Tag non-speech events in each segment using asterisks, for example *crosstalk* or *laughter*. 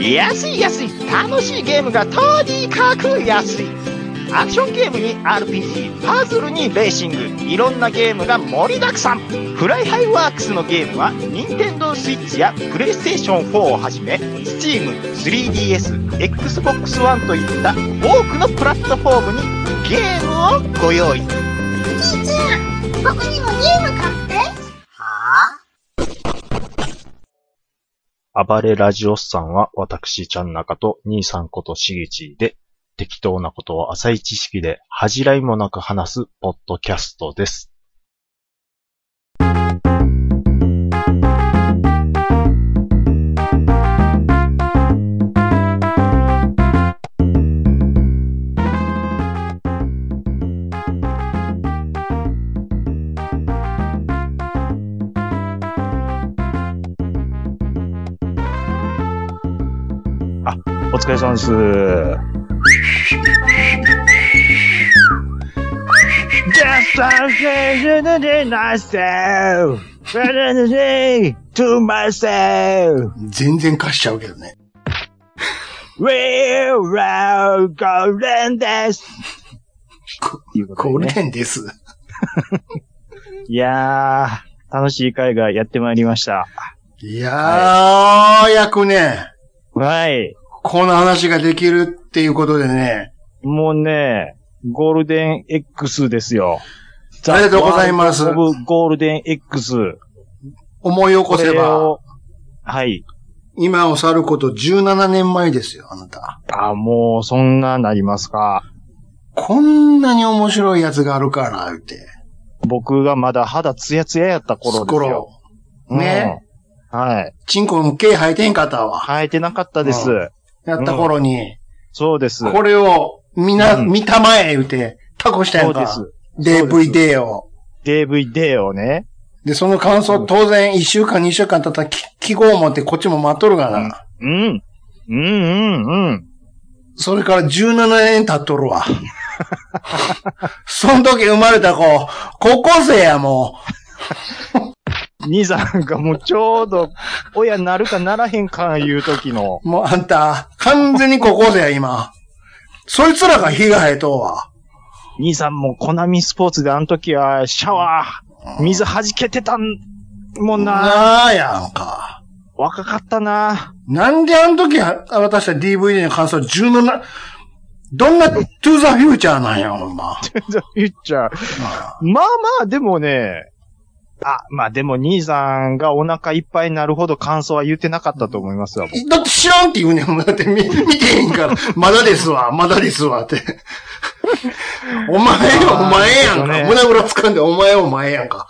安い安い楽しいゲームがとにかく安いアクションゲームに RPG パズルにレーシングいろんなゲームが盛りだくさんフライハイワークスのゲームは NintendoSwitch や PlayStation4 をはじめ Steam3DSXbox One といった多くのプラットフォームにゲームをご用意兄ちゃん僕にもゲーム買って暴れラジオスさんは私、ちゃんなかと兄さんことしげちで、適当なことを浅い知識で恥じらいもなく話すポッドキャストです。お疲れ様です。 to myself. 全然貸しちゃうけどね。 We're all golden です。ということゴーでルね、デンです。いやー、楽しい会がやってまいりました。いやー、ようやくね、はい。この話ができるっていうことでね、もうね、ゴールデン X ですよ。ありがとうございますザワールドオブゴールデン X。思い起こせば、、はい。今を去ること17年前ですよ、あなた。あ、もう、そんななりますか。こんなに面白いやつがあるから、言って。僕がまだ肌ツヤツヤやった頃ですよ。頃ねうんはい。チンコの毛生えてんかったわ。生えてなかったです。うやった頃に、そうです。これを、みな、うん見たまえ、言うて、タコしたやそんうかで。す。 DVD を。 DVD をね。で、その感想、当然、1週間、2週間経ったら、き記号を持ってこっちも待っとるがな。うん。うんうんうん。それから17年経っとるわ。その時生まれた子、高校生やも兄さんがもうちょうど親なるかならへんかいう時の。う。もうあんた、完全に高校生や今。そいつらが被害とうわ。兄さんもコナミスポーツであの時はシャワー、水弾けてたん、もんな。なあやんか。若かったな。なんであの時は、私たち DVD の感想17、どんなトゥーザフューチャーなんや、ほんま。言っちゃう。まあまあ、でもね、あ、まあでも兄さんがお腹いっぱいになるほど感想は言ってなかったと思いますわ、僕だって知らんって言うねんもん。だって見、見てへんから。まだですわ、まだですわって。 *laughs* お前よ、お前やなるほどんか。ね胸ぐら掴んで、お前お前やんか。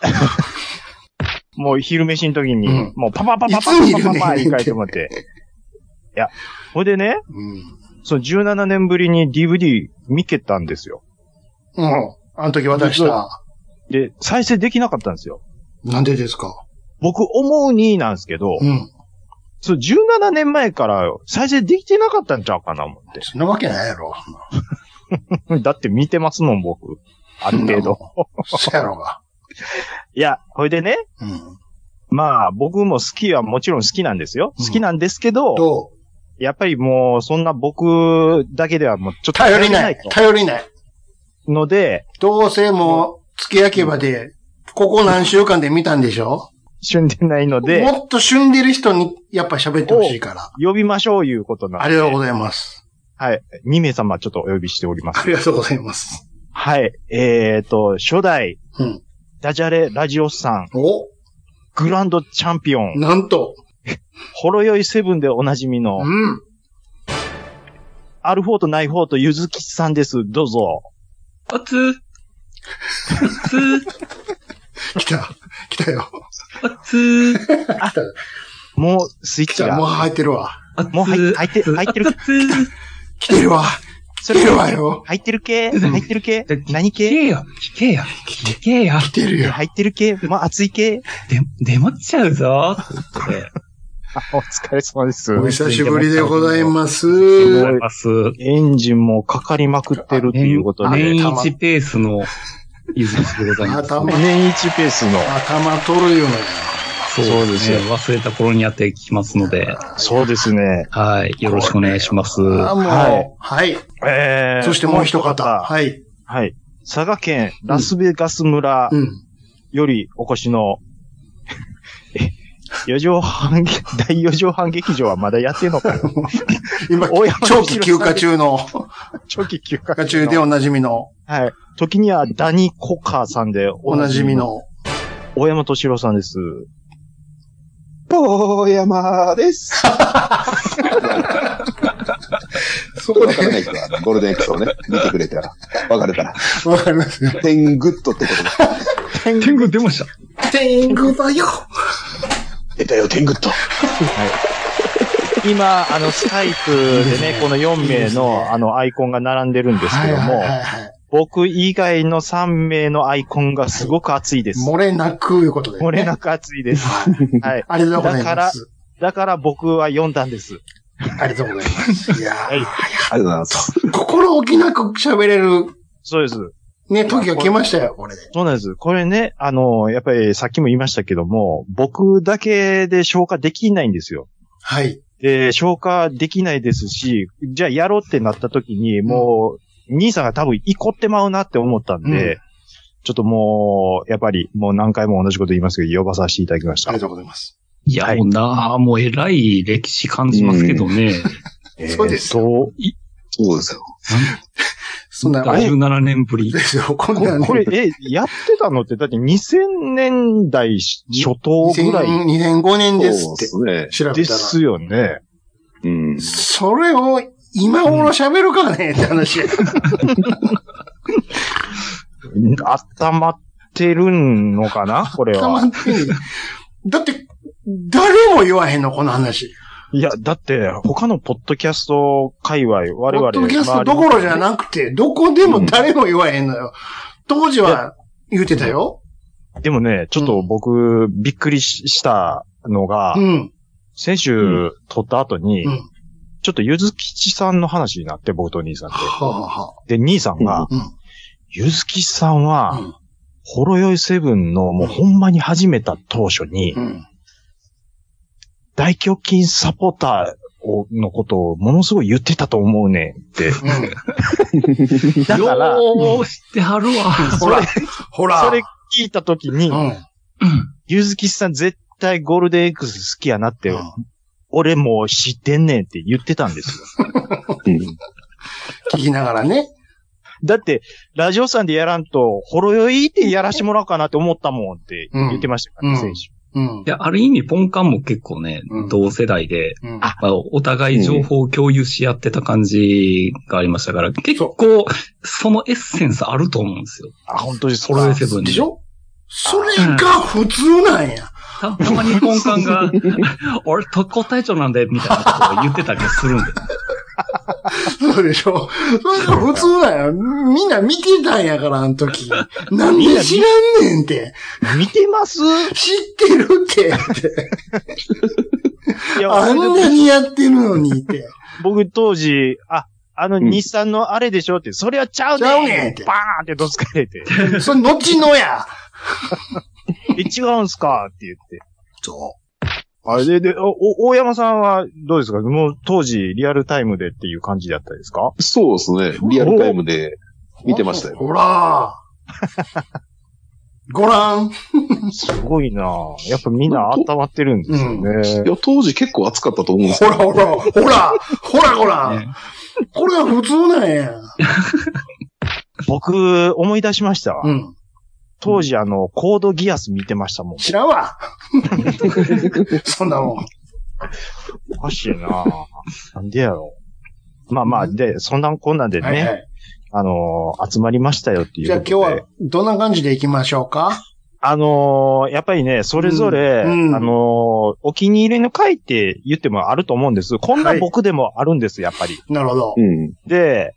もう昼飯の時に、うんもうパパパパパパいつ見パるねパんパ言い換えてもらって。いや、ほいでね、うん。その17年ぶりに DVD 見けたんですよ。うん。あの時渡した。で、再生できなかったんですよ。なんでですか僕思うになんですけど、うん。そう17年前から再生できてなかったんちゃうかな思っそんなわけないやろ。て。 *laughs* だって見てますもん、僕。ある程度。そやろが。いや、ほいでね、 *laughs* うん。まあ僕も好きはもちろん好きなんですよ。うん好きなんですけど、どうやっぱりもうそんな僕だけではもうちょっと頼りないと。頼りない。ので、どうせもう、付け焼けばで、ここ何週間で見たんでしょ旬でないので、もっと旬でる人に、やっぱ喋ってほしいから。呼びましょういうことなあんりで。がとうございます。はい。2名様ちょっとお呼びしておりまあす。りがとうございます。はい。えーと、初代、うん。ダジャレラジオスさん、おグランドチャンピオン、なんと。ほろ酔いセブンでおなじみの、うん。アルフォートナイフォートゆずきちさんです。どうぞ。おつー、来た。来たよ。おつー、もう、スイッ来チた。が。ももう入ってるわ。おつう入入 *laughs* って、入ってる。つー、来てるわ。そ来てれるわよ。入ってる系入ってる系うん何聞系けよ、聞けよ、聞けよ。来てるよ。入ってる系まあ、熱い *laughs* 系で、でもっちゃうぞ。って。あお疲れ様です。お久しぶりでございます。思います。エンジンもかかりまくってるっていうことで、年一ペースの、ゆずきでございます。頭、年一ペースの、頭取るよね。そうですね。忘れた頃にやっていきますので、そうですね。はい。よろしくお願いします。あ、もう、はいはい。えー、そしてもう一方。ははい。い。佐賀県ラスベガス村うん。よりお越しの、え、四畳半劇、第四畳半劇場はまだやってんのかよ。今、大山長期休暇中の、長期休休暇暇中でおなじみの、はい。時にはダニ・コカーさんでおなじみ。の、大山敏郎さんです。大山です。そこでわからないから、ゴールデン X をね、見てくれたら、わかるから。わかりますよ。テングッドってことだ。天狗出ました。天狗だよ出たよ、テングッド。今、あの、スカイプでね、この4いいで名すねの、あの、アイコンが並んでるんですはけいどはいも、はいはい。僕以外の3名のアイコンがすごく熱いです。漏れなくいうことで、ね。漏れなく熱いです。はい。ありがとうございます。だから僕は読んだんです。ありがとうございます。いやー、はいありがとうございます。心置きなく喋れる、そうです。ね、時が来ましたよ、これで。そうなんです。これね、あの、やっぱりさっきも言いましたけども、僕だけで消化できないんですよ。はい。で、消化できないですし、じゃあやろうってなった時に、もう、兄さんが多分イコってまうなって思ったんで、うちょっともう、やっぱり、もう何回も同じこと言いますけど、呼ばさせていただきましあたり。がとうございます。いや、もうなあ、もう偉い歴史感じますけどね。そうですえーっとそうですよ。そんな、あれ17年ぶりで。すよ、こんなここれ、え、やってたのって、だって2000年代初頭ぐらい2005年ですそうっでてすね。調べでたら。すよね。うん。それを今頃喋るかねって話。温まってるのかな *laughs* これたまは。んないだって、誰も言わへんの、この話。いや、だって、他のポッドキャスト界隈、我ポ々。ッドキャストどころじゃい。なくて、どこでも誰も言わへんのよ。当時は言うてたよ。でもね、ちょっと僕、びっくりししたのがう、ん。先う週撮った後にうん、ちょっとゆずきちさんの話になって、僕と兄さんはあ、はで。で、兄さんがうん、ゆずきさんあ、は、ほろよいセブンの、もうほんまに始めた当初にう、ん。 *laughs* うん。大胸筋サポーターを、のことをものすごい言ってたと思うねんって。だから、よう知ってはるわ。うんほら、ほら。それ聞いたときにう、ん。ゆずきさん絶対ゴールデン X 好きやなって、俺もう知ってんねんって言ってたんです *laughs* よ。聞きながらね。だって、ラジオさんでやらんと、ほろ酔いってやらしてもらおうかなって思ったもんって言ってましたからね、うん選手。うんい。や、ある意味、ポンカンも結構ね、うん同世代で、うんあまあ、お互い情報を共有し合ってた感じがありましたから、結構、そのエッセンスあると思うんですよ。あ、本当にそホロウェイれ。セブンででし。ょそれが普通なんや。たたまにポンカンが、 *laughs* 俺特攻隊長なんで、みたいなことを言ってたりするんで。 *laughs* そうでしょそれが普通だよ。みんな見てたんやから、あの *laughs* 時。なんで知らんねんって。見てます知ってるって。いや、あん俺なにやってるのにって。僕当時、あ、あの、ん日産のあれでしょって、それはちゃうちゃうねねんんってバーンってどつかれ *laughs* て、それ、後のや。え、違うんすかって言って。そあれで、で、おお、大山さんはどうですかもう当時リアルタイムでっていう感じだったですかそうですね。リアルタイムで見てましたよ。ほら。ご覧。すごいなぁやっぱみんな温まってるんですよいね。や、当時結構暑かったと思うんですほらよ。ほら。ほら。ほらほら。ねこれが普通なんや。僕、思い出しましたわ。うん。当時あの、コードギアス見てましたもん。知らん *laughs* わ。そんなもん。おかしいな *laughs* ぁなんでやろう。まあまあ、で、そんなんこんなんでね、はいはい。あのー集まりましたよっていうじゃあこと今で。日は、どんな感じで行きましょうかあのーやっぱりね、それぞれ、うんうんあのーお気に入りの回って言ってもあると思うんです。こんな僕でもあるんです、やっぱり。なるほどう。ん。で、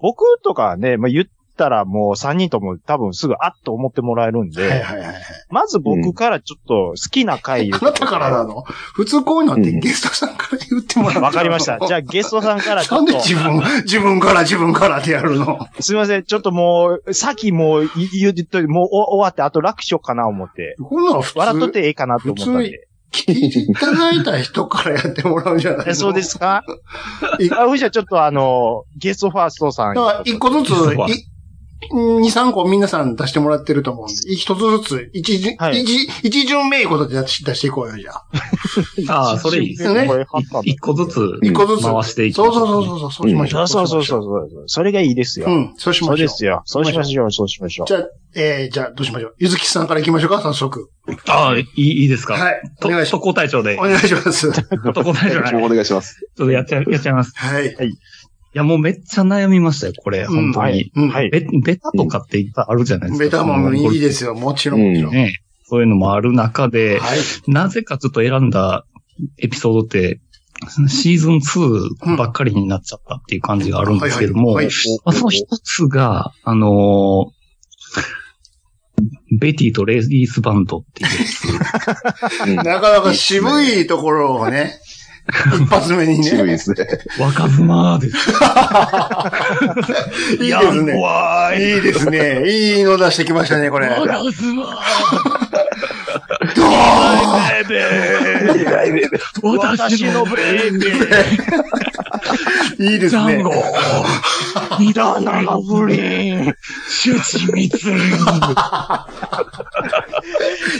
僕とかね、まあ、言ったらもう3人とも多分すぐあっと思ってもらえるんで、はいはいはいはい。まず僕からちょっと好きな回、あなたからなの普通こういうのってゲストさんから言うってもらって。わかりました。 *laughs* じゃあゲストさんからちなょっんでと、自分、自分から自分からってやるのすいません、ちょっともう、さっきもうい言ってといて、もうお終わって、あと楽しようかな思って。こんなの普通、笑っとってええかなと思ったんで。聞いていただいた人からやってもらうんじゃないえの。そうですすかいあ、ふじゃちょっとあの、ゲストファーストさん。だから、一個ずつ、い二、三個皆さん出してもらってると思うんで、一つずつ、一巡、はい一、一巡めいことで出し出していこうよ、じゃあ。ああ、それいいですつねこれ貼ったんだ一個ずつ一個ずつ。回していく。そうそうそうそう、そうしましょ。そううそうそうそうそう。それがいいですよ。うん、そうしまそしょ。ううですよ。そうしましょう、そうしましょうじ。ゃあ、えー、じゃあ、どうしましょう。ゆずきさんから行きましょうか、早速。ああ、いい、いいですか。はい。おと願いしま特す。攻隊長でお。願いします。特攻隊長ない。ちお願いします。ょっとやっちゃい、やっちゃいます。 *laughs* はい。いや、もうめっちゃ悩みましたよ、これ。本当に。うん。はい。ベベタとかっていっぱいあるじゃないですか。ベタもいいですよ。もちろん、もちろん。ね。そういうのもある中で、はい。なぜかちょっと選んだエピソードって、シーズン2ばっかりになっちゃったっていう感じがあるんですけども、はいはいまあ、その一つが、あのーベティとレディースバンドっていう。うんなかなか渋いところを *laughs* ね、一発目にね。渋いですね。若妻です。 *laughs* いいですね。怖い。いいですね。いいの出してきましたね、これ。どー若妻ン私のベいいですタねンゴ。 *laughs* 二段ラブリンシュチミツリ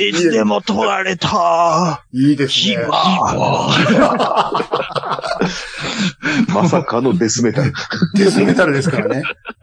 いつでも取られた。いいですね。まさかのデスメタル。デスメタルですからね。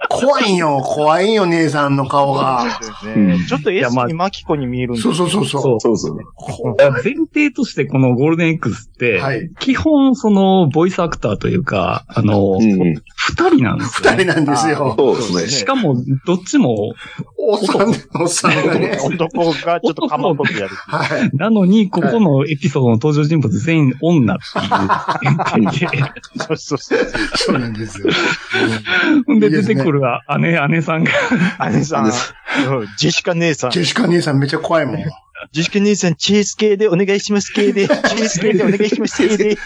怖いよ、怖いよ、姉さんの顔が。うんちょっと S やまあにマキコに見えるんでそうそうそうそう。そう。そうそう。こ前提としてこのゴールデン X って、はい。基本そのボイスアクターというか、あの、う二、ん。人なんですよ、二ね。人なんですよ。そうですね。しかも、どっちも、おっさん、おっさんがね。男がちょっと釜っぽく *laughs* やる。はい。なのに、ここのエピソードの登場人物全員女っていう展開そうそうそう。そうなんですよ。で。*laughs* で、いいで出すねてくる姉、姉さんが、姉さん、う姉んジェシカ姉さん。ジェシカ姉さんめっちゃ怖いもん。ジェシカ姉さん、チェイス系でお願いします系で、チェイス系でお願いします系で。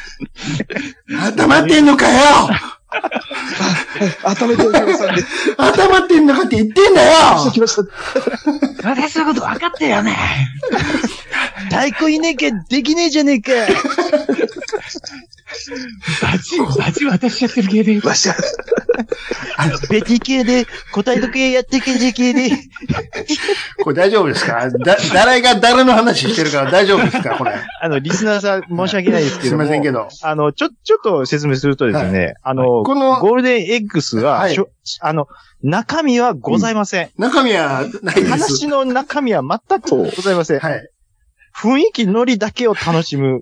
頭ってんのか *laughs* よ頭でお客さんで。頭ってんのかって言ってんだよ私のこと分かってるよね。太鼓いねえけできねえじゃねえか。バチ、バチ私やってる系で。わしゃ、ベティ系で、答え時計やってけじ系で。これ大丈夫ですかだ、誰が誰の話してるから大丈夫ですかこれ。あの、リスナーさん、申し訳ないですけすいども。ませんけど。あの、ちょ、ちょっと説明するとですね、あの、このゴールデン X は、はいしょあの、中身はございません。中身はないです。話の中身は全くそうございません。はい。雰囲気、ノリだけを楽しむ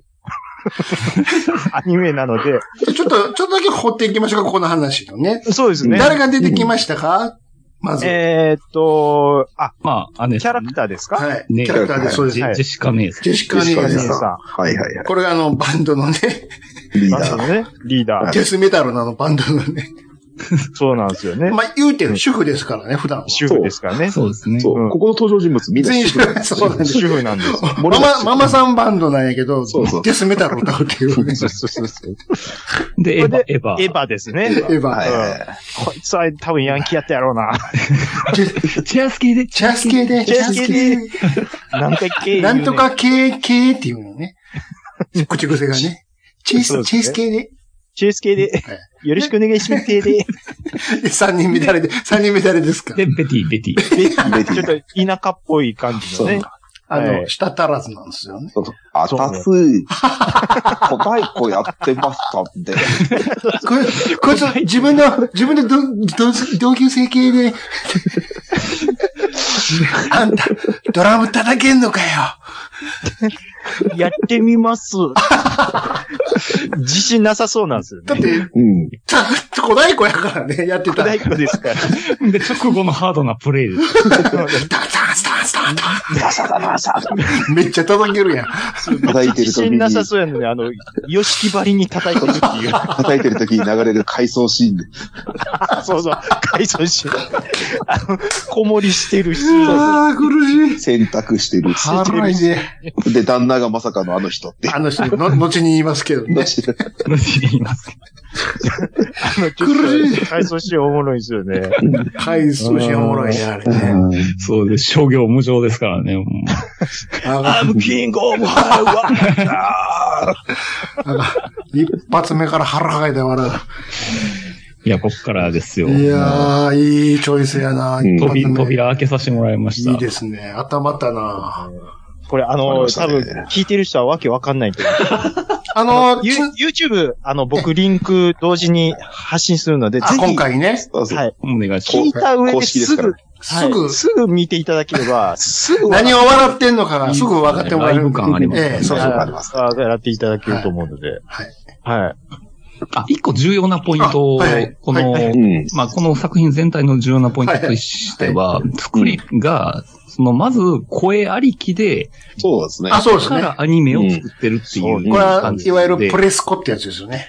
アニメなので、ちょっと、ちょっとだけ掘っていきましょうか、ここの話のね。そうですね。誰が出てきましたかまず。えーっと、あ、まあ、姉キャさラんクターですか、はい。キねャラクターです。そうですジ。ェジェシカ姉さん。ジェシカ姉ジェシカ姉さん。さはいはいはい。これがあの、バンドのね、リーん。ダそうー。ね。リーダー。デスメタルなの、バンドのね。そうなんですよね。まあ、言うてる主婦ですからね、普段は。主婦ですからね。そうですね。そう。ここの登場人物みんな全員主主婦なん婦。ですそうなんです。 *laughs* 主婦なんですよ。ママ、ママさんバンドなんやけど、そうそうデスメタル歌うっていうね。そうそうそうで、エこヴァれ、エヴァ。エヴァですね。エヴはいァ。はいはい。こいつは多分ヤンキーやったやろうな。チェアスキーで、チャス系で、チャス系チャスなんか系、系なんと。か系、系っていうのね。口癖がね。チェイそうス、ですチねェイス系で。チェイス系で、よろしくお願いします系で。で三人乱れで、三人乱れですかで、ベティ、ベティ。ベテちょィっと田舎っぽい感じのね。あはの、い舌足らずなんです *laughs* よね。そうそうあたす、小太鼓やってましたって。これ、こいつ、自分の、自分の同同同級生系で、あんた、ドラム叩けんのかよ。やってみます。自信なさそうなんですよだっね。て、うん。た、小太鼓やからね、やってた。大ダ *laughs* 工ですから。で、直後のハードなプレイでタす。ンンスタンスタンスタバサだバサだ。ンめっちゃ叩けるやん。叩いて自るとき信に、なさそうやのに、あの、ヨシキバリに叩いてるっていう。叩いてるときに流れる回想シーンで。そうそう。解消し、あの、子守してるし。ああ、苦し *laughs* い。洗濯してる。辛いね。で、旦那がまさかのあの人って。あの人、の後に言いますけど *laughs* ね。無理言います。あの、ちょっと回想しておもろいんですよね。はい、少しおもろいね、あれね。そうです。商業無償ですからね。もうあ I'm king of highway. あの一発目から腹がいて笑いや、こっからですよ。う。いやー、いいチョイスやな、うん一発目扉、扉開けさせてもらいました。いいですね。頭ったな。これ、あわかりの、まし多たね分、聞いてる人はわけわかんないと思う。あの、ユちー YouTube、あの、僕、リンク同時に発信するので、ぜあひ、今回ね、そうそうはい。お願いし聞いた上公で式ですすかぐら、すはぐい、すぐ見ていただければ、すぐ何を笑ってんのかがすぐ分かってもらえる。いいですねライブ感ありますねええ、そうそう。あります。やっていただけると思うので。はい。はい。ます。あ、一個重要なポイントをあはいはい、このはいは、うん。まあ、この作品全体の重要なポイントとしては、作りが、その、まず、声ありきで、そうですね。あ、そうですかね。らアニメを作ってるっていううんこれは感、じいで。わゆるプレスコってやつですよね。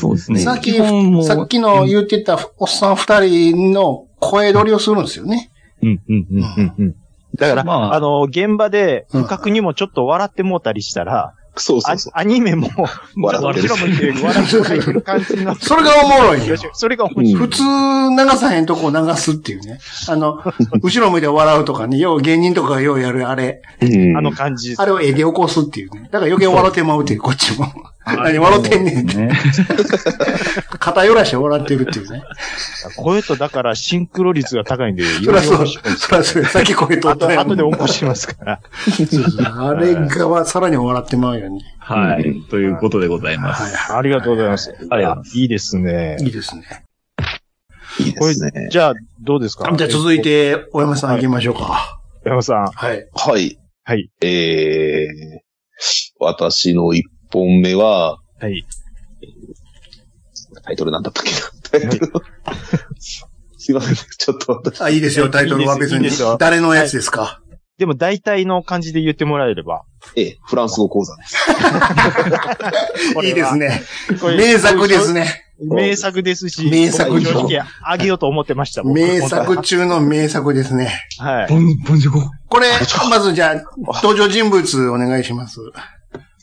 そうですね。さっき、基本もうさっきの言ってたおっさん二人の声取りをするんですよね。うん、うん、うん、うん、うん。だから、まああの、現場で、不覚にもちょっと笑ってもうたりしたら、そうそうあそう。アニメも、笑ってるこっちが向いてる笑って書いてる感じになってそれがおもろいよ。それが面白い。うん普通流さへんとこを流すっていうね。あの、 *laughs* 後ろ向いて笑うとかね、よう芸人とかがようやるあれ、うんあの感じ。あれを絵で起こすっていうね。だから余計笑ってまうっていう、こっちも。何笑ってんねんって。 *laughs* ね。肩揺らして笑ってるっていうね。声とだからシンクロ率が高いんで、そりゃそう。面白いですそりゃそう。さっき声取っあたと、やん後で起こしますから。あれがさらに笑ってまうよね。はい。ということでございます。はいはありがとうございます。ありがとうございます。いいですねい。い。いですね。いいでこれすね。、じゃあ、どうですかじゃあ続い。て、大山さん行きましょうか。山さん。はい。はい。はい。えー、私の一本目は、はい。タイトルなんだ *laughs* ったっけな。タイトル。すいません。ちょっと私。あ、いいですよ、タイトルは別いいでにすよ。誰のやつですかでも大体の感じで言ってもらえれば。ええ、フランス語講座です。これはいいですね。これ名作ですね。名作ですし、名作正直あげようと思ってました。僕名。作中の名作ですね。はい。ボン、ボンジョコ。これ、まずじゃあ、登場人物お願いします。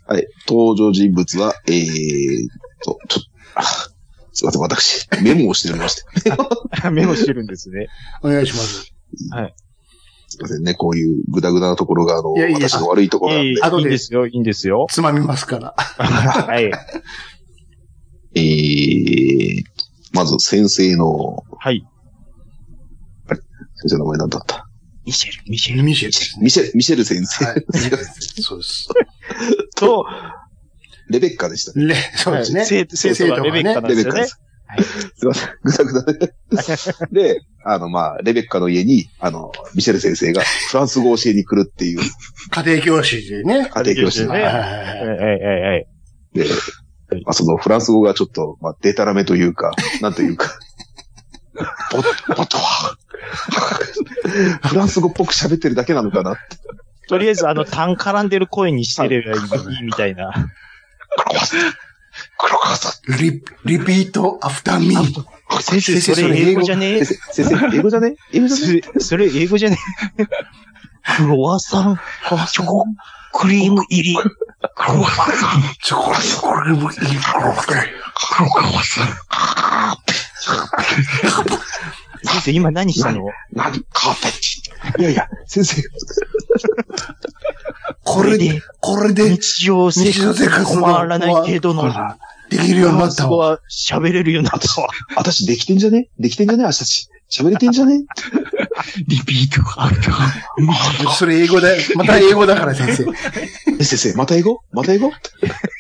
はい。登場人物は、えーと、ちょっと、あすいません。私、メモをしておりまして。メモしてるんですね。お願いします。すいませんね。こういうグダグダなところが、あの、いやいや私の悪いところなんいいで。後いいでですよ、いいんですよ。つまみますから。はい。えー、まず先生の、はい。先生の名前なんだったミシェル、ミシェミシェルですね。ミシェル、ミシェル先生。はい。そうです。ルと、レベッカでしたね。レそうですね。生徒生徒がレベッカなんレでベすッよね。カです。すいません。ぐだぐだで。で、あの、まあ、レベッカの家に、あの、ミシェル先生がフランス語を教えに来るっていう家庭教師でね。家庭教師ねで、はいはいえはい。ええええで、まあ、そのフランス語がちょっと、まあ、デタラメという *laughs* か、なんというか、ぼ、ぼとは、 *laughs* フランス語っぽく喋ってるだけなのかな。えとりあえず、あの、単絡んでる声にしてればいいみたいな。黒川さん、黒川さん、リ、リピートアフターミー。先生、それ英語じゃねえ先生、先 *laughs* 生、英語じゃね英語じゃそねれそれ英語じゃねえクロワッサン、チョコ、クリーム入り。チョコレート、これもいい。先生、今何したの何カーペットいやいや、先生、これで、これで日常生日常生活活の困らない程度の、できるようになっそたこわ。は喋れるようになったわ。私できてんじゃねできてんじゃね私、喋れてんじゃ *laughs* ねリピートがあるか。それ英語だよ。また英語だから先生。え先生、また英語また英語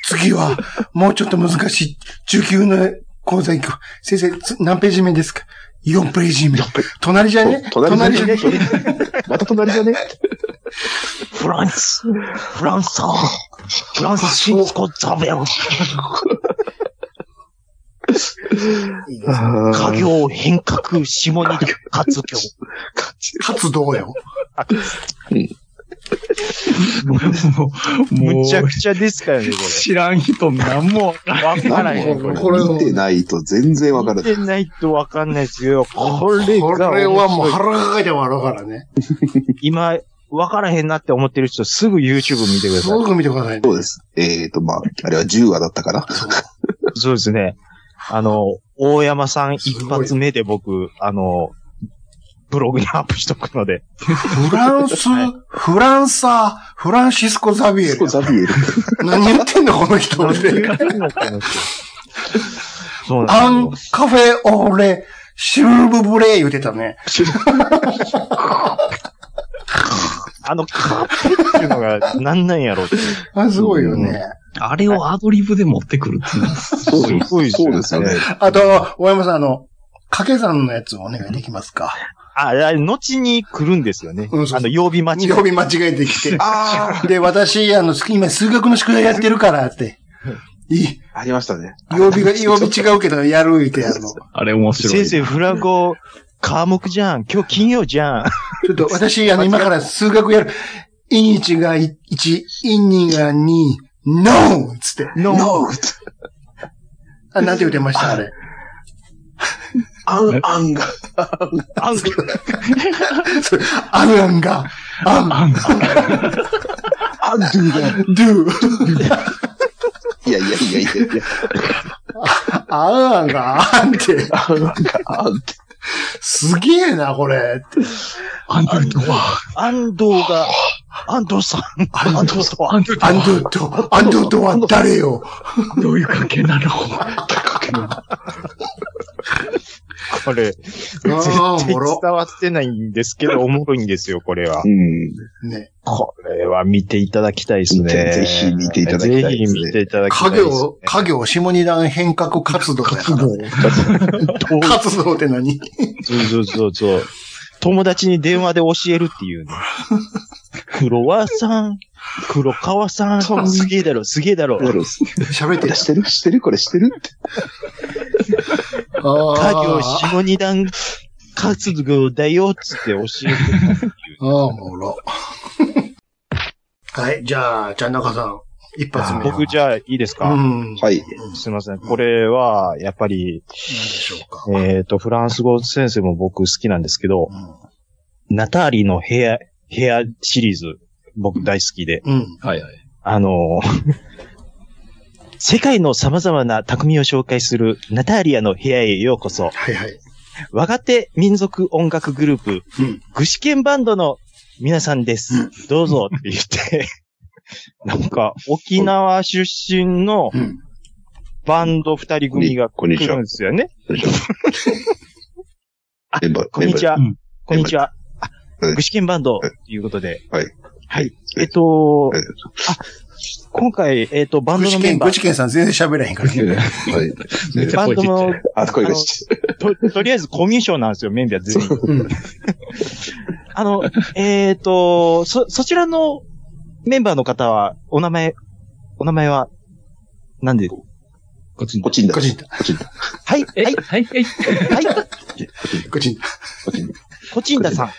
次は、もうちょっと難しい、中級の講座行く。先生、つ何ページ目ですか ?4 ページ目。隣じゃねと隣じゃね隣じゃねまた隣じゃねフランス、フランサー、フランスシスコザベル、家業変革下仁田活業。活動よ。あもう、もむちゃうく、ちゃですからね、こ知らん人なんもわかれ。わからない。何もここれ見てないと全然わかられ。ない。見てないとわかんないですけど、これこが、れはもう腹抱えて笑うからね。今、わからへんなって思ってる人、すぐ YouTube 見てくだすさいご。く見てくださいね。そうです。えっ、と、まあ、あれは10話だったかな。そうですね。あの、大山さん一発目で僕、あの、ブログにアップしとくので。フランス、フランサー、フランシスコ・ザビエルそう、。ザビエル。何言ってんの、この人。何言ってんのこの人そうアなんンですよ。、カフェ、オーレ、シルブブレー言うてたね。あの、カーペっていうのが何なんやろうって。あ、すごいよね。あれをアドリブで持ってくるっていうのはすごい。ごいそうですよね。。あと、大山さん、あの、掛け算のやつをお願いできますか。あ、あれ後に来るんですよね。うんそうあの、曜日待ち日曜日間違えてきて。で、私、あの、好き今数学の宿題やってるからって。いい。ありましたね。曜日が、曜日違うけど、やる言うて、あの、ちょあれ面白い。先生、フラゴ、科目じゃん。今日金曜じゃん。っと私、あの、今から数学やる。イン1が1、イン2が2、NO! つって。の、あ、なんて言ってました、あれ。アン、アンが。あんそれアンアンが、アン、あんアンドゥが。ドゥ、いやいやいやいやいや。アンアンが、アンって。アンが、アンって。すげえな、これ。アンドゥとは、安藤が、安藤さん。安藤さんは。アンドゥとアンは、ドゥと、アンドゥとは誰よ。どういう関係なのこれ、絶あー対おもろ伝わってないんですけど、おもろいんですよ、これはう。ん。ね。これは見ていただきたいですね。ぜひ見ていただきたいですねぜひ見ていただきたい家です、ね業、。家業下二段変革活動やから。活動って何そうそうそうそう。友達に電話で教えるっていう *laughs* ね。黒和さん、黒川さん、すげえだろ、すげえだろ。だ家ろう喋って。知ってる知ってるこれ知ってるって。あ業あ、下二段活動だよ、つって教えて。ああ、おもろ。 *laughs* はい、じゃあ、じゃあ中さん、一発目。僕じゃあいいですうか、ん。。はいい。すいません。これは、やっぱり、いいでしょうか。えっ、と、フランス語先生も僕好きなんですけど、ナターリの部屋、部屋シリーズ、僕大好きで、うん。うん。はいはい。あ *laughs* のー世界の様々な匠を紹介するナターリアの部屋へようこそ、はいはい。若手民族音楽グループ、うん具志堅バンドの皆さんです。どうぞって言って、 *laughs* なんか沖縄出身のうん。バンド二人組がこ来んにちるはんですよね。メンバー、こんにちは。メンバーうんこんにちは。あうん具志堅バンドということで。はい。はい。えっと、うんあ、今回、えっと、バン具ドのメ志堅、ンバ具ー、志堅さん全然喋らへんから *laughs* メンバね。ーはい。めっちゃバン声ちドっちゃのい。あ、声がちっちゃい。と、とりあえずコミュ障なんですよ、メンバー全員。うん。 *laughs* あの、えっと、そ、そちらのメンバーの方は、お名前、お名前は、なんでこっちに。こっちんだ。ここっちんだ。っちんだ。はい、はえ、い、ははいい、はい。はい、こっちんだ。こっちんだ。コチンダさん。こ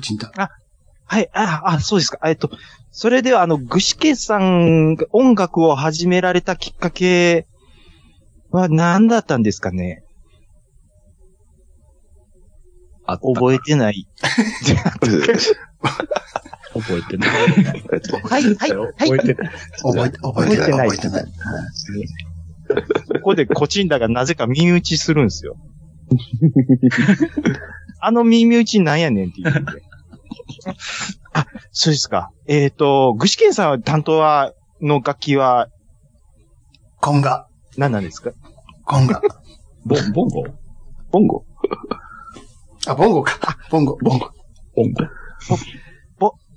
っちんだ。はい、あ、あ、そうですか。えっと、それでは、あの、具志堅さんが音楽を始められたきっかけは何だったんですかねあった覚えてない。覚えてない。 *laughs* はい、はい、はい。覚えて覚えて、覚えてない。覚覚ええててなないい。ここでコチンダがなぜか身内するん *laughs* ですよ。あの耳打ちなんやねんって言って。あ、そうですか。えっ、と、具志堅さんは担当は、の楽器はコンガ、何なんですかコ *laughs* ンガ。ボン、ボンゴボンゴあ、ボンゴか。ボンゴ、ボンゴ。ボンゴ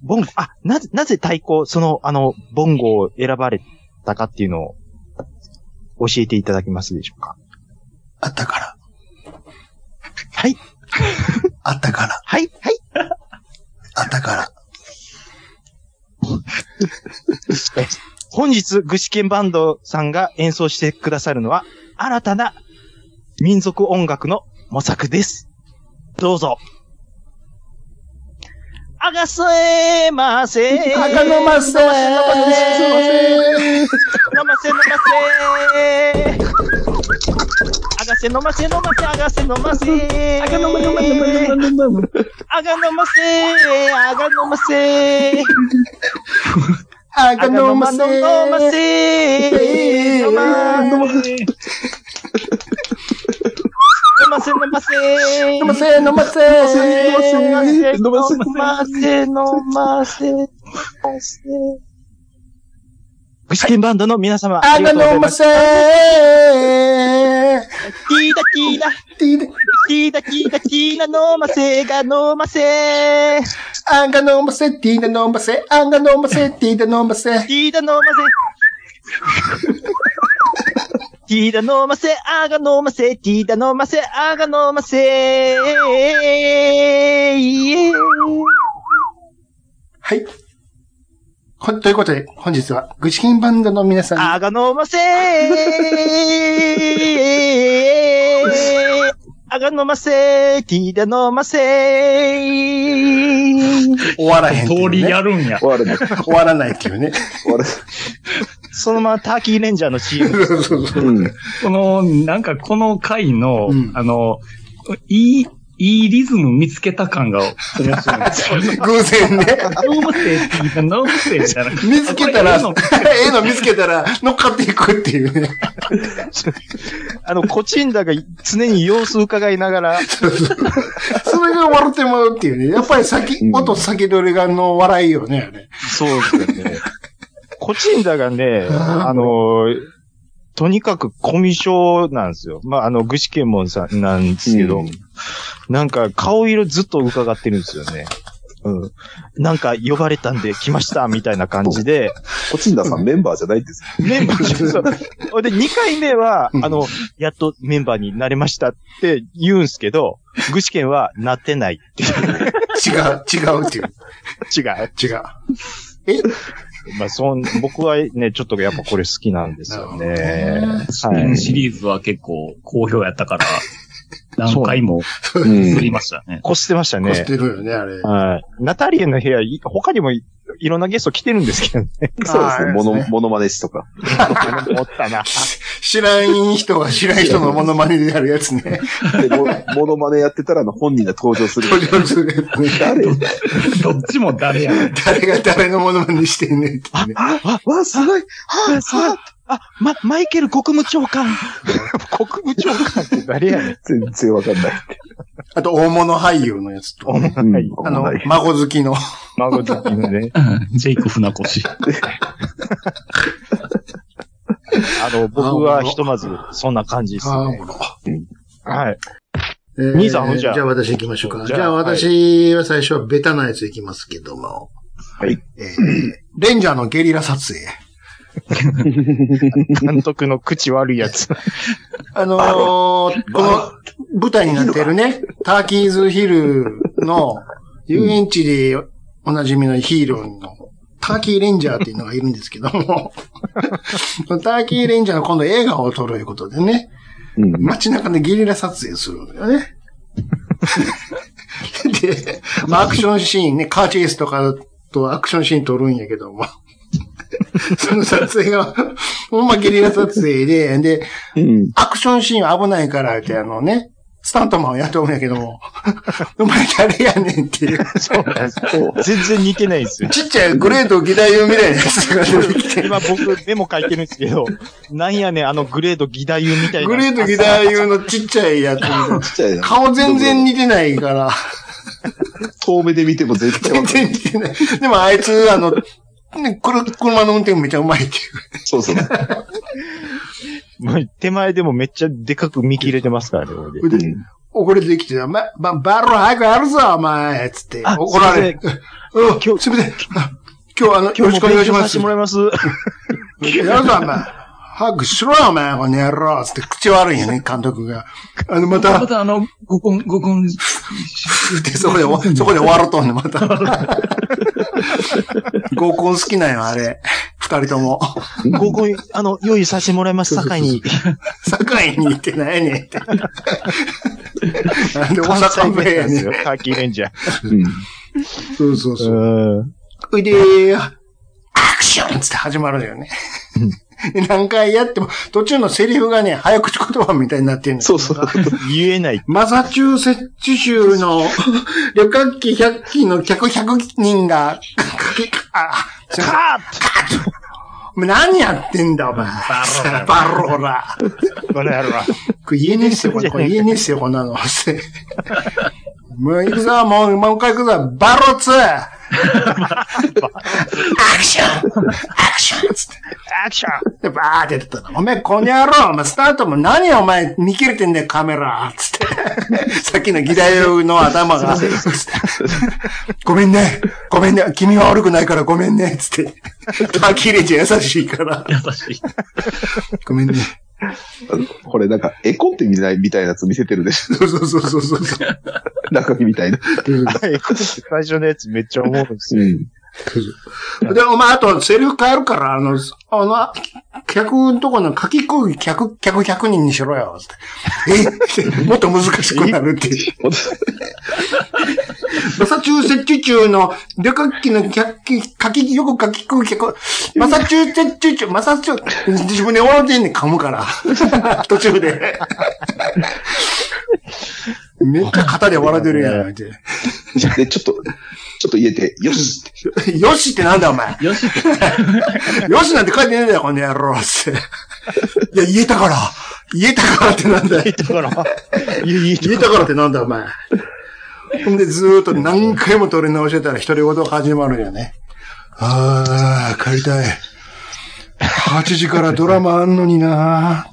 ボンゴ、あ、なぜ、なぜ太鼓、その、あの、ボンゴを選ばれたかっていうのを教えていただけますでしょうかあったから。はい、あったから。はい、はい。あったから。本日、具志堅バンドさんが演奏してくださるのは、新たな民族音楽の模索です。どうぞ。あがせませあかのませすいません。飲ませ飲ませあがせ飲ませ飲ませあがせ飲ませあが飲ま飲ま飲ま飲ま飲まあが飲ませあが飲ませああかがの飲まませ飲ませ飲ま飲ませ飲ませ飲ませ、飲ま飲ませ。せ飲ませ飲ませ具志堅バンドの皆様、あありががとうございま飲ます。せ。ティーダティーダティーでティーダティーダティーナ飲ませが飲ませテあが飲ませ、ティーで飲ませ。あが飲ませ、ティーで飲ませ。ィーダ飲ませティーダ飲ませあが飲ませティーダ飲ませあが飲ませイエーイはい。ほんということで、本日は、具志堅バンドの皆さん、あが飲ませあが飲ませティーダ飲ませ終わらへんってい通う、りねや。るんや。終わるね。終わらないっていうね。終わる。そのままターキーレンジャーの CM。そうそうそううん。この、なんかこの回の、うんあの、いい、いいリズム見つけた感が面白い。偶然ね。ノームセって言ったノームセみたいな。見つけたら、あこれええの見つけたら、乗っかっていくっていうね。あの、コチンダが常に様子伺いながら、それが笑ってもらうっていうね。やっぱり先、うん音先取りがの笑いよね。あれそうですよ *laughs* ね。コチンダがね、あの、とにかくコミショなんですよ。まあ、あの、具志堅門さんなんですけど、うんなんか顔色ずっと伺ってるんですよね。うん。なんか呼ばれたんで来ました、みたいな感じ *laughs* で、コチンダさんメンバーじゃないんですメンバーそうほんで、2回目は、あの、やっとメンバーになれましたって言うんすけど、具志堅はなってないって違う、違うっていう。違う。違う。まあ、そん、僕はね、ちょっとやっぱこれ好きなんですよね。はうんい。シリーズは結構好評やったから、 *laughs* 何回もよ。う振りん。ましたね。こしてましたこすっね。てるよね、あれ。はい。ナタリエの部屋、い他にもいいろんなゲスト来てるんですけどね。そうですあーね。モノ、モノマネ師とか。思ったな。知らん人は知らん人のモノマネでやるやつね。で、モモノマネやってたらあの本人が登場する。登場するやつね。誰 *laughs* どっちも誰やねん誰が誰のモノマネしてんねんってね。わあ、すごいあ、そうあ、ま、マイケル国務長官。 *laughs* 国務長官って誰やねん。全然わかんない。あと、大物俳優のやつと。うんあの、孫好きの。孫的にね。ジェイク船越。あの、僕はひとまず、そんな感じですあね。はい。えー兄さんじゃあじゃあ私行きましょうか。じじゃあゃあ私は最初はベタなやつ行きますけども。はい。えーレンジャーのゲリラ撮影。監督の口悪いや *laughs* つ。あのーこの舞台になってるね、ターキーズヒルの遊園地でおなじみのヒーローのターキーレンジャーっていうのがいるんですけど *laughs* も、そのターキーレンジャーの今度映画を撮るということでね、うん。街中でゲリラ撮影するんだ *laughs* よね。で、まあ、アクションシーンね、カーチェイスとかとアクションシーン撮るんやけど *laughs* も。その撮影が、ほんまゲリラ撮影で、で、うん。アクションシーン危ないからって、あのね、スタントマンを雇うんやけ *laughs* ども、お前誰やねんっていう、そうなんです全然似てないんですよ。ちっちゃいグレード議題みたいなやつが出てき *laughs* て、今僕メモ書いてるんです *laughs* けど、なんやねん、あのグレード義太夫みたいな。グレード議題のちっちゃいやつみたいな。ちっちゃいな。顔全然似てないから、遠目で見ても絶対わ全かんな然い。似てない。でもあいつ、あの、ね、車車の運転めちゃうまいっていう。 *laughs* そうそう。もう手前でもめっちゃでかく見切れてますからね、俺で怒れてきて、ま、ま、バロ早くやるぞ、お前つって、あ怒られる。うん、今今日日、すみません。あ今日、あの、よろしくお願いしも勉強まさせてすも。らいます。やるぞ、お前。ハグしろよ、お前、この野郎。つって口悪いよね、監督が。あの、また、まふたあの、ごこん、ごこん、ってそこで終わ、 *laughs* そこで終わろうとんね、また。合コン好きなんよ、あれ。二人と *laughs* も。合コン、あの、用意させてもらいます、境に。 *laughs* 堺に行ってないねんって。なんで大関西阪弁な弁やんですよ、ねん。カーキーレンジャー。うん。そうそうそう。うん。ういで、アクションつって始まるのよね。で何回やっても、途中のセリフがね、早口言葉みたいになってんのよそうそう。言えない。マサチューセッチ州 *laughs* の旅客機100機の客100人が、かけあ、カーお前何やってんだ、お前。バロラ。この野郎。これ言えねえっすよ、 *laughs* これ。これ言えねえっすよ、こんなの。もう行くぞ、もう、もう一回行くぞ。 *laughs* バロツーアクションアクションつって。アクションで、バーってやってたの。おめえ、この野郎、お前、スタートも何お前、見切れてんだよ、カメラつって。さっきの議題の頭が。ごめんね。ごめんね。君は悪くないからごめんね。つって。ターキーレンジ優しいから。優しい。ごめんね。これなんか、絵コンテみたいみたいなやつ見せてる *laughs* でしそうそうそうそうそう。ょ。中身みたいな。はい。最初のやつめっちゃ思うんですうよ。*laughs* ん。で、お前、あと、セリフ変えるから、あの、あの、客のとこの書き込み、客、客100人にしろよ、つって。 *laughs* えってもっと難しくなるっていう。マサチューセッチュ州の旅客機の客機、書き、よく書き込み、客、マサチューセッチュ州、マサチュー、自分で笑ってんねん、噛むから。 *laughs* 途中で。めっちゃ肩で笑ってるやん、って。で、ちょっと、ちょっと言えて、よし *laughs* よしってなんだ、お前。よしって。よしなんて書いてねえんだよ、この野郎って。いや、言えたから。言えたからってなんだよ。だから、言い言えたからってなんだ、お前。ほんで、ずーっと何回も取り直してたら独り言が始まるよね。ああ、帰りたい。8時からドラマあんのにな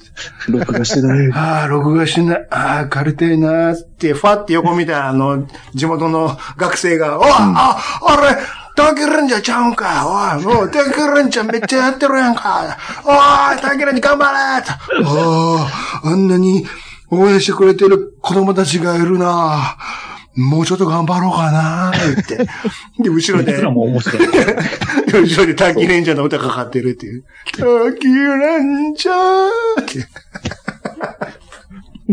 録画してない。ああ、録画してない。ああ、借りたいなーって、ファって横見たら、あの、地元の学生が、おい、あ、あれ、タケレンジャーちゃうんかおい、もう、タケレンジャーめっちゃやってるやんかおい、タケレンジャー頑張れとああ、あんなに応援してくれてる子供たちがいるなもうちょっと頑張ろうかなー *laughs* って。で、後ろでいつ。らも面白い。で *laughs* 後ろでターキーレンジャーの歌かかってるっていう。ターキーレンジャーって。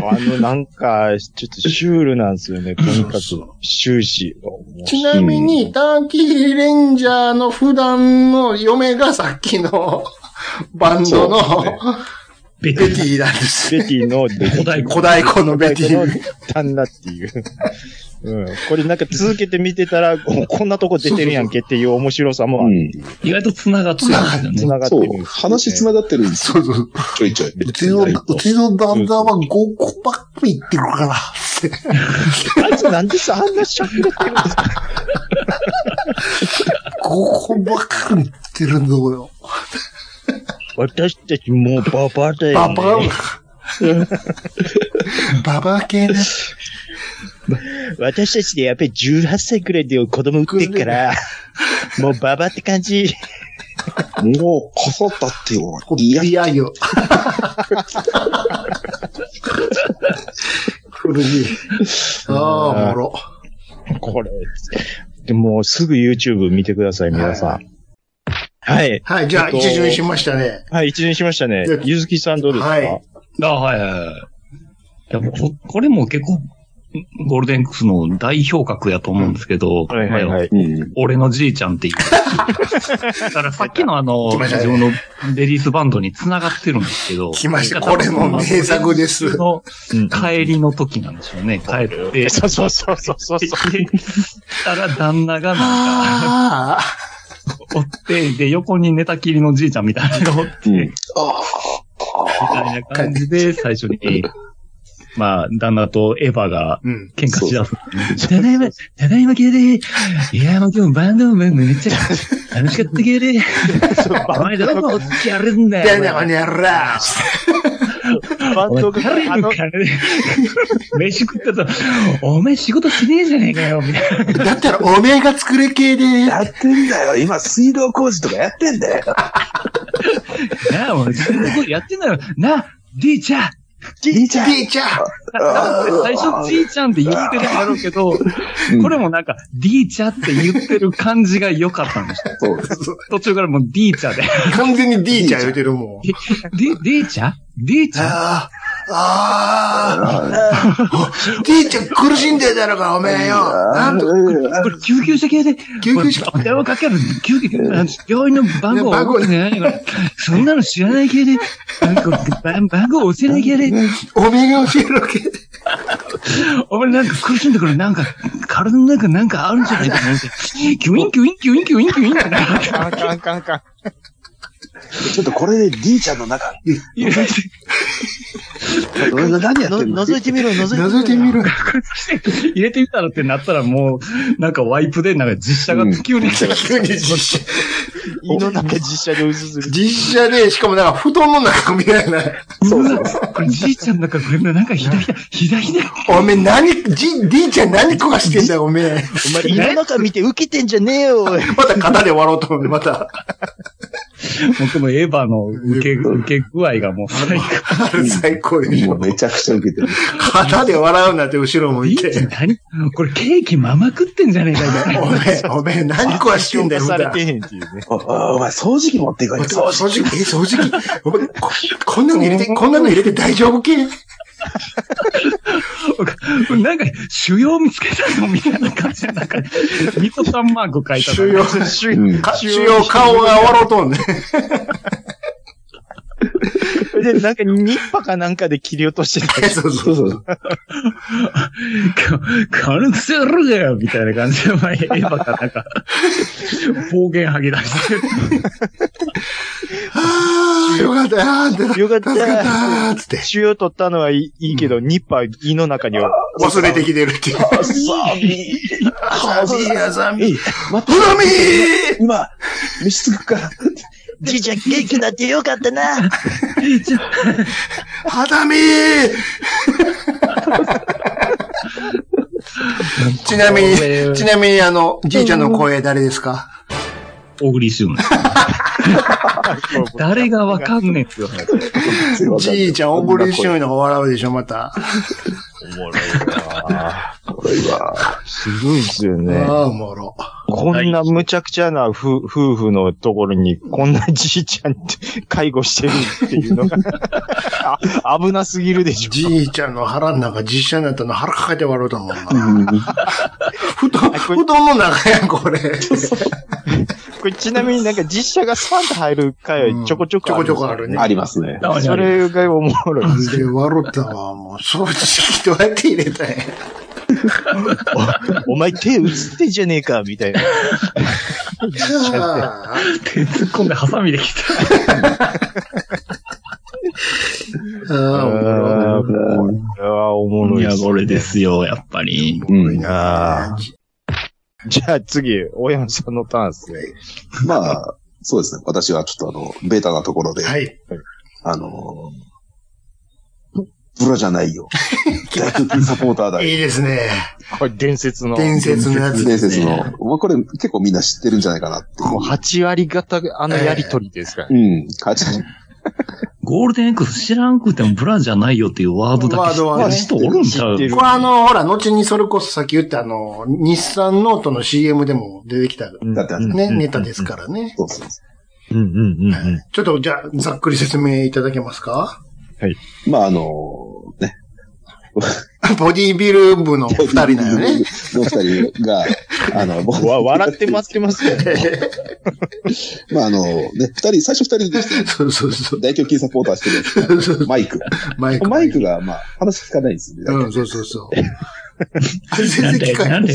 あの、なんか、ちょっとシュールなんですよね。とにかく、終始。ちなみに、ターキーレンジャーの普段の嫁がさっきのバンドそうのですベテベィティなんです。ベティの、で古代古代湖のベテのィ。旦那っていう。うん。これなんか続けて見てたら、おこんなとこ出てるやんけっていう面白さもあうるん。意外と繋がってるんですよね。繋がってるそうんですよね。。話繋がってるんですよ。そうそう。ちょいちょい。うちの、うちの旦那は5個ばっかり言ってるからって。あいつなんでさ、あんなしゃくれてるんですか5個ばっかり言ってるのよ。私たちもうババだよ、バね。バア。ババア系ね。私たちでやっぱり18歳くらいで子供産ってっ *laughs* から、もうババって感じ。もう、こそったってよ。いや、いやよ。古い。ああ、おもろ。これ。でも、すぐ YouTube 見てください、皆さん。はい。はい、じゃあ、えっと一巡しましたね。はい、一年しましたねで。ゆずきさんどうですか、はいあ、はいはいはい。いやここれも結構、ゴールデンクスの代表格やと思うんですけど、はいはいまあはい。うん。俺のじいちゃんって言う。だ *laughs* からさっきのあの、来ましたね自分のレディースバンドに繋がってるんですけど。来ましたこれも名作ですその帰りの時 *laughs* なんでしょうね。帰って。そうそうそうそうそうそう。でしたら旦那がなんか、ああ。おって、で、横に寝たきりのじいちゃんみたい *laughs* なのがおって、うん。みたいな感じで、最初に、まあ、旦那とエヴァがうん。喧嘩しだす。ただいま、ただいまけで、いや、もう今日バンドもめっちゃ *laughs* 楽しかったけで、お前どこおってやるんだでね、よ。ほにゃら *laughs* ー。バンドおが前、誰あのの、金で、飯食ったぞ。お前仕事しねえじゃねえかよ、みたいな。だったら、おめえが作れ系で。やってんだよ。今、水道工事とかやってんだよ。なあ、お前、自分のことやってんだよ。なあ、じいちゃん。じいちゃん。で、じゃあ、最初、じいちゃんって言ってるんだろうけど、これもなんか、リーチャって言ってる感じが良かったんですよ。そうです。途中からもうリーチャで。 *laughs* 完全に D ちゃん言うてるもん。で、リーチャリーチャあああ、ティーちゃん苦しんでたのか、おめえよ。なんと、これ救急車系で、救急車これ電話かける、救急病院の番号ね番号覚えてないから、そんなの知らない系で、なんか番番号押せない系で、おめえが教えろ *laughs* け。俺なんか苦しんだから、なんか、体の中なんかあるんじゃないかなって、キュインキュインキュインキュインキュインってなってカンカンカンカン。ちょっとこれで D ちゃんの中、言われてな何やっての、んの覗いてみろ、覗いてみろ。覗いてみる。 *laughs* 入れてみたらってなったらもう、なんかワイプでなんか実写が急に、急に実写。胃の中実写でうずずる。実写で、しかもなんか布団の中みたいな。 *laughs* うわこれじいちゃんなんかこれなんかひだひだ、ひだひだ。おめえ何、じ、D ちゃん何焦がしてんだよ、おめえ。お前胃の中見て受けてんじゃねえよ。また型で終わろうと思って、また。僕もエヴァの受け、受け具合がもう最高。最高でしもょう。めちゃくちゃ受けてる。型で笑うなって後ろ向いいいじゃて。何これケーキまま食ってんじゃねえかよ。おめえ、おめえ何焦がしてんだよ、消普化され段てへんっていうね。おおお前、掃除機持ってこい。掃除機、え、掃除機お前ここんなの入れて、こんなの入れて大丈夫けこれなんか、腫瘍見つけたのみたいな感じで、なんか、ミトさんマーク書いた主要、主うんか主要顔が終わろうとんね。で、なんか、ニッパかなんかで切り落として *laughs* た。そうそそうう。そう。軽くせろだよみたいな感じで、お前エヴァかなんか、暴言吐き出して。ああ、よかったよーって。よかった助かったーっつって。腫瘍取ったのはいいいいけど、ニッパ胃の中には。忘れてきてるっていう。あ、さあ、み、あざみあざみ。えい待ふって、らみー今、飯作るから。じいちゃん元気になってよかったな。はだみーちなみに、ちなみにあの、じいちゃんの声誰ですか小栗旬。 *laughs* 誰がわかんねえっすよ。じいちゃん、おぶりしゅんの方笑うでしょ、また。 *laughs* すごいですよね。ああ、おもろ。こんな無茶苦茶な夫夫婦のところに、こんなじいちゃんって介護してるっていう *laughs* のが、あ危なすぎるでしょ。じいちゃんの腹の中実写になったの腹抱えて笑うと思うな。布団、布団の中やん、これ。これちなみになんか実写がスパンと入る回はちょこちょこちょこちょこあるね。ありますね。それがおもろい。で、笑ったわ。もう、掃除機どうやって入れたんや。お前手映ってんじゃねえか、みたいな。あ手突っ込んでハサミできた。あ、おもろあーこれはおもろいっすね。すよ、やっぱり。うん。ああ。じゃあ次、大山さんのターンですね。まあ、そうですね。私はちょっとあの、ベータなところで、はい。あのーブラじ *laughs* ゃないよ。外国人サポーターだよ。いいですね。これ伝説の。伝説のやつで伝す説ね。の。まあこれ結構みんな知ってるんじゃないかなってもう8割方、あのやりとりですからね。いう。うん。かちゴールデン X 知らんくてもブラじゃないよっていうワードだけワー知ドはねってる人おるんちゃう知ってるこれあの、ほら、後にそれこそさっき言ったあの、日産ノートの CM でも出てきただってあのね、ネタですからね。そうそうそうんうんうんうん。ちょっとじゃあ、ざっくり説明いただけますか *laughs* う。まあ、あのーね。ボディビル部の二人だよね。。の二人 *laughs* が、あの、僕わ、笑って待ってますよ。まあ、あの、ね、二人、最初二人でして、そうそうそう。大胸筋サポーターしてるんですそうそうけどマイク。マイク。マイクが、まあ、話聞かないんですよね。うん、そうそうそう。あれなん全で然聞かなへんん。で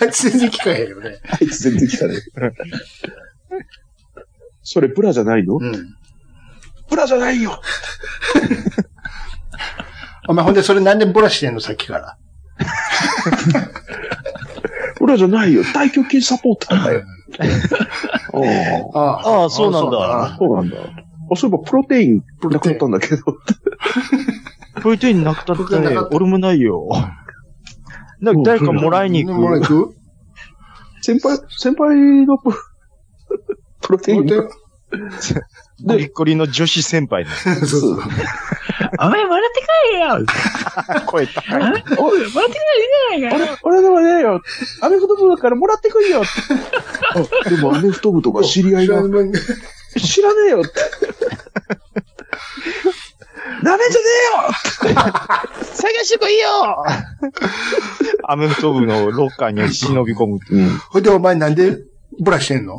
あれ全然聞かへんよね。あいつ全然聞かない。それ、ブラじゃないのうん。ブラじゃないよ *laughs* お前ほんでそれなんでブラしてんのさっきから。ブラじゃないよ大胸筋サポーターだよ。 *laughs* おーあああ、そうなんだ。そうなんだ。あ、そういえば、プロテイン、なくなったんだけど。プロテインなくたっプロテてインなねかっ、た俺もない *laughs* よ。なんか誰かもらいに行もらいく。に行く先輩、先輩のプ *laughs* ロプロテイン。ゴリッコリの女子先輩のそうそう。お前笑ってかいよ声高い。おい、笑ってくれないか俺のはねえよ。アメフト部だからもらってくい *laughs* よ。でもアメフト部とか知り合いが、知らねえよって。ダメじ探してこい *laughs* よアメフト部のロッカーに忍び込む。うん。ほいで、お前なんでブラしてんの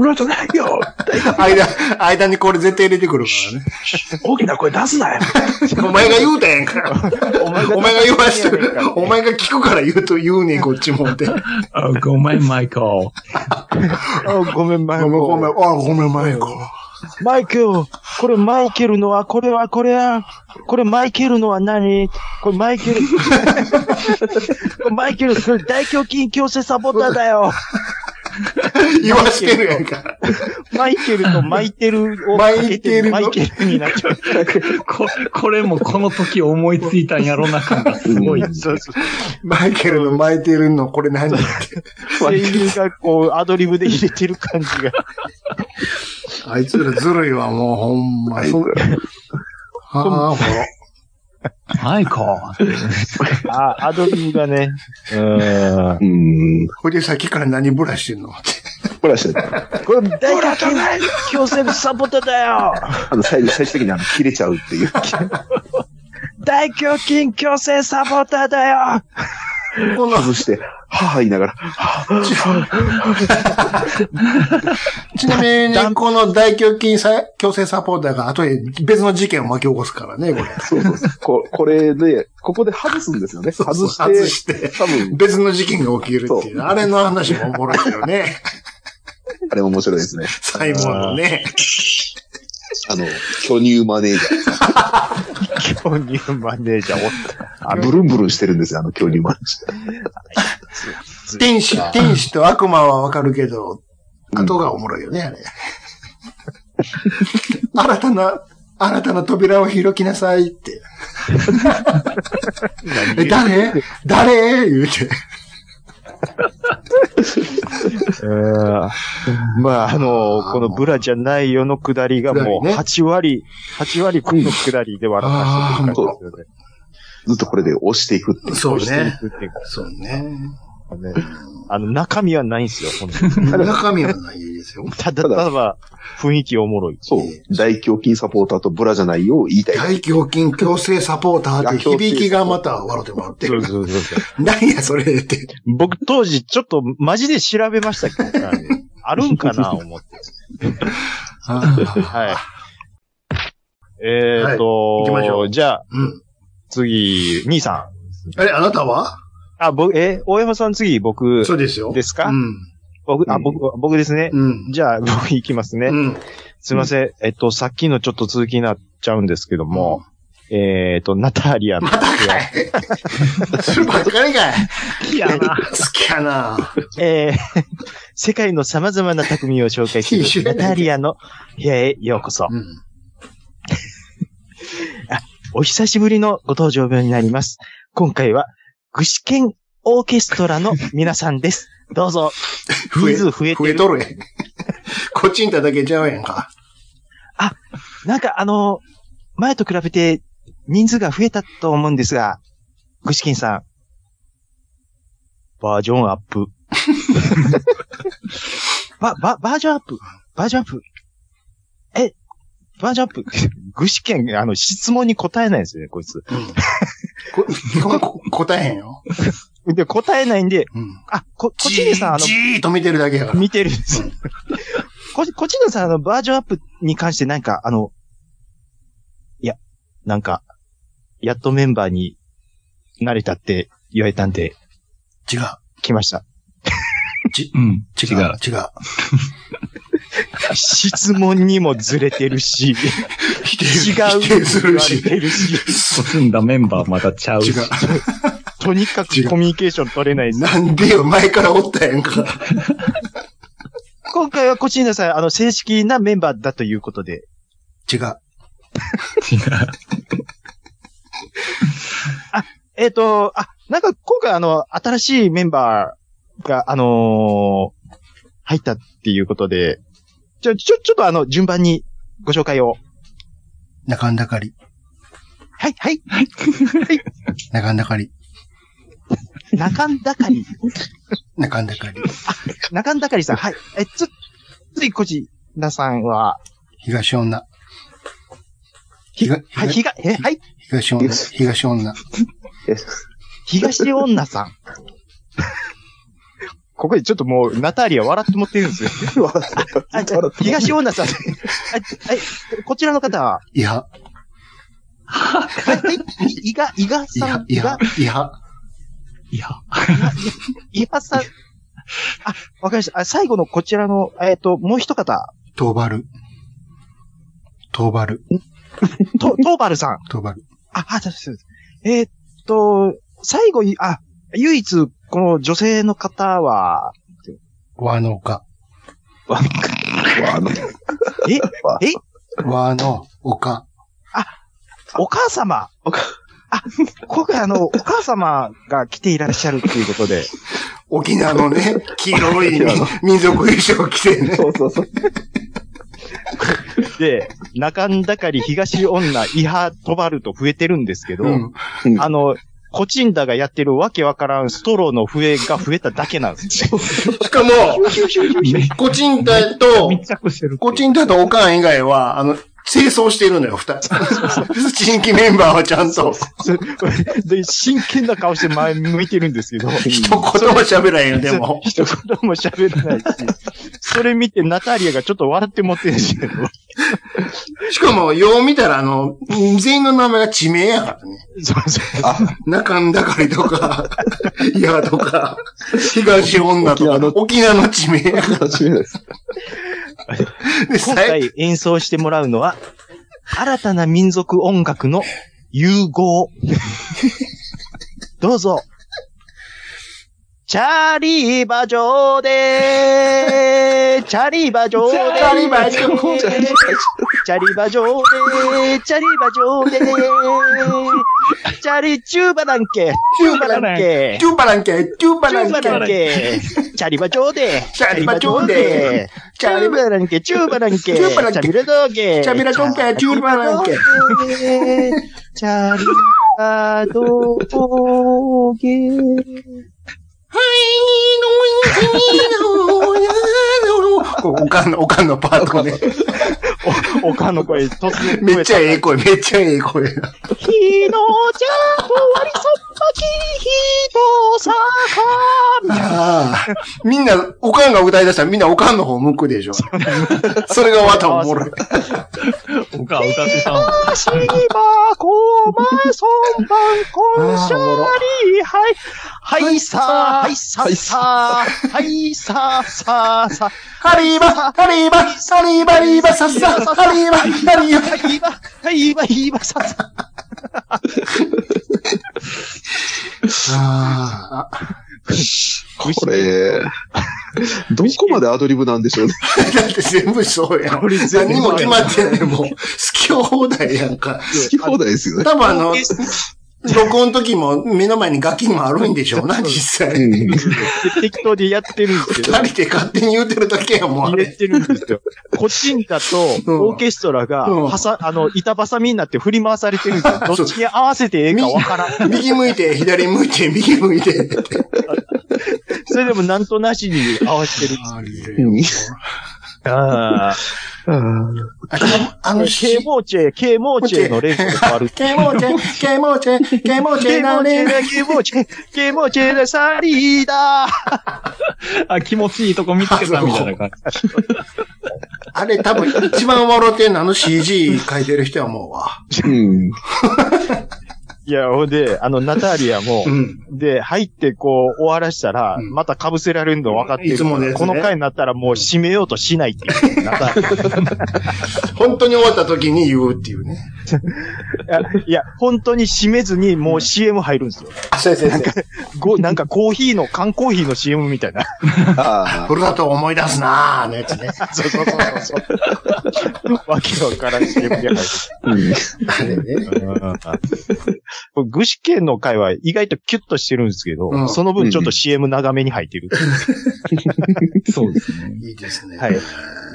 ゃねえよ裏じゃないよ間、間にこれ絶対入れてくるからね。大きな声出すなよ *laughs* お前が言うたやん *laughs* か。お前お前が言わして *laughs* ねえかる。お前が聞くから言うと言うねん、こっちも *laughs* って。あごめん、マイコー。あごめん、マイケごめん、ル。ごめん、あ、ごめん、前か。マイケル、これマイケルのは、これはこれは、これマイケルのは何これマイケ *laughs* ル。これマイケル、それ大胸筋強制サポーターだよ。 *laughs* 言わしてるやんか。マイケルとマイテルをマかけイてケルのマイケルになっちゃう。ここれもこの時思いついたんやろな感がすごい。マイケルの巻いてるの、これ何声優がこう、アドリブで入れてる感じが。 *laughs* あいつらずるいわ、もう、ほんま。そああ、ほら。マイコー。 *laughs* あ、アドリブがね。うーん。うん。ほいで、さっきから何ブラしてんのって。ブラしてた。大胸筋強制サポーターだよ。あの、最後、最終的にあの、切れちゃうっていう。大胸筋強制サポーターだよ。こんな外して、母言いながら、ちなみに、この大胸筋さ強制サポーターが後で別の事件を巻き起こすからね、これ。そうそうそうこ。これで、ここで外すんですよね。外して、外して多分、別の事件が起きるっていう。あれの話もおもろいよね。 *laughs* あれも面白いですね。サイモンのね。あの、巨乳マネージャ巨乳マネージャ *laughs* ーおっー。あ、ブルンブルンしてるんですよ、あの巨乳マネージ天使、天使と悪魔はわかるけど、うん後がおもろいよね、あれ。新たな、新たな扉を開きなさいって。え、誰誰言うて。えーまあ、あの、このブラじゃないよのくだりがもうくだりね8割、8割このくだりで笑かしてくれたんですよね。ャー。ずっとこれで押していくっていう。そうね。っていうそうね。かね。あの、中身はないんですよ、本当に中身はないですよ。ただ、ただ、雰囲気おもろい。そう。大胸筋サポーターとブラじゃないよう言いたい。大胸筋強制サポーターって響きがまた笑ってもらってそるう。そうそうそう。何やそれって。僕当時ちょっとマジで調べましたけど、 *laughs* あるんかな思って。 *laughs* はい。えーと、はい行きましょうじゃあ、うん。次、兄さあれ、あなたはん。あ、僕、え、大山さん次、僕、そうですよ。ですかうん。僕、あ、うん僕、僕ですね。うん。じゃあ、僕行きますね。うん。すいません。えっと、さっきのちょっと続きになっちゃうんですけども、えっと、ナタリアの。そればっかりかい。いやな好きやな。えー *laughs* 世界の様々な匠を紹介するナタリアの部屋へようこそ。うん。お久しぶりのご登場病になります。今回は、具志堅オーケストラの皆さんです。どうぞ、 *laughs* 増え、人数増えて増える。とるやん。こっちにいただけちゃうやんか。なんかあの、前と比べて人数が増えたと思うんですが、具志堅さん、バージョンアッ *laughs* プ。ば、ば、バージョンアップバージョンアップえ、バージョンアップ具志堅、あの、質問に答えないんですよね、こいつ。こ基本こ答えへんよ。で、答えないんで、うん。あ、こ、こっちでさん、あのじ、ーっと見てるだけやか *laughs* ら。見てるんですよ。こ、こっちのさ、あの、バージョンアップに関してなんか、あの、いや、なんか、やっとメンバーになれたって言われたんで、違う。来ました。うん。違う。違う。質問にもずれてる *laughs* し、否定違う。否定する言わし。れてるし進んだメンバーまたちゃう違う。し。とにか違くうコミュニケーション取れない *laughs* です。なんでよ、前からおったやんか。今回はこっちのさん、あの、正式なメンバーだということで、違う。えっ、と、あ、なんか今回あの、新しいメンバーが、あのー入ったっていうことで、ちょ、ちょ、ちょっとあの、順番にご紹介を。中んだかり。はい、はい、中んだかり。中んだかり、中んだかり。 *laughs* 中んだかりさん、はい。え、つ、ついこちなさんは、東女。ひがはい、ひが、え、はい、東女、東女。東女さん。 *laughs* ここでちょっともう、ナターリア笑って持ってるんですよ。あ東女さん。はい、はい、こちらの方は、いや、はい、はい、いが、いがいさやん、、いいがや、いや、いや、いやさん。あ、わかりました。あ最後のこちらの、えっ、と、もう一方、トーバル。トーバル、と、トーバルさん。トーバル。あ、あ、そうですそうです。えーっと、最後に、あ、唯一、この女性の方は、和の丘。あの、和の丘。お母様。あ、今回あの、お母様が来ていらっしゃるっていうことで。沖縄の *laughs* ね、黄色い民族衣装着てね。そうそうそう。で、中んだかり東女、伊波、とばると増えてるんですけど、うん。あの、コチンダがやってるわけわからんストローの笛が増えただけなんですよ。しかも、コチンタと、密着してる。コチンタとオカン以外は、あの、清掃してるのよ、 *laughs* 二人。新規メンバーはちゃんと、で、真剣な顔して前向いてるんですけど。一言も喋らへんよ、で *laughs* も。一言も喋らないし、それ見てナタリアがちょっと笑って持ってるんですけど。しかも、よう見たら、あの、全員の名前が地名やからね。そうそう。中んだかりとか、 *laughs* いやとか、東女と沖縄か、の沖縄の地名やか楽しみです。らね。今最回演奏してもらうのは、新たな民族音楽の融合。 *laughs* どうぞ。チャリバ嬢でチャリバ嬢でチャリバ嬢でチャリバ嬢でチャリバ嬢でチャリチューバなんけチューバなラんンケ、けチューバランケ、チューバチラューンバランケ、ケ、チャリバ嬢で、チャリバ嬢で、チャリバランケ、チューバランケ、チャビラドーケ、チャビラドンペ、チューバランケ。ケ、チャリバドーゲ、こうおかんの、おかんのパートね。お、おかの声、 *laughs* 突然めっちゃええ声、めっちゃええ声。ひのじゃこわりそっぱきひとさか。ああ。みんな、おかんが歌い出したらみんなおかんの方向くでしょ。それがまたおもろい。おか、おかってさん。シーバコマソンバンコンシャリはい。はいさー、はいさーさー、はいさーさーさー。ハリーバ、ハリーバ、ハリーバリーバ、サッサ、ハリーバ、ハリーバ。はいば、はいば、はいば、ささ。ああ。これ、どこまでアドリブなんでしょうね。だって全部そうやん。何も決まってない、もう。好き放題やんか。好き放題ですよね。多分あの、録音の時も目の前にガキもあるんでしょうな、実際。うん適当でやってるんですけど二。人で勝手に言うてるだけやもん、あ入れれ。てるんですよ。コチンタとうんオーケストラが、うんはさ、あの、板挟みになって振り回されてるんですよ。どっちに合わせてええかわからん。右向いて、左向いて、右向いて。それでもなんとなしに合わせてる。あれああ。あの、ケーモーチェ、ケーモーチェの連鎖が変わる。ケモチェ、ケモチェ、ケモチケェーモーなチェれ。だ、ケーモーチェ、ケーモーチェだ、サリーだ。あ、気持ちいいとこ見つけたみたいな感じ。あれ多分一番笑ってんのあの CG 書いてる人はもうわ。うん。いや、ほんで、あの、ナターリアも、ん。で、入ってこう、終わらしたら、うんまた被せられるの分かってる。いつものやつこねの回になったらもう締めようとしないっていう。なんか本当に終わった時に言うっていうね。いやいや、本当に締めずにもう CM 入るんですよ。先生、先生。ごなんかコーヒーの、缶コーヒーの CM みたいな。ああふるさとを思い出すなーのやつね。 *laughs* そうそうそうそう。わけわからん CM が入る。うんあれね。これ具志堅の回は意外とキュッとしてるんですけど、うんその分ちょっと CM 長めに入ってる。そうですね。いいですね。はい。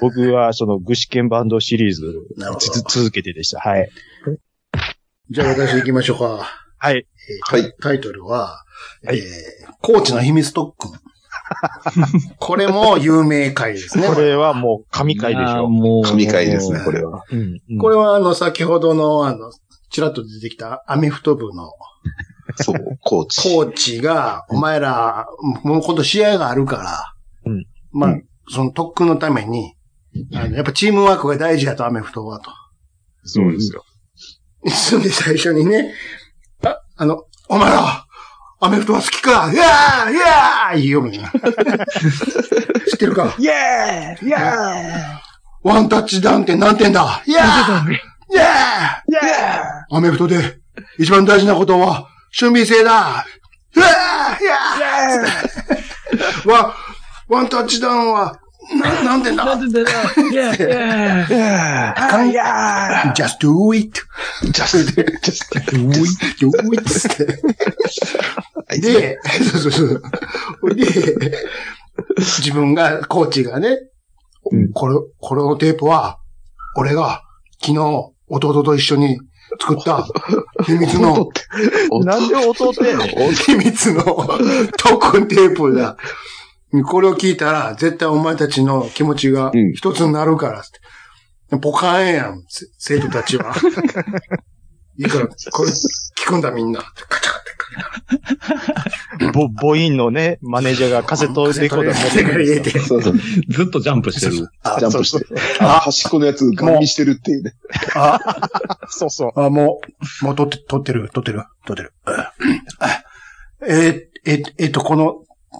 僕はその具志堅バンドシリーズなるほつど。続けてでした。はい。じゃあ私行きましょうか。はい。えータイタイトルは、えー、コーチの秘密特訓。 *laughs* これも有名回ですね。これはもう神回でしいやーょ。も *laughs* う。神回ですね、これは。うんうんこれはあの、先ほどの、あの、ちらっと出てきたアメフト部のそう、コーチ。コーチが、お前ら、もう今度試合があるから、うんまうあ、その特訓のために、あの、やっぱチームワークが大事だと、アメフトはと。そうですよ。そんで最初にね、あ、あの、お前ら、アメフトは好きかいやーいやー言うよみんな。知ってるかイェーイイェーワンタッチダウンって何点だいやーいやーイイェーアメフトで、一番大事なことは、準備性だうわーいやーわ、ワンタッチダウンは、な、なんでだいやいやイイェーイ ?just do *laughs* it! ちょっと do it! つって。あいつねで、そうそうそう。 *laughs* ほいで、自分が、コーチがね、これ、これのテープは、俺が、昨日、弟と一緒に *laughs* 作った、秘密の、おなんで弟やねん。秘密の特訓テープだ。これを聞いたら、絶対お前たちの気持ちがうん一つになるから、つって。ポカーンやん、せ生徒た *laughs* ちは。いいから、これ聞くんだみんな。カチャってぼ母音のね、マネージャーがカセットレコ *laughs* ーダー持ってカくセットレコーダー入れる。て。そうそう。ずっとジャンプしてる。ジャンプして。あ端っこのやつガン見してるっていうね。あ、そうそう。あ、もう、もう撮って、撮ってる、撮ってる、撮ってる。うんあえーえーえーっと、この、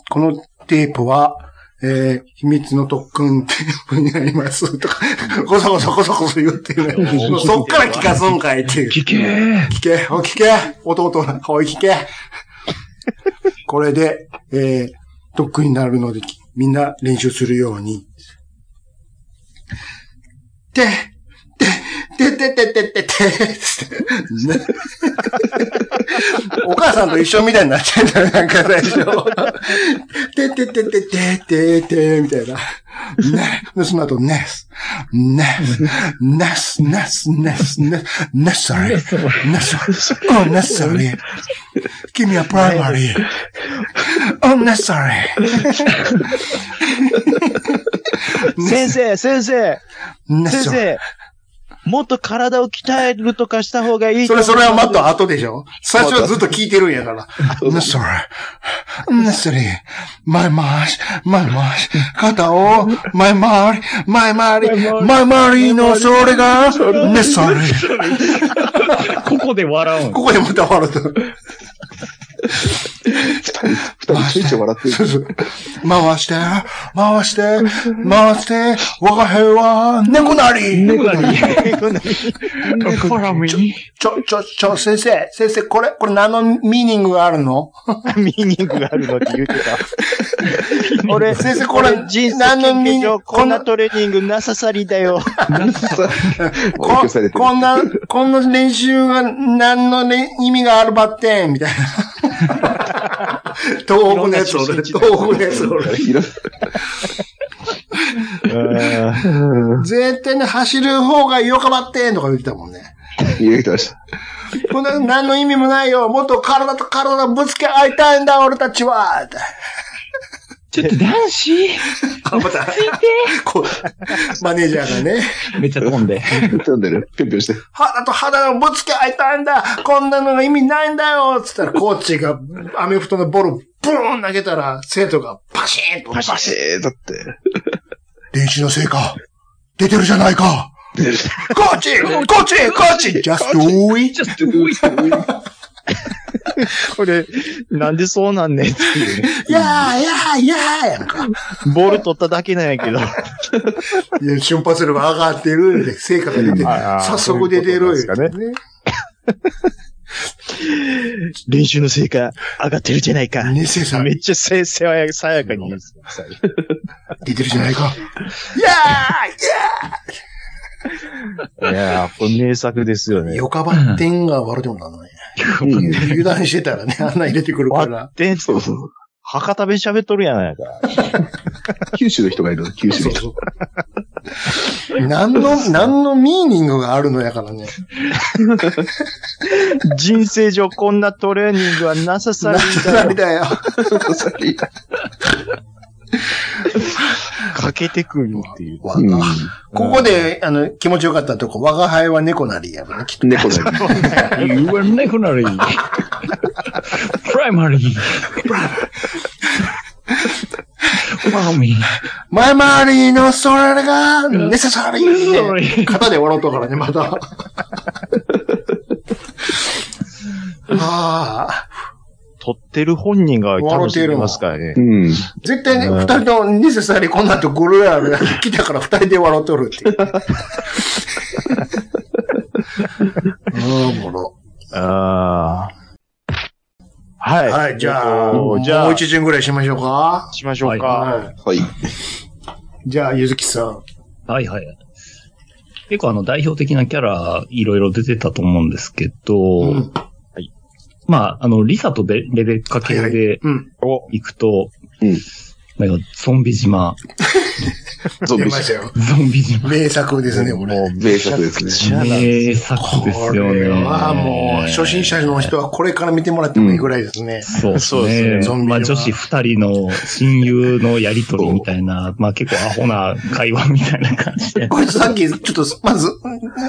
このテープは、えー、秘密の特訓テープになります。とか、 *laughs* こそこそこそこそ言ってるね。もうそっから聞かすんかいっていう。聞けー聞け、おい聞け、弟の声聞け。これで、えー、特訓になるので、きみんな練習するように。て、て、て、て、て、て、て、て、つってね *laughs* お母さんと一緒みたいになっちゃうんだよ、なんか最初。て、て、て、て、て、て、て、みたいな。ね、で、その後、ねす、ねす、ねす、ねす、ねす、ねす、ねす、それ。necessary. Unnecessary. Give me a primary. Unnecessary. 先生、先生、先 Necessary. 生。もっと体を鍛えるとかした方がいいそとれ、それはまた後でしょ最初はずっと聞いてるんやから。necessary. necessary. 前回し、前回し。肩を前回り、前回り、前回りのそれが necessary. ここで笑うん。ここでまた笑った。二人ちょいちょい笑ってるそうそう *laughs* 回して、回して、回して、我が兵は猫なり猫なり。フォローミー。ちょ、ちょ、ちょ、先生、先生、これ、これ何のミーニングがあるのミーニングがあるのって言ってた。 *laughs* 俺、先生これ俺人生何の研身究に所、こんなトレーニングなささりだよ。 *laughs* もう影こ響されてるこんな、こんな練習が何のね意味があるばってん、みたいな。 *laughs* 東北のやつ俺、東北のやつ俺。いろい絶対に走る方がよかばってんとか言ってたもんね。ろ言ってました。こんな何の意味もないよ。もっと体と体ぶつけ合いたいんだ、俺たちは。ちょっと男子あ、また、こう、マネージャーがね、めっちゃ飛んで。 *laughs* 飛んでる。ぴょんぴょんして。肌と肌のぶつけ合いたいんだこんなのが意味ないんだよつったら、コーチがアメフトのボールをブーン投げたら、生徒がパシーンと。パシーだって。練習の成果、出てるじゃないかコーチコーチコーチ !just do it! これ、なんでそうなんねんっていうね。いやーいやーいやーやんか。ボール取っただけなんやけど。いや瞬発力上がってるで、成果が出てる。ああ早速出てるそういうことなんです練習の成果上がってるじゃないか。ねせいさんめ、っちゃせ、せわやさやかに言うんですよ。出てるじゃないか。いやいやー、これ名作ですよーね。よかばってんが悪でもなんない。油断してたら *laughs* ね、穴入れてくるから。で、そうそう。博多弁喋っとるやないか。九州の人がいるの、九州の人。何の、何のミーニングがあるのやからね。人生上 *laughs* *laughs* こんなトレーニングはなささりだ何よ。だよ。そうそうかけてくるっていう。わがここで、あの、気持ちよかったとこ、我が輩は猫なりやろね、きっと。猫だよ。 You are necronary. Primary. Mommy. 前回りのそれが、ネセサリ *laughs* ー、 Sorry. 肩で笑うとからね、また。 *laughs* ああ。撮ってる本人が楽しみますからねう。ん。絶対ね、うん二人ともネセサリーこんなんとグルー *laughs* ル来たから二人で笑うとるっていう。うん、おもろ。ああ。はい。はい、じゃあ、えっもとうじゃあ、一巡ぐらいしましょうか。しましょうか。ははい。い。じゃあ、ゆずきさん。はいはい。結構あの代表的なキャラいろいろ出てたと思うんですけど、うんまあ、あの、リサとベレベッカ系でうん。お、行くと、うんなんかゾンビ島、ゾン出ビましたよ。ゾンビ島。名作ですね、これ。名作ですね。名作ですよね。これはもう、初心者の人はこれから見てもらってもいいぐらいですね。そうですそうですね。ねゾンビまはあ女子二人の親友のやりとりみたいな、まあ結構アホな会話みたいな感じで。これさっき、ちょっと、まず、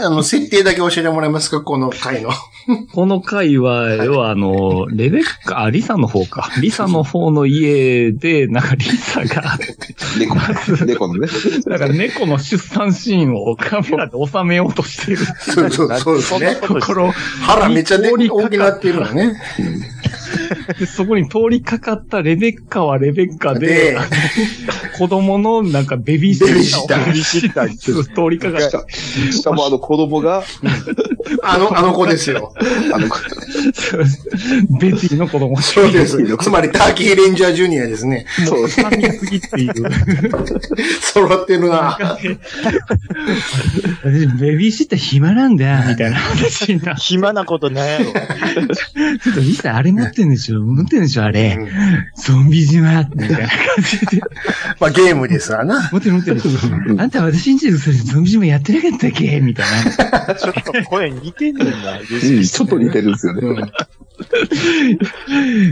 あの、設定だけ教えてもらえますかこの回の。この回は、要はあの、レベッカ、あ、リサの方か。リサの方の家で、なんかリサ *laughs* が、猫、猫のね。なんか猫の出産シーンをカメラで収めようとしてるそうそう、そうですね。ところ、腹めっちゃで通りかか大っきなっていうのね。でそこに通りかかったレベッカはレベッカでで、、 *laughs* 子供のなんかベビーシベビーシッッタターーをシッターに通りかかった。下もあの子供が、あの、あの子ですよ。あの子、 *laughs* ベティの子供。そうです。つまり、ターキーレンジャージュニアですね。そう、三人すぎっていう。揃ってるな。私、ベビーシッター暇なんだ、みたいな話になって。暇なことないやろ。ちょっとリサ、あれ持ってんでしょ持ってんでしょあれうん。ゾンビ島みたいな感じで。まあ、ゲームですわな。持ってる持ってる。あんた私んちでそれゾンビ島やってなかったっけみたいな。ちょっと声似てんねんな。 *laughs* うんちょっと似てるんですよね。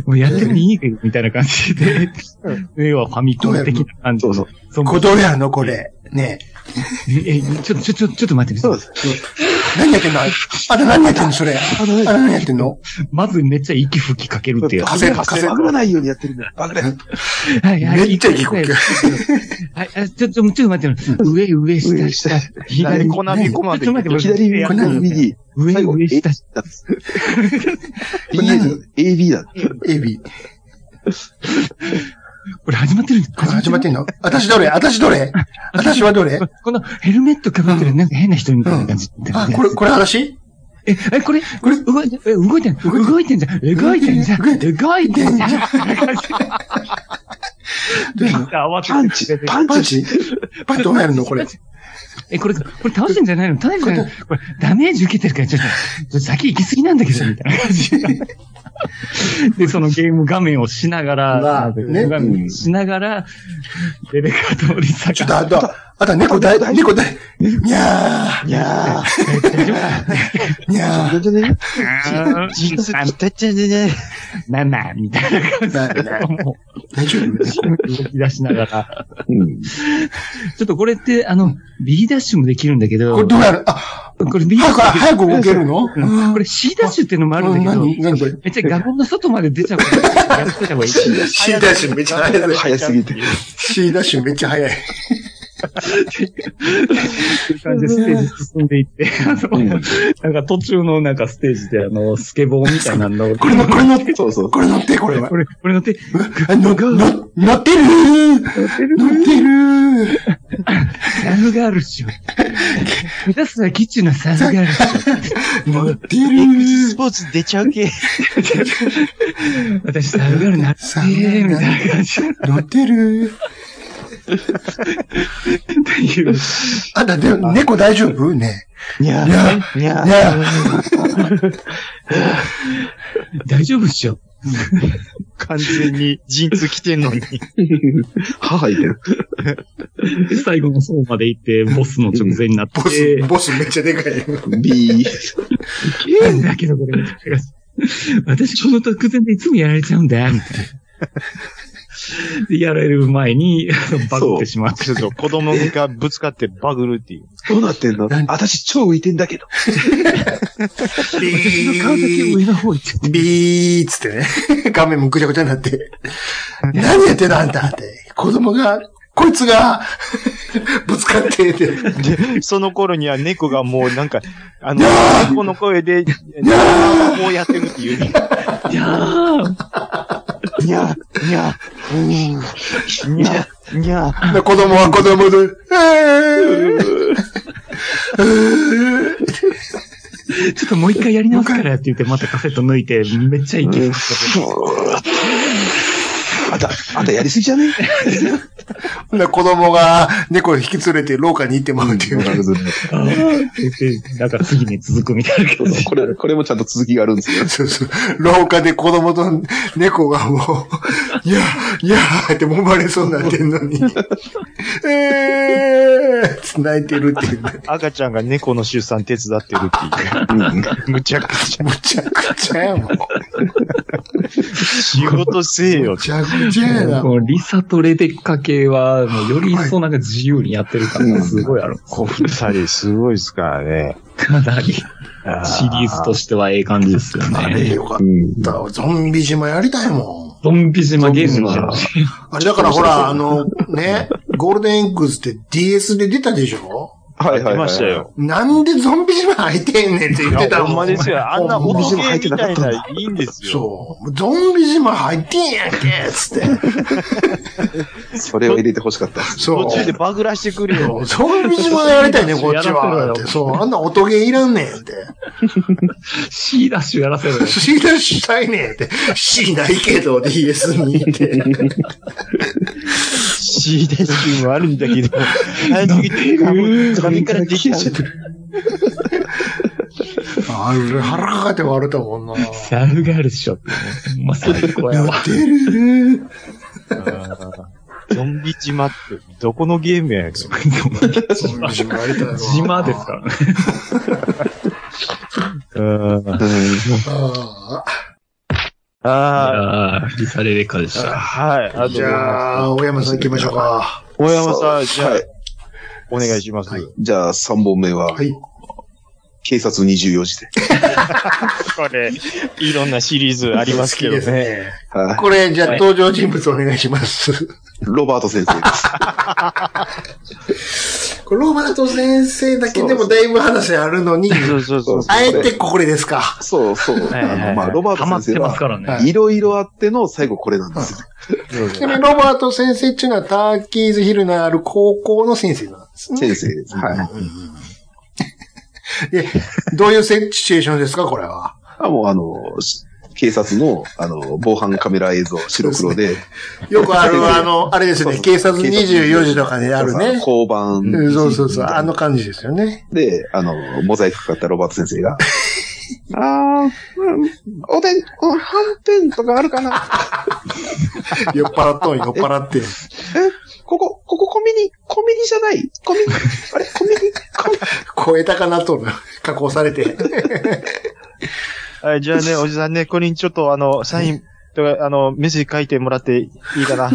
もうやってもいいけど、みたいな感じで。 *laughs* 要はファミコン的な感じ。そうそう。ゾンビこれどれやのこれ。ねえ、えちょっと、ちょ、ちょ、ちょっと待って、そうです。何やってんのあれ何やってんのそれ。あれ何やってんのまずめっちゃ息吹きかけるっていう。カセット、カセット。バグらないようにやってるんだ。バグらない。はいはいめっちゃ息吹きかはい、あちょ、ちょ、ちょっと待って、上、上、下、上下下、左、コナミコマでちょっと待って、左右、上、右、最後、上、 A 下、下。だ。AB だ。エビ。これ始まってるこれ始まってるんの私どれ私どれ私はどれこのヘルメットかぶってるなんか変な人みたいな感じ。あ、これ、これ私え、え、これ、これ、動いて、え、動いてん、動いてんじゃん、動いてんじゃん、動いてんじゃん。動いてんじゃんパンチ、パンパンチ。チパンチどうやるのこれ。え、これ、これ倒してんじゃないの倒してんじゃないのこれ、ダメージ受けてるから、ちょっと、ちょっと先行き過ぎなんだけど、みたいな感じ。 *laughs* で、そのゲーム画面をしながら、まあなんかね画面をしながら、レベカとリサちょっと、が、あと、あとは猫だい、猫だい、にゃー、いや *laughs* にゃー。なんじゃねあーー、さん *laughs* とちゃね。ママ、みたいな感じななで、も大丈夫う *laughs* 動き出しながら。うん。ちょっとこれって、あの、B ダッシュもできるんだけど、これどうやるあ、これ B ダッ早シく、ュ早く動けるのうんこれ C ダッシュっていうのもあるんだけど、何何これめっちゃ画面の外まで出ちゃうから、やっといた方がいい。 C ダッシュめっちゃ速い。早すぎて。 C ダッシュめっちゃ速い。っていう感じでステージ進んで *laughs* いって、あの、なんか途中のなんかステージであの、スケボーみたいなのを、これの、これ乗って、そうそう。これ乗って、これはこ。れ、これ乗って、あのの乗ってる乗ってるサーフガールっしょ。目指すはキッチンのサーフガールっし乗ってスるポーツ出ちゃう系。ょ。私サーフガールになってサーフガールー、にみなってたいな感じっ乗ってるていう。あんた、でも猫大丈夫ね。にゃいー、や、にゃいー。や、大丈夫っしょ。完全に陣痛来てんのに。母いてる。 *laughs* 最後の層まで行って、ボスの直前になっボてス、、ボスめっちゃでか *laughs* い。 B。なんだけどこれ、みたいな感じ私この直前でいつもやられちゃうんだ、みたいな。でやられる前に、あのバグってしまって。そうそう、子供がぶつかってバグるっていう。どうなってんの私超浮いてんだけど。私の顔だけ上の方行っちゃって。ビーっつってね。 *laughs* 画面もぐちゃぐちゃになって。何やってんだあんたって。子供が、こいつが、 *laughs* ぶつかってって。で、その頃には猫がもうなんか、あの、猫の声で、こうやってるっていう。いやーにゃ、にゃ、にゃ、にゃ、にゃ、で子供は子供で、えーちょっともう一回やり直すからって言って、またカセット抜いて、めっちゃ息吹きあんた、あんたやりすぎじゃねで子供が猫を引き連れて廊下に行ってもらうっていう。あーって言って、なんか次に続くみたいな感じ。これ、これもちゃんと続きがあるんですよ。そうそう。廊下で子供と猫がもう、いや、いやーって揉まれそうになってんのに、えーって泣いてるっていうね。赤ちゃんが猫の出産手伝ってるっうんていう。むちゃくちゃ。むちゃくちゃやもん。む仕事せえよ。ちゃくちゃやな。このリサとレベッカ系は、もうより一層なんか自由にやってる感がすごいある。こう二人すごいですからね。かなり、シあリーズとしてはええ感じですよあね。れよかっうん。た。ゾンビ島やりたいもん。ゾンビ島ゲームじゃん。あれだからほら、あの、ね、ゴールデンエッグスって DS で出たでしょは出ましたよ。。なんでゾンビ島入ってんねんって言ってたもん。ほんまですよ。あんなほおんま店みたいな、いいんですよ。そう。ゾンビ島入ってんやんけつって。それを入れて欲しかったです。そう。途中でバグらしてくれよ。ゾンビ島でやりたいね、こっちやは。らっせろてよそう、あんな音ゲーいらんねんって。 C ダッシュやらせる。死なしたいねんって。死ないけど、DS にって。 C デスもあるんだ *laughs* けど、早すぎて、画面からできちゃってる。あれ、腹かかって割れたもんな。サフガールっしょって。ほんまそれ怖いわ。てるるゾンビ島って、どこのゲームやねん。ゾンビ島やりたいわ。 *laughs* 島ですからね。うんあーあああ、リサレベッカでしあ、た。はい。あと、じゃあ、大山さん行きましょうか。大山さん、じゃあはい、お願いします。はいじゃあ、3本目はは、い。警察24時で。これ、いろんなシリーズありますけど好きですね。ね。はい。これ、じゃあ、登場人物お願いします。ロバート先生です。これロバート先生だけでもだいぶ話あるのに、 *laughs* そうそうそう。あえてこれですか。 *laughs* そうそう。はいはいはいあの、まあ、ロバーハマトって先生ますは、からね。はいいろいろあっての最後これなんですよ。ちなみにロバート先生っていうのはターキーズヒルのある高校の先生なんですね。先生です。はい。で、どういうセシチュエーションですか、これは。あもう、あの、し警察の、あの、防犯カメラ映像、白黒で。よくあ先る、生あの、あれですそね、う警察24時とかであるね。交番。うんそうそうそう、あの感じですよね。で、あの、モザイクかかったロバート先生が。ああ、おでん、はんぺんとかあるかな *laughs* 酔っ払っとん、酔っ払って。ここ、ここコミニ、コミニじゃないコミニ、あれコミニコミ超えたかなと、加工されて。はい、じゃあね、おじさんね、これにちょっとあの、サインとか、あの、メッセージ書いてもらっていいかな。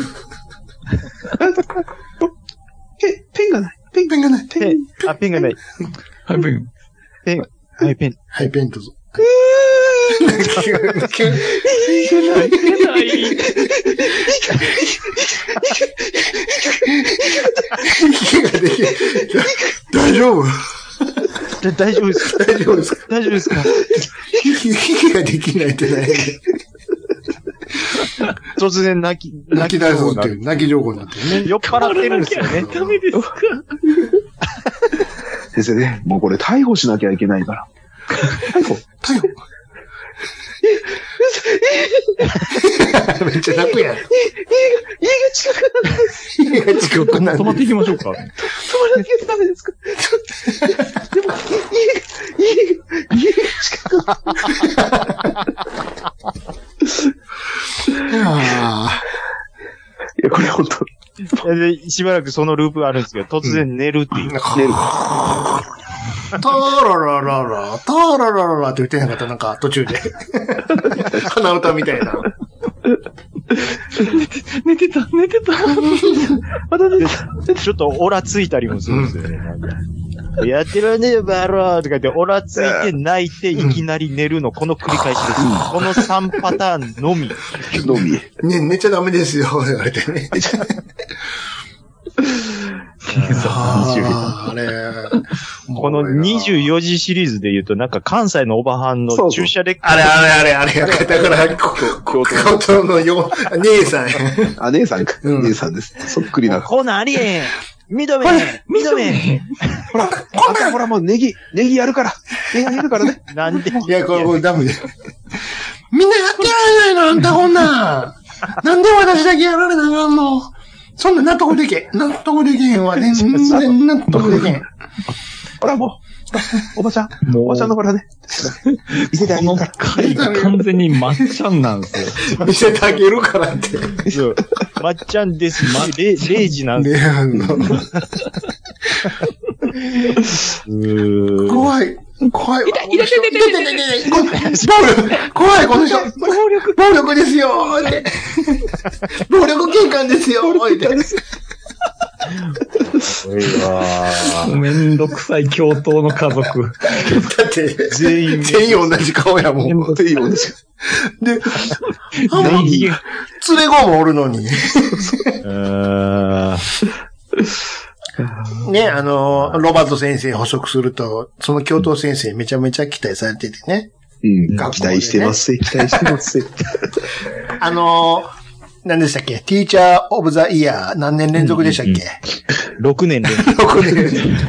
ペン、ペンがない。ペン、ペンがない。ペン、あ、ペンがない。半分。ペン、はい、ペン。はい、ペンとぞ。 *laughs* 急に息ができない大丈夫だ大丈夫ですか大丈夫です *laughs* か大丈夫ですか息ができないってない。突然泣き、泣き出そうすっていう、泣き情報になってるね。酔っ払ってるんですよね。ダメですか先生ね、もうこれ逮捕しなきゃいけないから。逮捕逮捕。めっちゃ泣 *laughs* くやん。家が近くなんです。家が近くなんです。止まっていきましょうか。あいや、これ本当で、しばらくそのループがあるんですけど、突然寝るっていう。寝る。ータララララ、タラ *laughs* ラララって言ってなかった、なんか途中で。鼻歌みたいな。寝てた、寝てた。また出てきでちょっとオラついたりもするんですよね。なんかたやってらねえバローとか言って、おらついて泣いて、いきなり寝るの、この繰り返しです。この3パターンのみ。のみ。ね、寝ちゃダメですよ、 *laughs* 言われてね。あーあれ。この24時シリーズで言うと、なんか関西のオバハンそうそのう注射で、あれあれあれあれ、だから、こ京京都都のよ、姉さ *laughs* んや。あ、姉さんか。うん姉さんです。そっくりな。こんなんあり *laughs* えん認めへん認めへんほら、あんたほらもうネギ、ネギやるから。ネギやるからね。なんでいや、これ、これダメだよ。みんなやってられないの、あんたこん *laughs* なん。なんで私だけやられなあかんの。そんな納得できへん。納得できへんわ。全然納得できへん。ほらもう。おばちゃん、おばちゃんの *laughs* ほらね。見せてあこげのるから。回が完全にまっちゃんなんですよ。見せてあげるからって。そうまっちゃんですし、れ0時なんでね、あの、す。うー怖い。怖い。痛い、痛い、痛い、痛い、痛い、痛い、痛い、暴力怖い、この人。暴力。暴力ですよ。って暴力警官ですよ。ってごいわめんどくさい教頭の家族。だって、全員全員同じ顔やもん。っていう同じ。 *laughs* で、あもう連れ子もおるのに。あね、あの、ロバート先生捕食すると、その教頭先生めちゃめちゃ期待されててね。うん。学校でね期待してますぜ、期待してますぜ。あの、何でしたっけティーチャーオブザイヤー何年連続でしたっけ、 6年連続。六 *laughs* 年。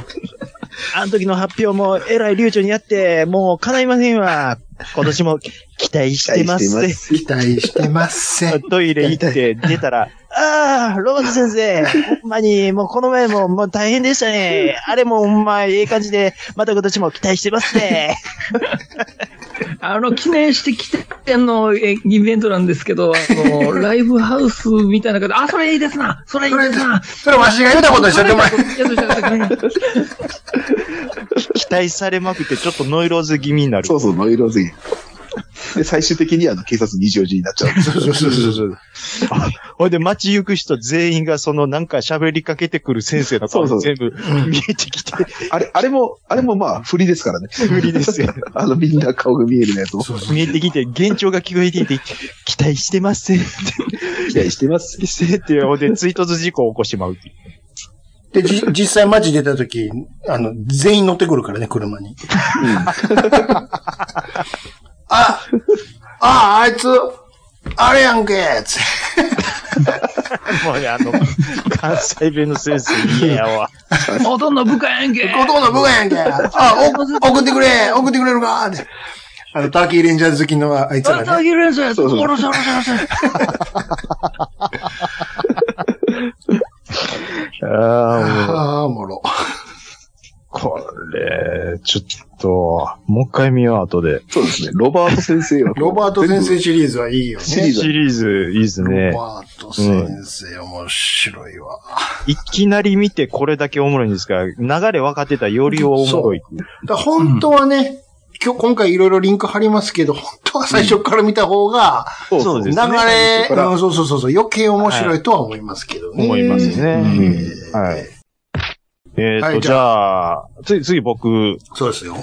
あの時の発表もえらい流暢にやって、もう叶いませんわ。今年も期待してます期待して期待してませ *laughs* ん。トイレ行って出たら、ああ、ロバート先生、ほんまに、もうこの前ももう大変でしたね。あれもほんまええ感じで、また今年も期待してますね。 *laughs* あの、記念して来てんの、え、イベントなんですけど、あの、ライブハウスみたいな感じで、あ、それいいですなそれいいですなそれわしが言ったことにしといてもらえ。いやどうしたどうした期待されまくって、ちょっとノイローズ気味になる。そうそう、ノイローゼで、最終的にあの、警察24時になっちゃう。そうそうそうそう。ほいで街行く人全員がそのなんか喋りかけてくる先生の顔そうそ全部見えてきて、あれ、あれも、あれもまあ、振りですからね。不利ですよ。あの、みんな顔が見えるやつも。期見えてきて、幻聴が聞こえていて、期待してますって、待してます。期待って、ほんで追突事故を起こしてまうっていう。で、じ、実際街出た時、あの、全員乗ってくるからね、車に。 *laughs* あ、あ、あいつ、あれやんけ、つって。もうね、 *laughs* あの、関西弁の先生、嫌やわ。元の部下やんけ男の部下やんけ。あ、お、送ってくれ、送ってくれるかって。あの、ターキーレンジャーズ好きのあいつあらんたね。ギレンスやつそうおそうろせおろせおろせああ、もう、ああ、おもろ。これ、ちょっと、もう一回見よう、後で。そうですね。ロバート先生は。ロバート先生シリーズはいいよシね。リーズシリーズ、いいですねロ。バート先生、面白いわ。いきなり見てこれだけおもろいんですが、流れ分かってたらよりおもろい。だから本当はね、今日、今回いろいろリンク貼りますけど、本当は最初から見た方が、そうそう流ですね。れ、最初からうんそうそうそうそう、余計面白いとは思いますけどね。思いますね。はい。えっはと、いじじゃあ、次、次僕そうですよ。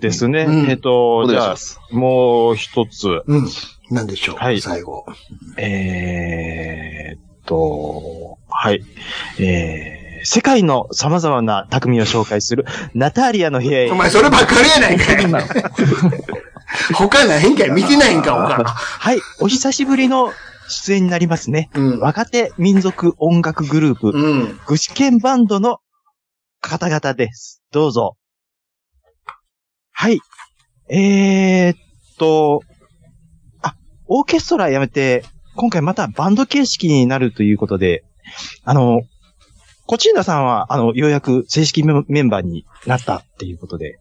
ですねうん。えっとお、じ願いしゃあま、す。もう一つ。うん。なんでしょう。はい最後。えーっと、はい。えー、世界の様々な匠を紹介する、ナターリアの部屋へお。前、そればっかりやない *laughs* かい。他ないんかい見てないんか、他。はい、お久しぶりの出演になりますね。うん。若手民族音楽グループ、うん。具志堅バンドの方々です。どうぞ。はい。えー、っと、あ、オーケストラやめて、今回またバンド形式になるということで、あの、コチーナさんは、あの、ようやく正式メンメンバーになったっていうことで、違う。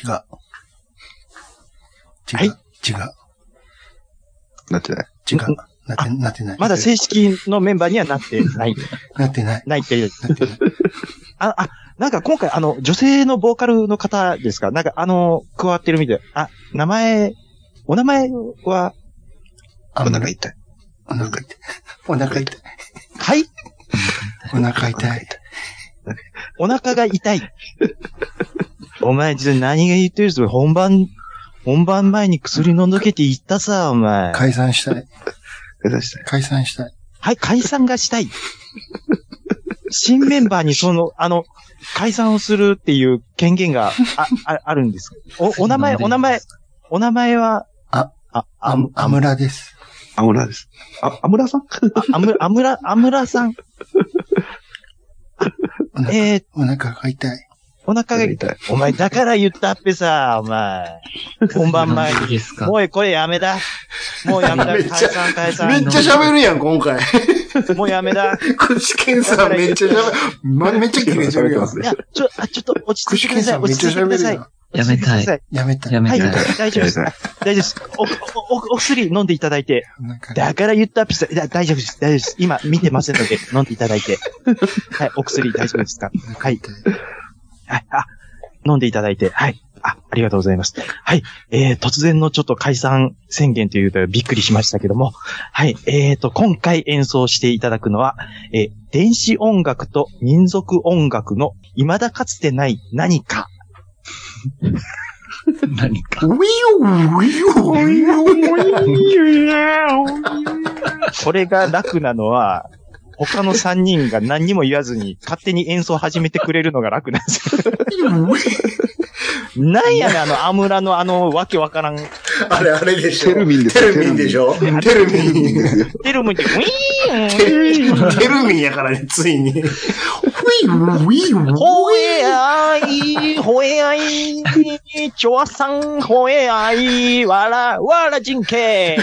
違う。はい違う。なってない。違う。なって、なってない。まだ正式のメンバーにはなってない、なってない。ないっていう。あ、あ、なんか今回、あの、女性のボーカルの方ですかなんか、あの、加わってるみたい。あ、名前、お名前は、あおんま腹り。痛い。お腹痛い。お腹痛い。はいお腹痛い。お腹が痛い。お前、ちょっと何が言ってるんですか本番、本番前に薬飲んどけって言ったさ、お前。解散したい。下手したい。解散したい。はい、解散がしたい。新メンバーにその、あの、解散をするっていう権限が、あ、ああるんです。お、お名前、そうなんですお名前、お名前は、あ、あ、ああ、、アムラです。アムラです。あ、アムラさんあアム、アムラ、アムラさん。お腹えー、お腹が痛い。お腹が痛い。お前、だから言ったっぺさ、お前。本番前いいに。ですかもうこれやめだ。もうやめだ。めっ解ちゃ散解め散っ。ちゃ喋るやん、今回。もうやめだ。串健さんめっちゃ喋る。ま、めっちゃ切れてるやん。いや、ちょ、あ、ちょっと落ち着いて串くだ健さい。さんめ落っちちゃ着いてく喋だるさやい。ん。やめたい。やめたい。やめはたいい。、大丈夫です。大丈夫です。お、お、お、お薬飲んでいただいて。お腹がだから言ったっぺさ、いや大丈夫です。大丈夫です。今見てませんので、飲んでいただいて。はい、お薬大丈夫ですかはい。はい、あ、飲んでいただいて。はい。あ、ありがとうございます。はい。えー、突然のちょっと解散宣言というとびっくりしましたけども。はい。えーと、今回演奏していただくのは、えー電子音楽と民族音楽の未だかつてない何か。何か。ウィヨウィヨウィヨウ *laughs* これが楽なのは、他の3人が何にも言わずに勝手に演奏始めてくれるのが楽なんですよ。なんやねん、あの、アムラのあの、わけわからん。あれあれでしょ。テルミンですテルミンでしょテルミン。テルムって、ウィテーンルミンやからね、ついに。ウィウィウほえあい、ほえあい、ちょわさん、ほえあい、わら、わらじんけ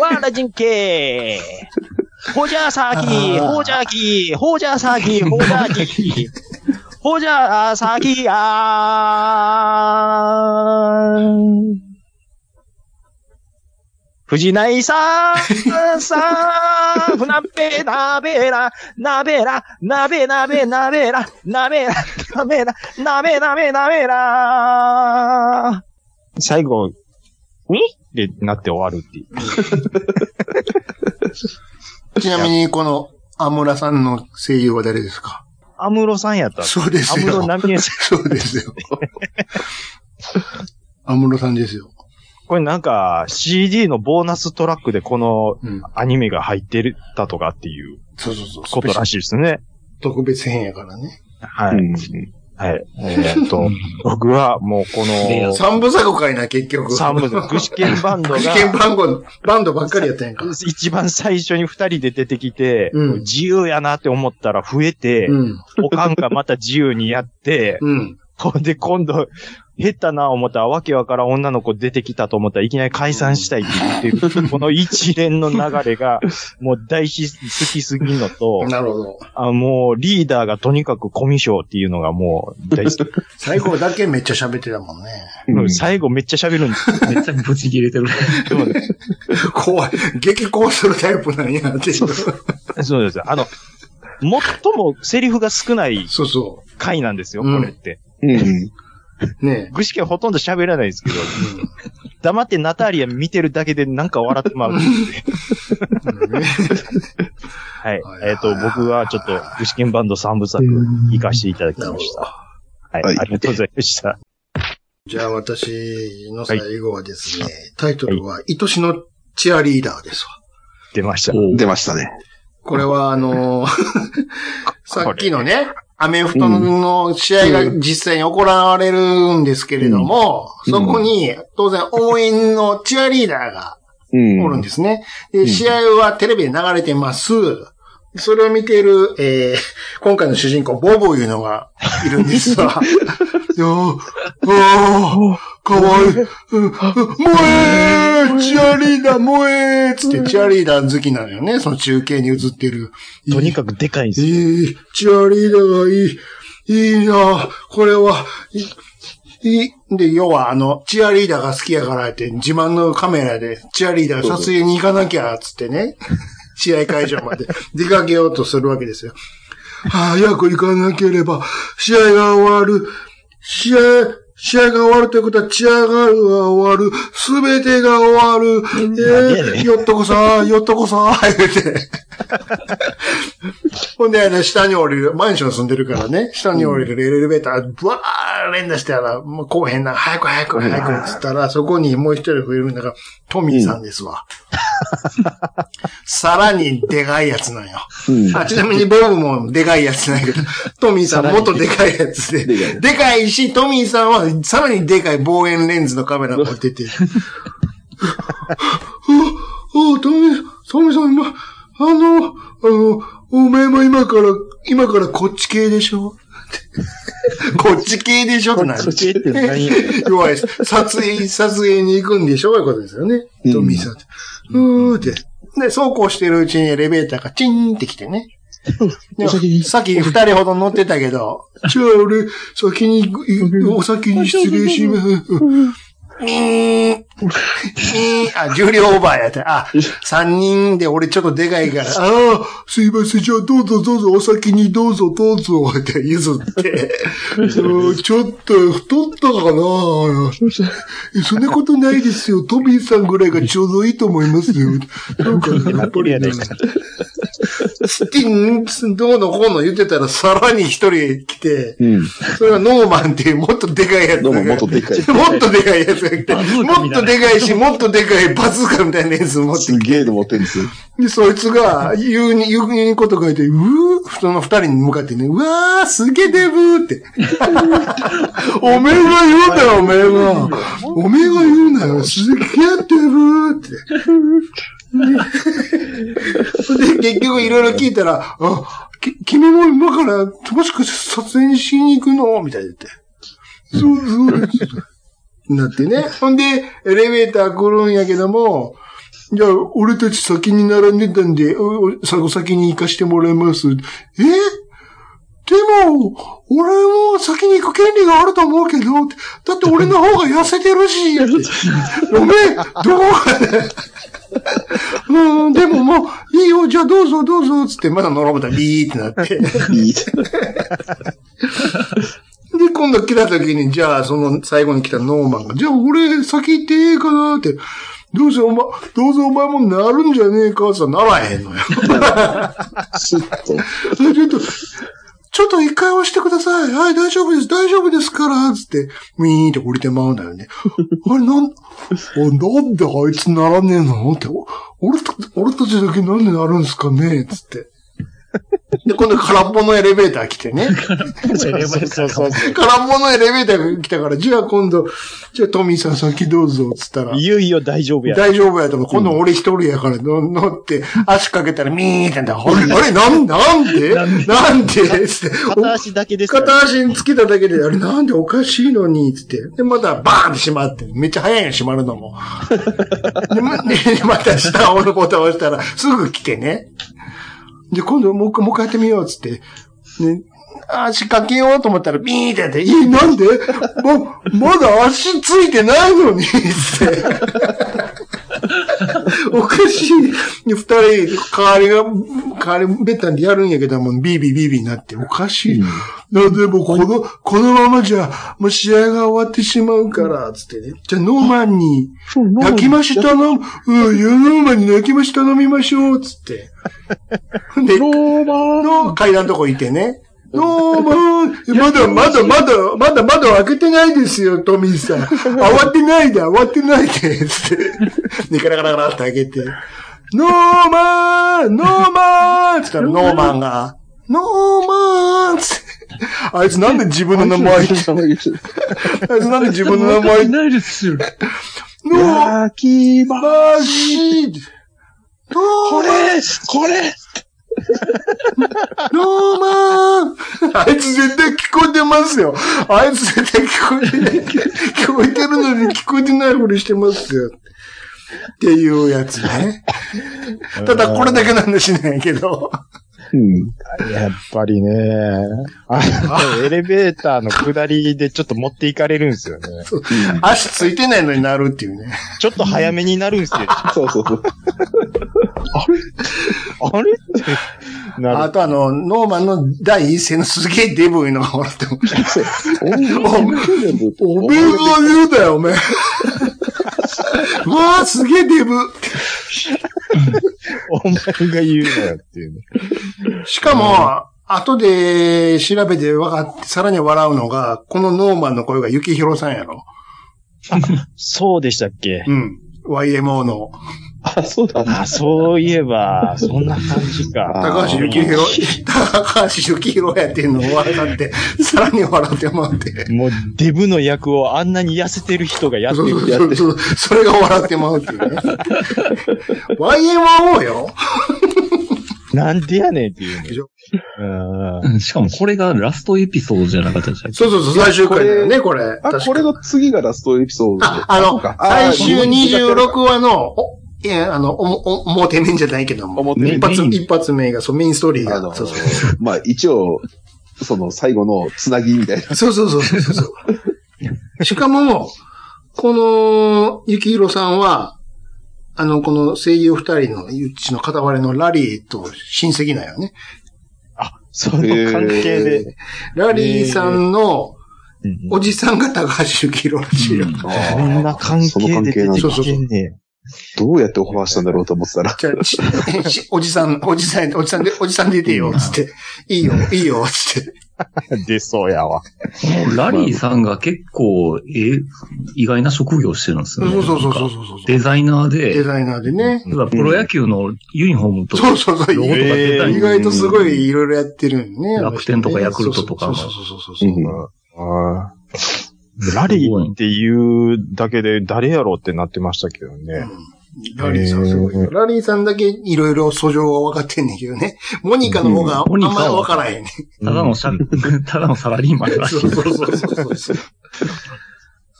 わらじんけほじゃさき、ほじゃき、ほじゃさき、ほじゃき、ほじゃさきあー。藤内さん、さん、ふなべなべら、なべら、なべなべなべら、なべら、なべら、なべなべなべら。最後、にってなって終わるっていう。ちなみに、この、アムラさんの声優は誰ですかアムロさんやった。そうでアすムロよ。ナミエさん。そうですよ。アムロさんですよ。これなんか CD のボーナストラックでこのうん。アニメが入ってたとかっていうそうそうそう。ことらしいですね。特別編やからね。はうい。んはい。えーっと、僕はもうこの、三部作かいな、結局。サムズ、具志堅バンドが、事件番号、バンドばっかりやったやんか。一番最初に二人で出てきて、うん自由やなって思ったら増えて、うん。おかんがまた自由にやって、うん。ほんで今度、減ったな思ったらわけわからん女の子出てきたと思ったらいきなり解散したいって言ってる、この一連の流れが、もう大好きすぎるのと、なるほど。あもうリーダーがとにかくコミュ障っていうのがもう大好き。最後だけめっちゃ喋ってたもんね。うん最後めっちゃ喋るんですめっちゃブチ切れてる。よ。怖い。激高するタイプなんやっていう。そうです。あの、最もセリフが少ないそうそ回なんですよ、こうんれって。うんう。ね具志堅ほとんど喋らない *laughs* ですけど、え。うん黙ってナタリア見てるだけでなんか笑ってまう。はいはい。えっ、と、僕はちょっと、具志堅バンド3部作、行かせていただきました。はい。はいありがとうございました。 *laughs* じゃあ私の最後はですね、タイトルは、愛しのチアリーダーですわ。出ました。出ましたね。これはあ *laughs* のーさっきのね、アメフトの試合が実際に行われるんですけれども、うんそこに当然応援のチアリーダーがうん。おるんですね。んで、試合はテレビで流れてます。それを見ている、えー、 *laughs* 今回の主人公、ボボいうのがいるん *laughs* ですわ。おー、おー、かわ *laughs* いい。うんうん萌えーチアリーダー萌えーつって、チアリーダー好きなのよね。その中継に映ってる。とにかくでかいんですよ。いい、チアリーダーがいい、いいなこれは、いいい、で、要はあの、チアリーダーが好きやからって、自慢のカメラで、チアリーダー撮影に行かなきゃ、つって *laughs* ね、試合会場まで出かけようとするわけですよ。早く行かなければ、試合が終わる、試合、試合が終わるということは、チアガールが終わる、すべてが終わる、なんでやえねんー、よっとこさー、よっとこさー、言うて。 *laughs* ほんで、あの、下に降りる、マンション住んでるからね、下に降りるエレベーター、ブワー連打してやら、もうこうへんな、早く早く早くっつったら、そこにもう一人増えるんだが、トミーさんで *laughs* すわ。さらにでかいやつなんよ。うん。あちなみに僕もでかいやつなんやけど、トミーさんもっとでかいやつで、でかいでかいし、トミーさんはさらにでかい望遠レンズのカメラ持ってて。お、お、トミー、トミーさん今、あの、あの、お前も今から、今からこっち系でしょ *laughs* こっち系でしょってなる。ちって何弱いです。撮影、撮影に行くんでしょういうことですよね。うんトミーさんって。うーって。で、そうこうしてるうちにエレベーターがチンって来てね。でもさっき二人ほど乗ってたけど、じゃあ俺、先に行く、お先に失礼します。えーえーあ、重量オーバーやった。あ、三人で俺ちょっとでかいから、ああ、すいません、じゃあどうぞどうぞ、お先にどうぞどうぞって譲って、そうちょっと太ったかなそんなことないですよ。トミーさんぐらいがちょうどいいと思いますよ。なんか、やっぱり、ね、スティン、どうのこうの言ってたら、さらに一人来て、うん。それがノーマンっていうもっとでかいやつどだうから。も、元でかい。もっとでかいやつが来て、もっとでかいし、もっとでかいバズーカみたいなやつ持ってすげえの持ってん *laughs* ですよ。で、そいつが、言うに、言うにこと書いて、うー、その二人に向かってね、うわー、すげえデブー *laughs* って。おめえが言うなよ、おめえは。おめえが言うなよ、すげえデブーって。で、結局いろいろ聞いたら、あ、き君も今から、もしかして撮影しに行くのみたいに言って。そう、そうです。なってね。ほんで、エレベーター来るんやけども、じゃあ、俺たち先に並んでたんで、おおさ先に行かしてもらいます。えでも、俺も先に行く権利があると思うけど、ってだって俺の方が痩せてるし、ってごめん、どううん、でももう、いいよ、じゃあどうぞどうぞ、つって、まだのろぶたビーってなって。いい。で、今度来た時に、じゃあ、その最後に来たノーマンが、じゃあ俺先行っていいかなって、どうせお前、どうせお前もなるんじゃねえかって言ったらならへんのよ。スッちと。ょっと、ちょっと一回押してください。はい、大丈夫です。大丈夫ですから。つって、ウィーンって降りてまうんだよね。あれ、なん、おなんであいつならねえのって、お俺た、俺たちだけなんでなるんですかねつって。で、今度空っぽのエレベーター来てね。そうそうそ空っぽのエレベーターが来たから、じゃあ今度、じゃあトミーさん先どうぞ、つったらう。。いよいよ大丈夫や。大丈夫やと思う。今度俺一人やからの乗って、足かけたらミーってなった。あれ、あれ、なん、なんでなんでつって。片足だけですから。片足につけただけで、あれなんでおかしいのに、つって。で、またバーンって閉まって、めっちゃ早いよ、閉まる *laughs* のも。で、までまた下をボタン押したら、すぐ来てね。で、今度もう一回、もう一回やってみよう、つって。ね、足かけようと思ったら、ビーンってやって、え、なんでま、まだ足ついてないのに、つって。 *laughs* おかしい。二人、代わりが、代わりベタンでやるんやけども、ビービービービーになって、おかしい。なでも、この、このままじゃ、もう試合が終わってしまうから、つってね。じゃあ、ノーマンに、泣きまし頼む、うん、ノーマンに泣きまし頼みましょう、つ *laughs* って。で、ノーマンの階段のとこ行ってね。ノーマンまだまだまだ、まだ窓開けてないですよ、トミーさん。慌てないで、慌てないで、つって。で、ガラガラガラって開けて。ノーマンノーマンつったら、ノーマンが、ノーマンつって。あいつなんで自分の名前、あいつなんで自分の名前い、ないですよ。ノー泣きま、マシーノこれーこれノーマンあいつ絶対聞こえてますよ。あいつ絶対聞こえてない。聞こえてるのに聞こえてないふりしてますよ。っていうやつね。ただこれだけなんでしないけど。うん。やっぱりね、あ *laughs* の、エレベーターの下りでちょっと持っていかれるんですよね。足ついてないのになるっていうね。ちょっと早めになるんですよ。そうそうそう。あれって *laughs* なある。とあの、ノーマンの第一声のすげえデブいのがおらっても、そう。おめえおめえが言うだよ、おめえ。 *laughs* うわあ、すげえデブ。お前が言うなよっていうね。しかも、後で調べて分かって、さらに笑うのが、このノーマンの声が幸宏さんやろ。そうでしたっけうん。YMO のあ、そうだな。あ、そういえば、そんな感じか。高橋幸宏、高橋幸宏やっていうのを分かって、さらに笑ってもらって。もう、デブの役をあんなに痩せてる人がやってそうる。そうそう。それが笑ってもらうっていうね。YMO よ。なんでやねんっていうね。うんうんしかもこれがラストエピソードじゃなかったじゃん。そうそうそう、最終回だよね、これ。あ、確かこれの次がラストエピソード。あ、あのそうか、最終26話の、おいや、あの、お、お、表面じゃないけども、表面一発、メイン一発目が、そう、メインストーリーあがの、そうそうまあ一応、その最後のつなぎみたいな。そうそうそうそうそう。しかも、この、ゆきひろさんは、あの、この声優二人の、ゆっちの片割れのラリーと親戚なんよね。あ、その関係で。ラリーさんのうんおじさんが高橋ゆきひろらしいよ。こんな関その係関で係出なんてだ。きてんねどうやってオファーしたんだろうと思ってたら。じゃあ、ちしおじさん、おじさん、おじさんで、おじさん出てよ、つって。いいよ、いいよ、つって。ん。出そうやわ。このラリーさんが結構、え、意外な職業してるんですよね。そうそうそうそうなんかそうそう。デザイナーデで、ザイナーでね。例えばプロ野球のユニフォームとそかうそうそう。ロゴとかデザイン意外とすごいいろいろやってるんね。楽天とかヤクルトとかもそうそうそうそうそう。あーラリーっていうだけで誰やろうってなってましたけどうね。んラリーさんすごいよ。ラリーさんだけいろいろ訴状は分かってんねんけどね。モニカの方があんうんま分からへんね。ただの社、ただのサラリーマンらしい。そうそうそうそうそう。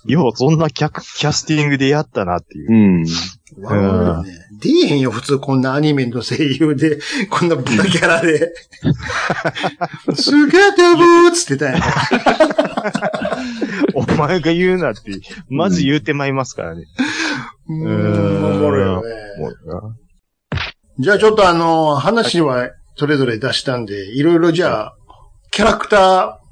よう、そんなキャキャスティングでやったなっていう。ん。わかるね出えへんよ、普通こんなアニメの声優で、こんな豚キャラで。すげえデブーっつってたやん。お前が言うなって、まず言うてまいますからね。うんうんおもろいよね。もうなじゃあちょっとあの、話はそれぞれ出したんで、いろいろじゃあ、キャラクター、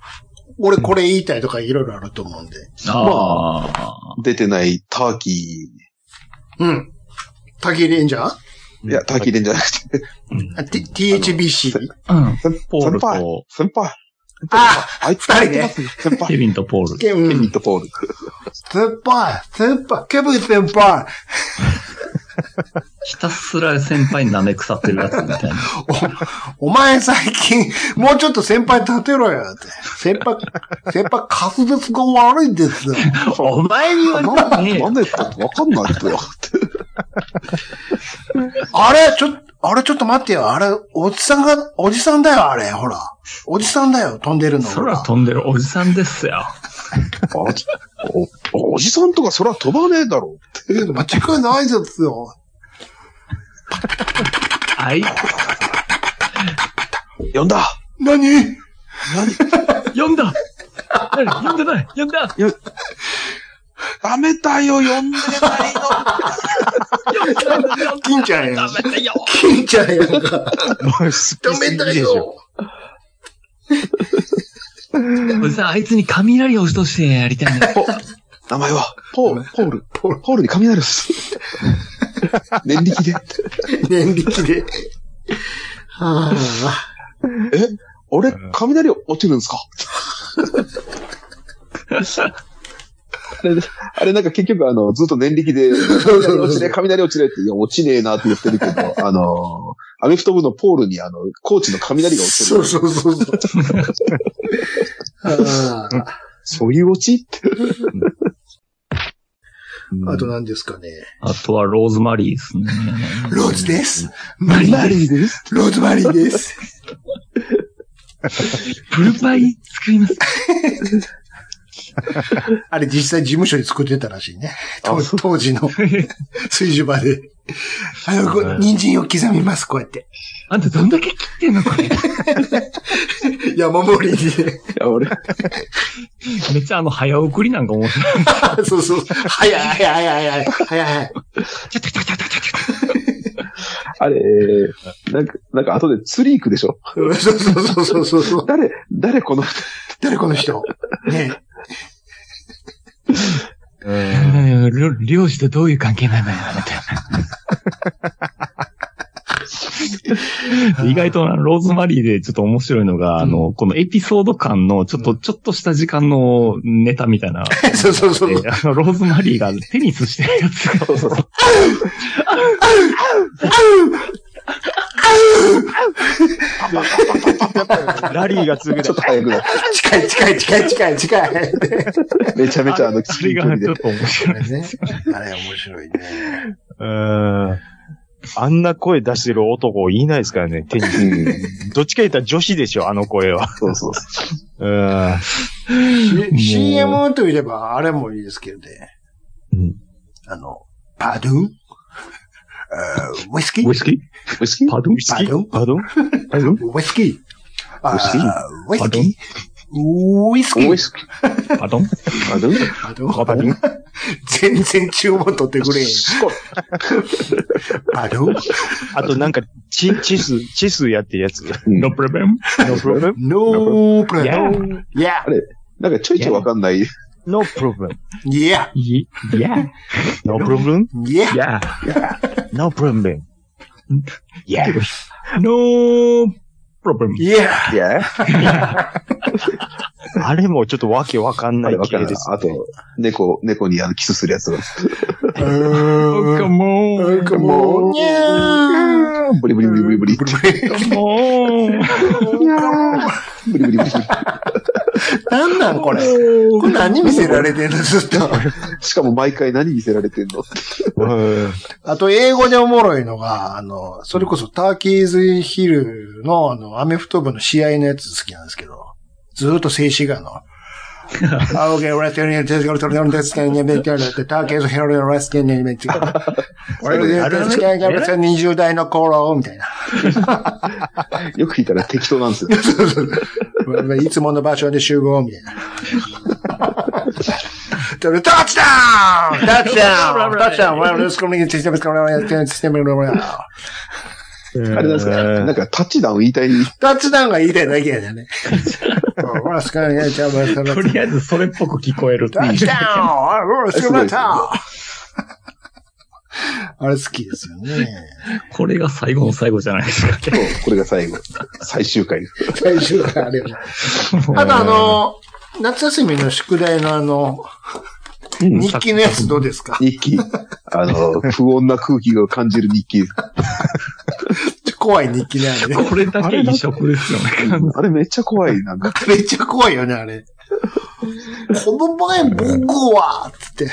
俺これ言いたいとかいろいろあると思うんで。ああ。出てないターキうん。タキレンジャーー。いや、ターキーレンじゃなくて、あ T- ?THBC? うん。ポー先ル輩と、先輩。ああいつ二人ね先ケ輩。ビンとポール。ケケビンン、とポール。先輩、先輩、ケビン先輩、ひたすら先輩舐め腐ってるやつみたいな。お前最近、もうちょっと先輩立てろよって。先輩、 *laughs* 先輩、滑舌が悪いんですよ。 *laughs* お前に言われたならんねで、なんでかわかんないってよ。あれ、ちょ、あれちょっと待ってよ。あれ、おじさんが、おじさんだよ、あれ、ほら。おじさんだよ、飛んでるの。ほら空飛んでるおじさんですよ。 *laughs* あじおおじさんとかそれは飛ばねえだろ。間違いないですよ。はい。呼んだ何読んだ読んでない読んだ読ダメだよ、呼んでないの。んだ読ん金ちゃんやんだ。ダメだよ金ちゃんやんか。もうす止めたよ。おじさん、あいつに雷を落としてやりたいね。 *laughs* 名前は、ポール、ポール、ポール、に雷です。 *laughs* 年力で。年力で。はあ、え俺、雷落ちるんですかあれ、 *laughs* あれなんか結局あの、ずっと年力で、雷落ちね、雷落ちねって、いや、落ちねえなって言ってるけ *laughs* ど、あの、アメフト部のポールにあの、コーチの雷が落ちてそるう。そうそうそう。ああそういう落ちって。あと何ですかね。あとはローズマリーですね。ローズです。マリーです。です。ローズマリーです。プルパイ作ります。あれ実際事務所で作ってたらしいね。当当時 *laughs* の水樹場で。あの、こう人参を刻みます、こうやって。あんたどんだけ切ってんのこれ。山盛りで。や、俺、めっちゃあの、早送りなんか面白い。 *laughs* そうそう。早い早い早い早い早い早い。ちょっとちょっとちょっとちょっとあれ、なんか、なんか後で釣り行くでしょそうそうそうそうそう。誰、誰この二人誰この人。ねうん漁漁師とどういう関係なのよ、みたいな。意外とあのローズマリーでちょっと面白いのが、あの、このエピソード間のちょっと、ちょっとした時間のネタみたいな。え。 *laughs* そうそうそう。であの、ローズマリーがテニスしてるやつが。ラリーが続くちょっと早くなる。近い近い近い近い近い。めちゃめちゃあの、そ釣れり距離がでちょっ。と面あ白い。れね。あれ面白いね。うーん。あんな声出してる男いないですからね、テニス。うん、どっちか言ったら女子でしょ、あの声は。そうそうそう。うーん。し CM といえば、あれもいいですけどね。うんあの、パドゥンあー *laughs* ウイスキーウイスキーウイス *laughs* キーパドゥンパドゥンパドン *laughs* ウイスキーあウイスキーーウイスキーウイスキーウイスキーパドンあ、どうパドゥン全然注文取ってくれへん。パドゥンあとなんか、チ、チス、チスやってるやつ。ノプレベンノプロブ ?No problem. Yeah. なんかちょいちょいわかんない。ノプロブ Yeah. いや、ノプロブン Yeah. いや、ノプロブン。いや。ノープロブレム。 Yeah. いや、あれもちょっとわけわかんあなれいわか系んないです。。あと、猫、猫にあの、キスするやつが、 Uh, カモン uh, come on. Yeah. ブリブリブリブリブリ。カモンブリブリブリブなんなんこれ。これ何見せられてんのずっと。リ。しかも毎回何見せられてんのうんあと、英語でおもろいのが、あの、それこそターキーズヒルの、あの、アメフト部の試合のやつ好きなんですけど、ずーっと静止 *laughs* 画の。あ、OK, r e s t i n in, just go to the next game, you make it, the Turkish hero, rest in, you make it. それで、私が20代の頃、みたいな。よく聞いたら適当なんですよ。いつもの場所で集合、み *laughs* たいな。タッチダ *laughs* ウンタッチダウンタッチダウンあれなんですかなんかタッチダウン言いたい。タッチダウンが言いたいだけやね。うんほら、少ないね、じゃあ、まあそのとりあえずそれっぽく聞こえるってタいッ *laughs* うチダウンあほら、少ないタあれ好きですよね。これが最後の最後じゃないですか。そうこれが最後。最終回です。最終回あれも。あとあの、夏休みの宿題のあの、日記のやつどうですか日記。あの、不穏な空気を感じる日記。ちょ怖い日記ね、あれね。 *laughs* これだけ異色ですよね。あれめっちゃ怖い。なんか、 *laughs* めっちゃ怖いよね、あれ。この前僕は、つって。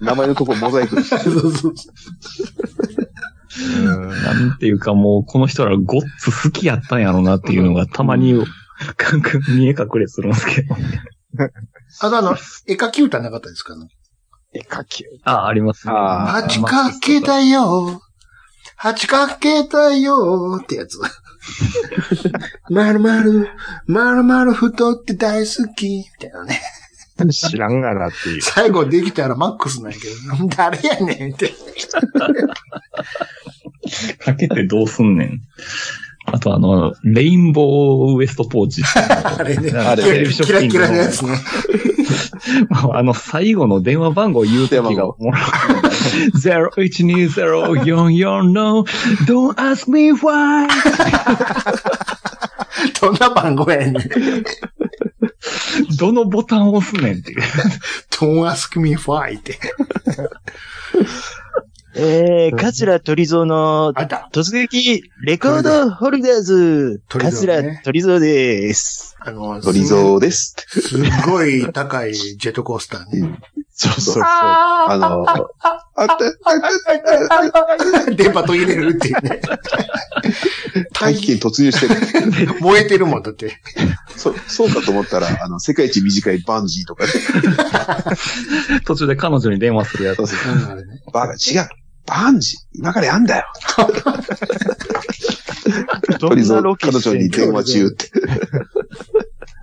名前のとこモザイク。そうそうなんていうかもう、この人らゴッツ好きやったんやろうなっていうのがたま *laughs* に、かんかん見え隠れするんですけあど。とあの、絵描き歌なかったですかねあ、ありますね。あ八かけたよ。八かけたよって *laughs* やつ。まるまる、まるまる太って大好き。みたいなね。知らんがなっていう。最後できたらマックスなんやけど、誰やねんって。かけてどうすんねん。あとあの、レインボーウエストポー *laughs* チ。あれね。あれキラキラキラのやつね。あの、最後の電話番号言うときがおもろい。012044の Don't ask me why! どんな番号やねん。どのボタンを押すねんっていう。 Don't ask me why って。えー、桂鳥蔵のあった。突撃レコードホルダーズ、鳥蔵ね桂鳥蔵です。あの、ドリゾーです。すすっごい高いジェットコースターね。そうそうそう。あの、あった、あった、電波途切れるっていうね。大気圏突入してる。燃えてるもん、だって。そう、そうかと思ったら、あの、世界一短いバンジーとかね。 *laughs* 途中で彼女に電話するやつ。バカ、違う。バンジー今からやんだよ。どんなロケ彼女に電話中って。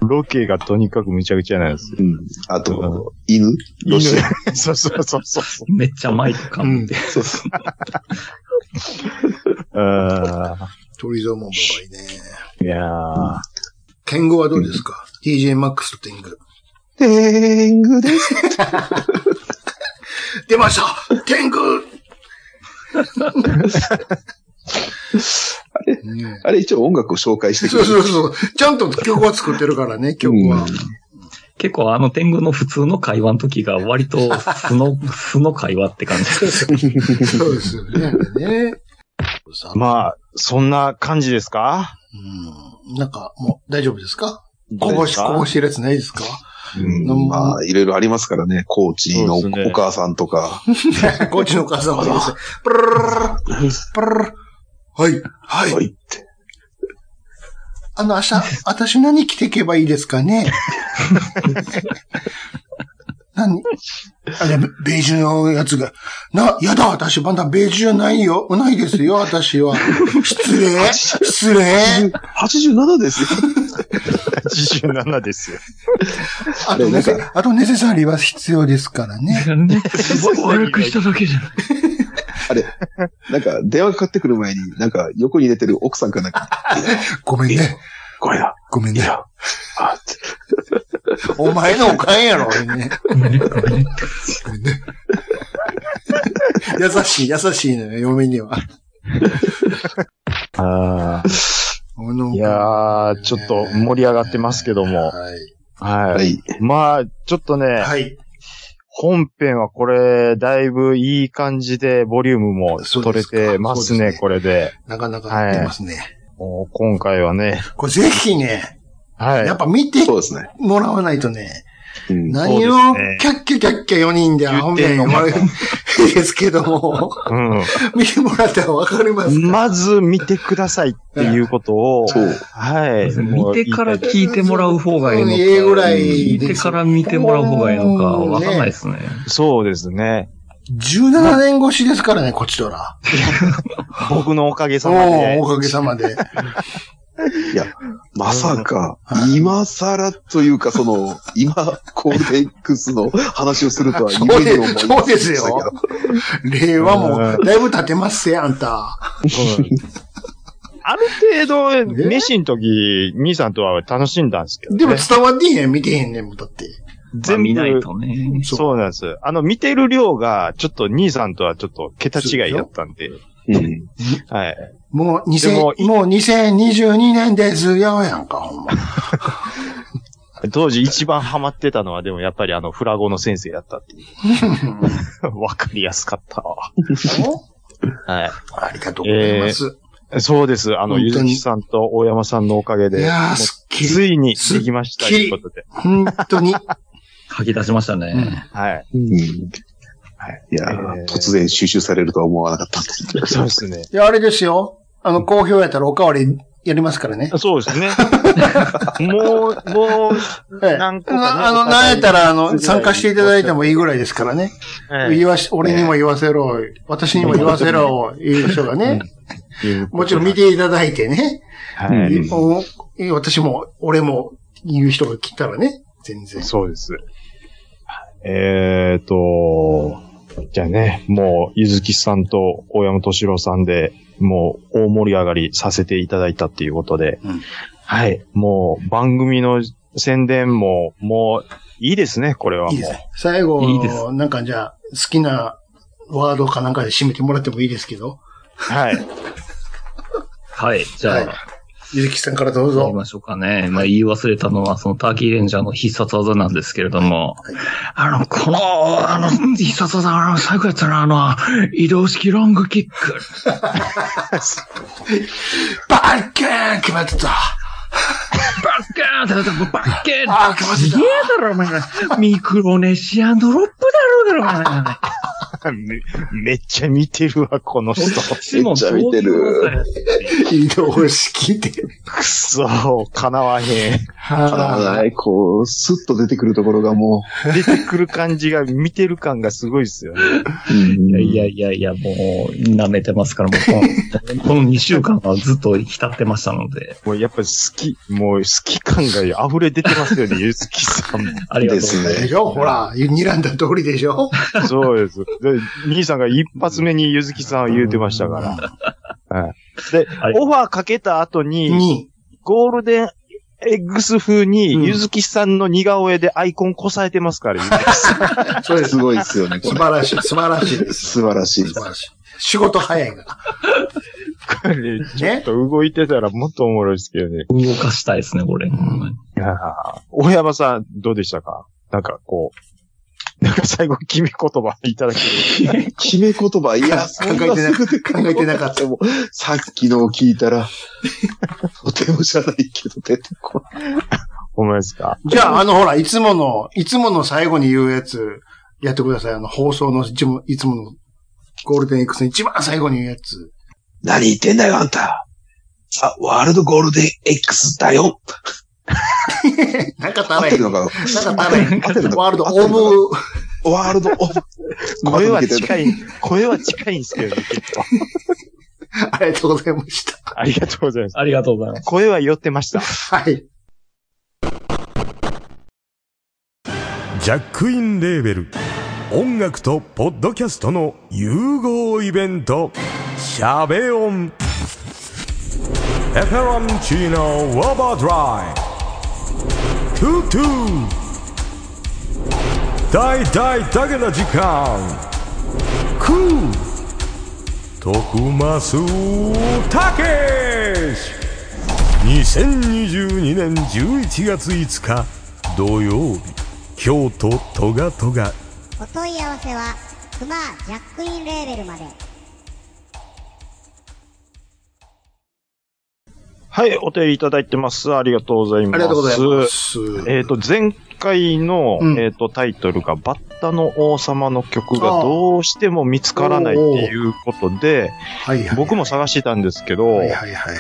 ロケがとにかくむちゃくちゃなんですよ。うん。あと、犬ロシア。犬そうそうそうそう。めっちゃマイクかも。そうそう。あ鳥蔵ももがいいね。ーいやー剣豪はどうですか ?TJ マックスと天狗。天狗です。出ました天狗ね *laughs* あれ一応音楽を紹介してくそうれる。そうそう。ちゃんと曲は作ってるからね、曲は。結構あの天狗の普通の会話の時が割と素の、 *laughs* 素の会話って感じ。そうですよね。なんかねまあ、そんな感じですかうんなんか、もう大丈夫ですかこぼし、こぼしるやつないですかうんまあ、いろいろありますからね。コーチのお母さんとか。こっちのお母さんはどうですプルルルルルプルルルルはい、はい。はいって。あの、明日、私何着ていけばいいですかね *laughs* 何あれ、ベージュのやつが。な、やだ、私、まだベージュじゃないよ。ないですよ、私は。失礼失礼87ですよ。 87ですよ。あとネセ、あとネセサリーは必要ですからね。ね、悪くしただけじゃない。あれ、 *laughs* なんか、電話かかってくる前に、なんか、横に出てる奥さんかなんか、ごめんね。ごめんな、ごめんいいね。よ。あってお前のおかんやろ、ね。ごめんね、ごめんね。優しい、優しいのよ、嫁には。あー俺のおかんいやー、ちょっと盛り上がってますけども。はい。は。はいい。まあ、ちょっとね、はい。本編はこれ、だいぶいい感じで、ボリュームも取れてますそうね、ですかこれで。なかなか出ますね。もう今回はね、これぜひね、はい。やっぱ見てそうですね。もらわないとね、うん。何そをうですねキャッキャキャッキャ4人で本編に悪い *laughs* ですけども、見てもらったらわかりまうすん。かまず見てくださいっていうことを、そう。はい。*laughs* も見うてから聞いてもらう方がいいのか。うんええぐらい聞いてから見てもらう方がいいのか、うんわかんないですね。そうですね。 ?17 年越しですからね、こっちとら。僕のおかげさおまーでお。かげさまで。まさか、今更というか、その、今、コーデックスの話をする *laughs* とはそう夢でにも思いすませんそうででしすたけどよ。令和もだいぶ経てますせ、あんた。ある程度、飯の時、兄さんとは楽しんだんですけどね。でも伝わってへんやん、見てへんねんもん、だって。まあ全見ない部、とね。そうなんです。あの、見てる量が、ちょっと兄さんとはちょっと桁違いだったんで。うん。はい。もうで2000、ももう2022年ですよ、やんか、ほんま。 *laughs* 当時一番ハマってたのは、でもやっぱりあの、フラゴの先生だったっていう。 *laughs* わかりやすかったわ。はありがとうございます。い。そうです。あの、本ゆ当ずにきさんと大山さんのおかげいで、やもー、うすっきつり。いにできましたとすっきいうりことで。本当に。吐き出しましたね。はい。うん。いやえーー、突然収集されるとは思わなかったんですけど。そう *laughs* ですね。いや、あれですよ。あの、好評やったらおかわりやりますからね。そうです *laughs* ね。もう、もう、ええ何個かねなあお互の、いなんやったら、あ次の、第に参加していただいてもいいぐらいですからね。ええ言わし、俺にも言わせろ、私にも言わせろ、いう人がね。もちろん見ていただいてね。はいうんお私も、俺も、言う人が来たらね。全然。そうです。えーと、じゃあね、もう、ゆずきさんと大山敏郎さんで、もう、大盛り上がりさせていただいたっていうことで、うんはい、もう、番組の宣伝も、もう、いいですね、これはもう。いいですね。最後、いいですなんかじゃあ、好きなワードかなんかで締めてもらってもいいですけど。はい。 *laughs* はい、じゃあ、はい行ゆずきさんからどうきぞ。ましょうかね。まあ、言い忘れたのは、そのターキーレンジャーの必殺技なんですけれども、あの、この、あの、必殺技、あの、最後やったな、あの、移動式ロングキック。バッケーン決まってたバッケーンってなってバッケーンあー、決まってすたげえだろ、お前ら。ミクロネシアンドロップだろうがろ、お前ら。めめっちゃ見てるわ、この人。めっちゃ見てる。移動式で。 *laughs* くそ、叶わへん。ただない、こう、スッと出てくるところがも出てくる感じが、見てる感がすごいですよね。う、いやいいやいやいや、もう、舐めてますから、もう、この2週 *laughs* 間はずっと浸ってましたので、もうやっぱり好き、もう好き感が溢れ出てますよね、ゆずきさんも。ありがとうございます。ですでね。しょほら、睨んだ通りでしょそうです。で兄さんが一発目にゆずきさんを言うてましたから。はいで、はいオファーかけた後に、に、ゴールデンエッグス風うんに、ゆずきさんの似顔絵でアイコンこさえてますから、ゆずきさんそうですす。ごいですよね、素これ。晴らしい、素晴らしいです。素晴らしいで素す晴。らしい。仕事早いかこれちょねっと動いてたらもっとおもろいですけどね。動かしたいですね、これ。あー大山さん、どうでしたかなんかこう、なんか最後、決め言葉いただける。決め言葉、いや、考そんなすぐ出てら。考えてなかった。もさっきのを聞いたら、とてもじゃないけど出てこない。お前ですかじゃあ、あの、ほら、いつもの、いつもの最後に言うやつ、やってください。あの、放送の、いつもいつもの、ゴールデン X の一番最後に言うやつ。 *laughs* 何言ってんだよ、あんた。あ、ワールドゴールデン X だよ。なんか合足っらてへるん。のかなんか足らへん。合ってるのかワールドオブ、ワールドオブ。 *laughs* 声はまた抜けて近るい、声は近いんですけどね、結構。ありがとうございました。ありがとうございます。ありがとうございます。声は寄ってました。はい。ジャックインレーベル音楽とポッドキャストの融合イベント「シャベオン」「エフェロンチーノウォーバードライ」「トゥトゥ」「大大だけの時間」「クー」「徳マスたけし」2022年11月5日土曜日京都トガトガお問い合わせは、クマジャックインレーベルまで。はい、お手入れいただいてます。ありがとうございます。ありがとうございま。す。えっ、と、前回の、うんえっ、と、タイトルが、バッタの王様の曲がどうしても見つからないっていうことで、はいはい。僕も探してたんですけど、はいはいはいはいはい。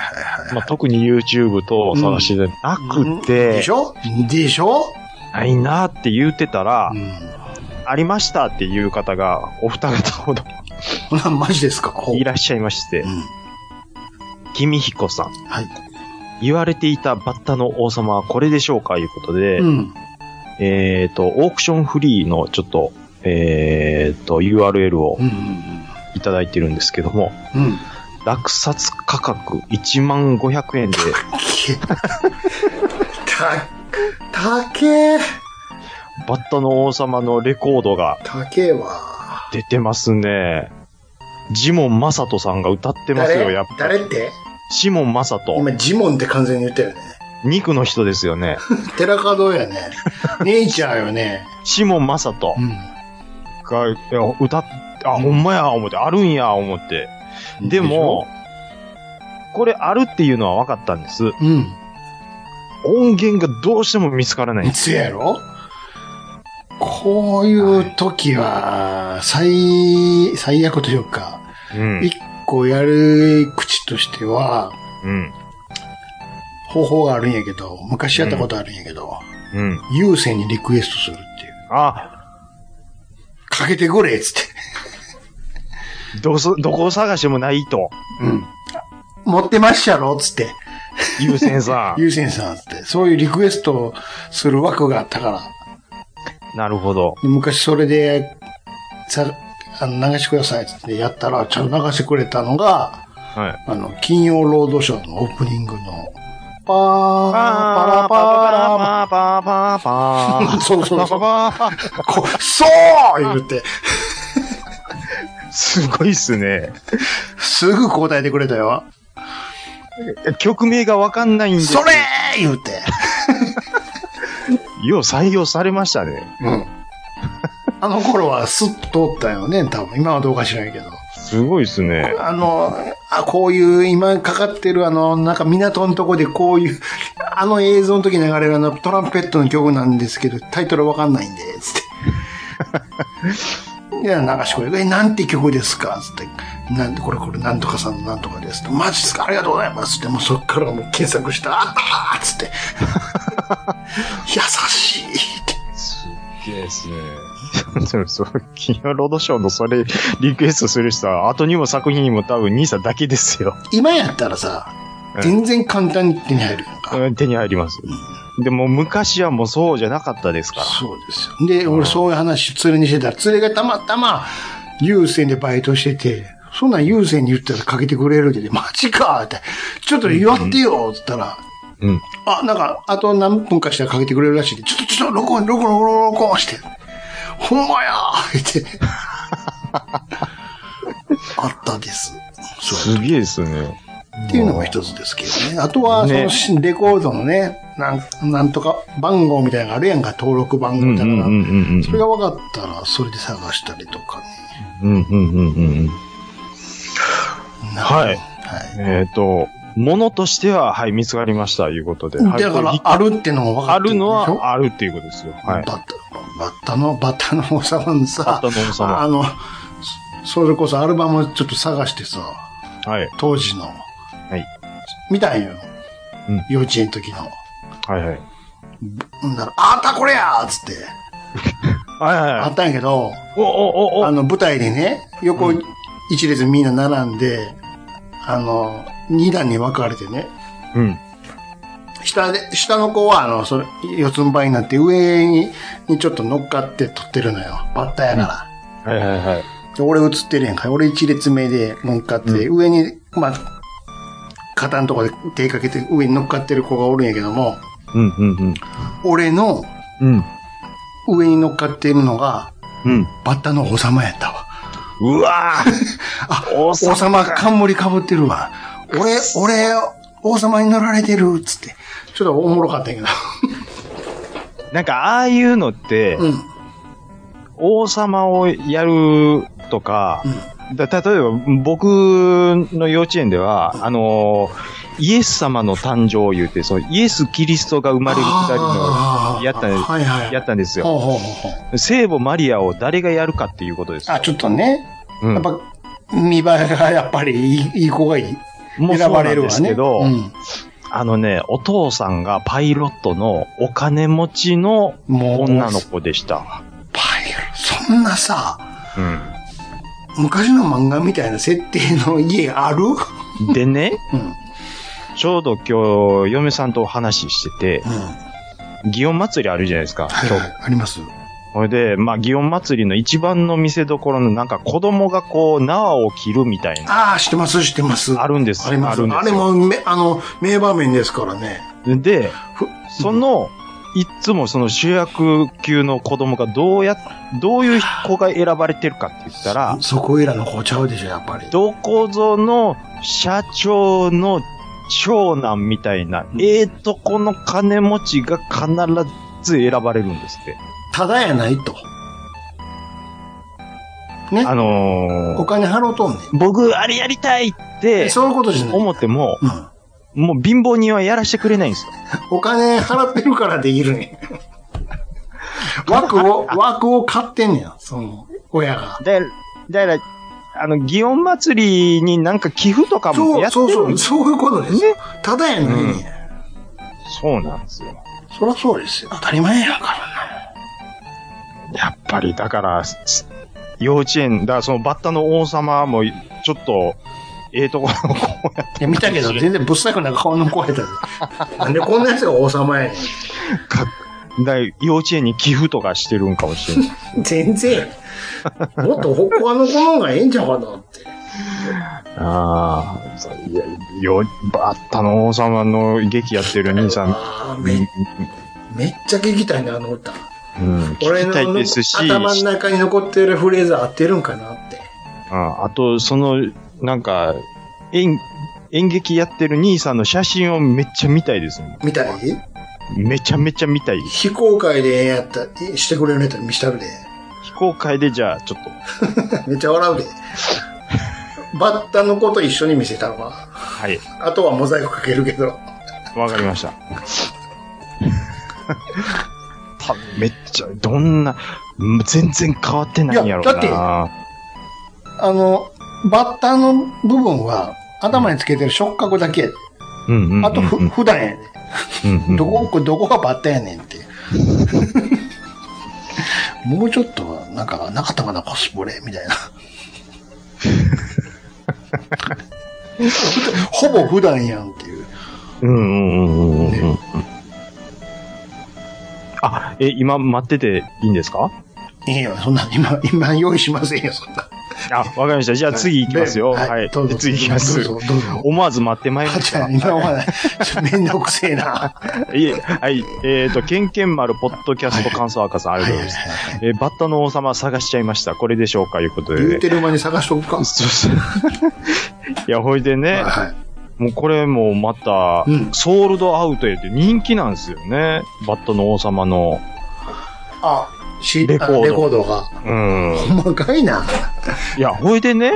まあ、特に YouTube と探してなくでてし、ょでしょないなって言ってたら、うん。ありましたっていう方が、お二方ほどほら、マジですかほういらっしゃいましてう、ん。君彦さん。はい言われていたバッタの王様はこれでしょうかいうことで、うん。えっ、と、オークションフリーのちょっと、えっ、と、URL をうん。いただいてるんですけども、うん。うん。落札価格1万500円で、けた、たけーバッタの王様のレコードがたけは、出てますね。ジモン・マサトさんが歌ってますよ、誰やっぱり。誰ってジモン・マサト。今、ジモンって完全に言ったよね。肉の人ですよ *laughs* ね。寺門 *laughs* やね。姉ちゃんよね。シモン・マサトうん。が、いや歌っ、あ、ほんまや、思って、あるんや、思って。でも、これあるっていうのは分かったんです。うん。音源がどうしても見つからないんです。せやろこういう時は、最、最悪というか、うん。一個やる口としては、うん。方法があるんやけど、昔やったことあるんやけど、うん。優先にリクエストするっていう。あ、かけてくれっつって。どうす、どこを探してもないと、うん。持ってまっしたろっつって。優先 *laughs* さ優先さんっつって。そういうリクエストをする枠があったから。ん。なるほど。で昔それで、さ、あの流してくださいっつってやったら、ちゃんと流してくれたのが、はい。あの、金曜ロードショーのオープニングの、パー、パラパラパーパーパーパーパパー。そうそうそう。ー。こそう言って、すごいっすね。すぐ答えてくれたよ。曲名がわかんないんで。それー言って。よう採用されましたね。うん。あの頃はスッと通ったよね、多分。今はどうか知らんけど。すごいっすね。あの、あ、こういう、今かかってるあの、なんか港のとこでこういう、あの映像の時流れるあのトランペットの曲なんですけど、タイトルわかんないんで、つって。 *laughs* いや、流し声が、え、なんて曲ですかつって、なんで、これこれ、なんとかさんのなんとかですって。マジですかありがとうございますって、もうそっからもう検索したら、あったーつって。 *laughs* 優しいって。すげえですね。でも *laughs* そう、金曜ロードショーのそれ、リクエストする人は、後にも作品にも多分兄さんだけですよ。今やったらさ、全然簡単に手に入るうん手に入ります。でも昔はもうそうじゃなかったですから。そうですよ。で、俺そういう話、連れにしてたら、連れがたまたま、優先でバイトしてて、そんなん優先に言ったらかけてくれるって言って、マジかって、ちょっと言わってよって言ったら、うん。あ、なんか、あと何分かしたらかけてくれるらしいで、ちょっと、ちょっと、録音、録音、録音、録音して。ほんまやーって。あったです。すげえですね。っていうのが一つですけどね。あとは、そのねし、レコードのね、なん、なんとか番号みたいなのがあるやんか、登録番号みたいなのが。うんうんうんうんうんそれが分かったら、それで探したりとかね。うん、うん、うん、うん。はい。えっ、と、ものとしては、はい、見つかりました、いうことで。はいだからこれあるってのが分かってるあるのでしょは、あるっていうことですよ。はい。バッタの、バッタの王様のさ、バッタの王様あの、そそれこそアルバムちょっと探してさ、はい。当時の、はい。見たんよ。うん幼稚園の時の。はいはい。んだら、あったこれやーっつって。あったんやけど、おおおあの、舞台でね、横一列みんな並んで、あの、二段に分かれてね、うん。下で、下の子は、あの、それ、四つん這いになって、上に、にちょっと乗っかって撮ってるのよ。バッタやから。はいはいはい。で俺映ってるやんか。俺一列目で乗っかって、上に、まあ、肩のとこで手かけて、上に乗っかってる子がおるんやけども、うん、うん、うん。俺のうん。上に乗っかってるのが、うん。バッタの王様やったわ。うわぁ王様冠かぶってるわ。俺、俺、王様に乗られてるっつって。ちょっとおもろかったんやけど。なんか、ああいうのって、王様をやるとか、だ例えば僕の幼稚園では、あのーイエス様の誕生を言うて、そのイエス・キリストが生まれるくだりのやったん、はいはいやったんですよ。ほうほうほうほ聖母マリアを誰がやるかっていうことです。あ、ちょっとね。うんやっぱ、見栄えがやっぱりいいいい子がいい。もう選そうなばんれるわでね。すけど、うんあのね、お父さんがパイロットのお金持ちの女の子でした。そんなさ、うん。昔の漫画みたいな設定の家あるでね、ちょうど今日、嫁さんとお話ししてて、祇園祭りあるじゃないですか、今日。あります。ほいで、まあ、祇園祭りの一番の見せどころの、なんか子供がこう、縄を切るみたいな。ああ、知ってます、知ってます。あるんです。あります。るんですよあれもめ、あの、名場面ですからね。で、その、いっつもその主役級の子供がどうや、どういう子が選ばれてるかって言ったら、そこいらの子ちゃうでしょ、やっぱり。どこぞの社長の長男みたいな、ええとこの金持ちが必ず選ばれるんですって。ただやないと。ね。あのーお金払うとんねん。僕、あれやりたいって、そういうことじゃない。思っても、もう貧乏人はやらしてくれないんですよ。お金払ってるからできるね *laughs* ん。枠を、枠を買ってんねん、その、親が。で、だから、あの、祇園祭りになんか寄付とかもそやっう、てそるうそう、そういうことですよ。ただやねん。うんそうなんですよ。そりゃそうですよ。当たり前やから。やっぱり、だから、す幼稚園、だからそのバッタの王様も、ちょっと、ええとこの子をやっていや、見たけど、全然ぶっさくな顔の声だよ。 *laughs* なんでこんなやつが王様やねだから幼稚園に寄付とかしてるんかもしれない。ん。全然。もっと他の子の方がええんちゃうかなって。ああ、そういや、よ、バッタの王様の劇やってる兄さん、めめっちゃ聞きたいな、あの歌。うん、俺聞きたいのですし、頭の中に残ってるフレーズ合ってるんかなって。うんあと、その、なんか、演、演劇やってる兄さんの写真をめっちゃ見たいですね。見たいめちゃめちゃ見たいです。非公開でええやった、して *laughs* くれるやったら見したるで。非公開でじゃあ、ちょっと。めっちゃ笑うで。バッタの子と一緒に見せたのは。はい。あとはモザイクかけるけど。 *laughs* わかりました。ためっちゃう。どんな、うん全然変わってないんやろうな。いやだあの、バッターの部分は、頭につけてる触覚だけやで。うんうんうんうんあと、ふ、普段やで。うんうんどこ、これどこがバッターやねんって。 *laughs* もうちょっとは、なんか、なかったかな、コスプレ、みたいな。 *laughs* ほぼ普段やんっていう。うんうんうんうんうんうん。あ、え、今待ってていいんですかいいよ、そんな、今、今用意しませんよ、そんな。あ、わかりました。じゃあ次行きますよ。ははいい。どうぞ次行きますどうぞどうぞ。思わず待ってまいりました。今お前、ちょめんどくせえな。いえ、はい。えっ、と、けんけん丸ポッドキャスト感想赤さん、ありがとうございます。えーバッタの王様探しちゃいました。これでしょうかいうことで。言ってる間に探しとくか。いや、ほいでね、もうこれもまた、ソールドアウトへって人気なんですよね。バッタの王様の。あ、しレコードあレコードが。うん。細かいな。いや、ほいでね、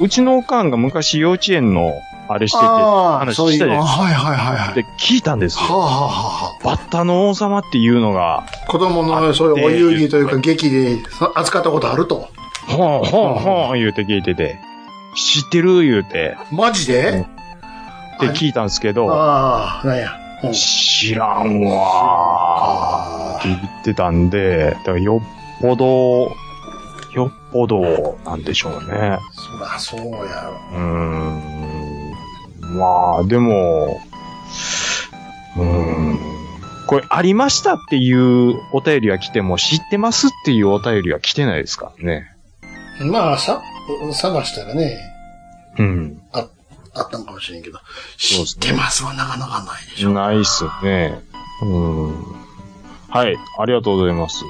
うちのおかんが昔幼稚園のあれしてて、ああ、話そういしう。たじゃあないですか。はいはいはいはい。で、聞いたんですよ。はあはあはあバッタの王様っていうのが、子供のそういうお遊戯というか劇でそ扱ったことあると。ほんほんほん言うて聞いてて、知ってる言うて。マジでって聞いたんですけど、ああ、なんや。知らんわーって言ってたんで、だからよっぽど、よっぽどなんでしょうね。そらそうやろ。うーん。まあ、でも、うーん。これ、ありましたっていうお便りは来ても、知ってますっていうお便りは来てないですからね。まあ、さ、探したらね、うん。あ、あったんかもしれんけど、知ってますはなかなかない。ないっすね。うん。はい、ありがとうございます。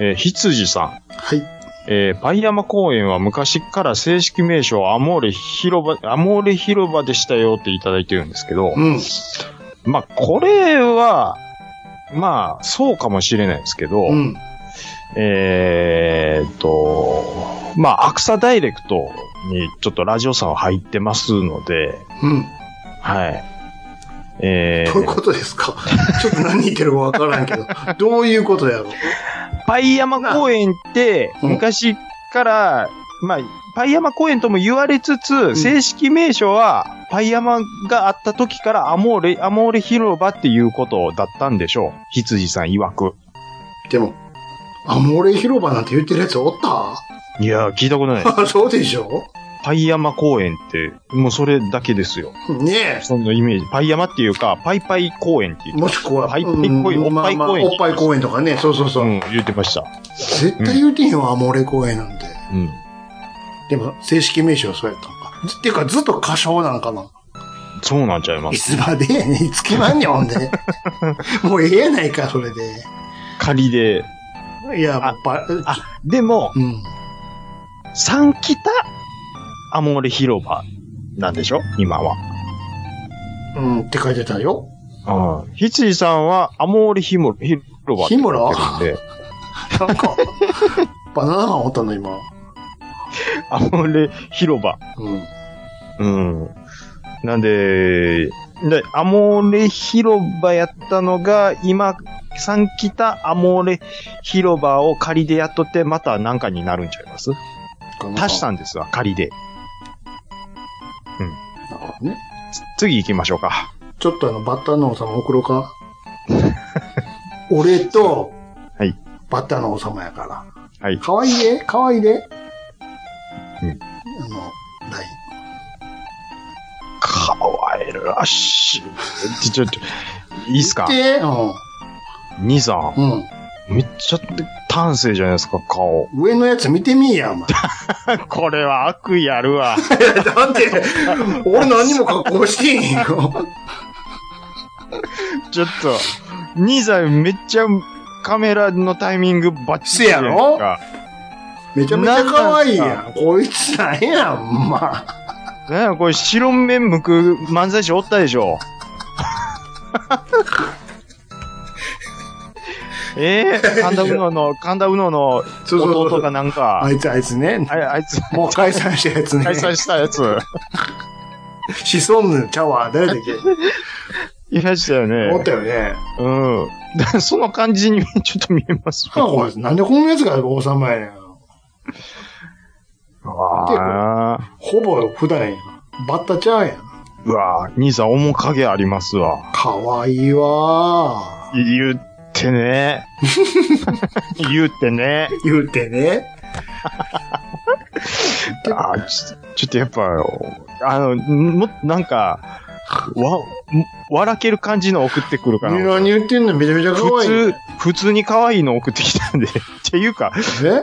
えー、羊さん。はい。えー、パイヤマ公園は昔から正式名称アモーレ広場、アモーレ広場でしたよっていただいてるんですけど、まあ、これは、まあ、そうかもしれないですけど、えーっと、まあ、アクサダイレクトにちょっとラジオさんは入ってますので、うん。はい。えーどういうことですか *laughs* ちょっと何言ってるかわからんけど、どういうことやろ。パイ山公園って、昔から、まあ、パイ山公園とも言われつつ、正式名称は、パイ山があった時からアモーレ、アモーレ広場っていうことだったんでしょう。羊さん曰く。でも、アモーレ広場なんて言ってるやつおった *laughs* いやー、聞いたことない。そうでしょパイ山公園って、もうそれだけですよ。ねえ。そのイメージ。パイ山っていうか、パイパイ公園っていう。もしくは、パイパイ公園、うんおっぱい公園、まあまあおっぱい公園とかねそうそうそう。うん、言ってました。絶対言うてへんよ、アモーレ公園なんて。うん。でも、正式名称はそうやったのか。ずっていうか、ずっと歌唱なんかな。そうなんちゃいまいす。つまでやねん、いつ決まんねん、ほ *laughs* んで。もうええやないか、それで。仮で。いや、やっぱ、あ、でも、うん。三北アモーレ広場なんでしょ今は。うん、って書いてたよ。うん。羊さんはアモーレひも広場って言ってるんで、なんか、 *laughs* バナナマンおったの、今。アモーレ広場。うん。うん。なんで、で、アモーレ広場やったのが、今、三北アモーレ広場を仮でやっとって、また何かになるんちゃいます足したんですわ、仮で。うん。ね。次行きましょうか。ちょっとあの、バッターの王様送ろうか。俺と、はい。バッターの王様やから。はい。かわいいで、かわいいで。うんあの、かわいらしい。ちょ、ちょ、ちょいいっすか見て兄さん。めっちゃ端正じゃないですか、顔。上のやつ見てみいや、お前。これは悪意あるわ。 *laughs* だって、俺何にも加工してへんよ。ちょっと、兄さんめっちゃカメラのタイミングバッチリじゃないですか。めちゃめちゃ可愛いなんやん。こいつなんやん、ほんまあ。なんやこれ白面向く漫才師おったでしょ。 *laughs* えー、神田うのの、神田うののうそうそう弟かなんか。あいつ、あいつね。ああいつ。もう解散したやつね。解散したやつ。子孫の茶は誰だっけいらしたよね。おったよね。うん。 *laughs* だからその感じにちょっと見えますあこれなんでこのやつが王様やねん。わあ。ほぼ普段やなバッタちゃうやん。うわあ、兄さん面影ありますわ。かわいいわ言ってね。 *laughs* 言ってね。言ってね。あ *laughs* ちょちょっとやっぱ、あの、も、なんか、わ、笑ける感じの送ってくるかな。何言ってんのめちゃめちゃ可普愛い、通ね。、普通に可愛いの送ってきたんで。っていうか、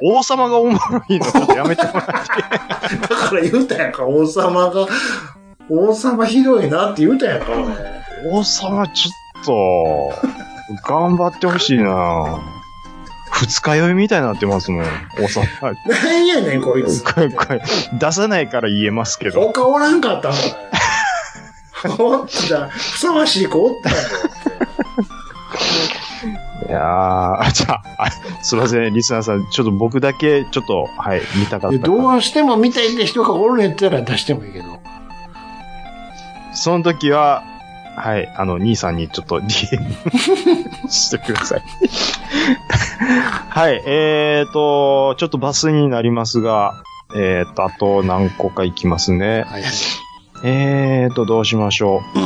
王様がおもろいのちょっとやめてもら *laughs* って。だから言うたやんか、王様が、王様ひどいなって言うたやんか、俺王様ちょっと、頑張ってほしいな二日酔いみたいになってますもん、王様。なんやねん、こいつ。これこれ出さないから言えますけど。他おらんかった *laughs* もん。おった、ふさわしい子おったよ。いやー、あじゃあ、あすいません、リスナーさん、ちょっと僕だけ、ちょっと、はい、見たかったからどうしても見たいって人がおるんやったら出してもいいけど。その時は、はい、あの、兄さんにちょっと *laughs* DM してください。 *laughs* はい、えーと、ちょっとバスになりますが、えーと、あと何個か行きますね。えーと、どうしましょう。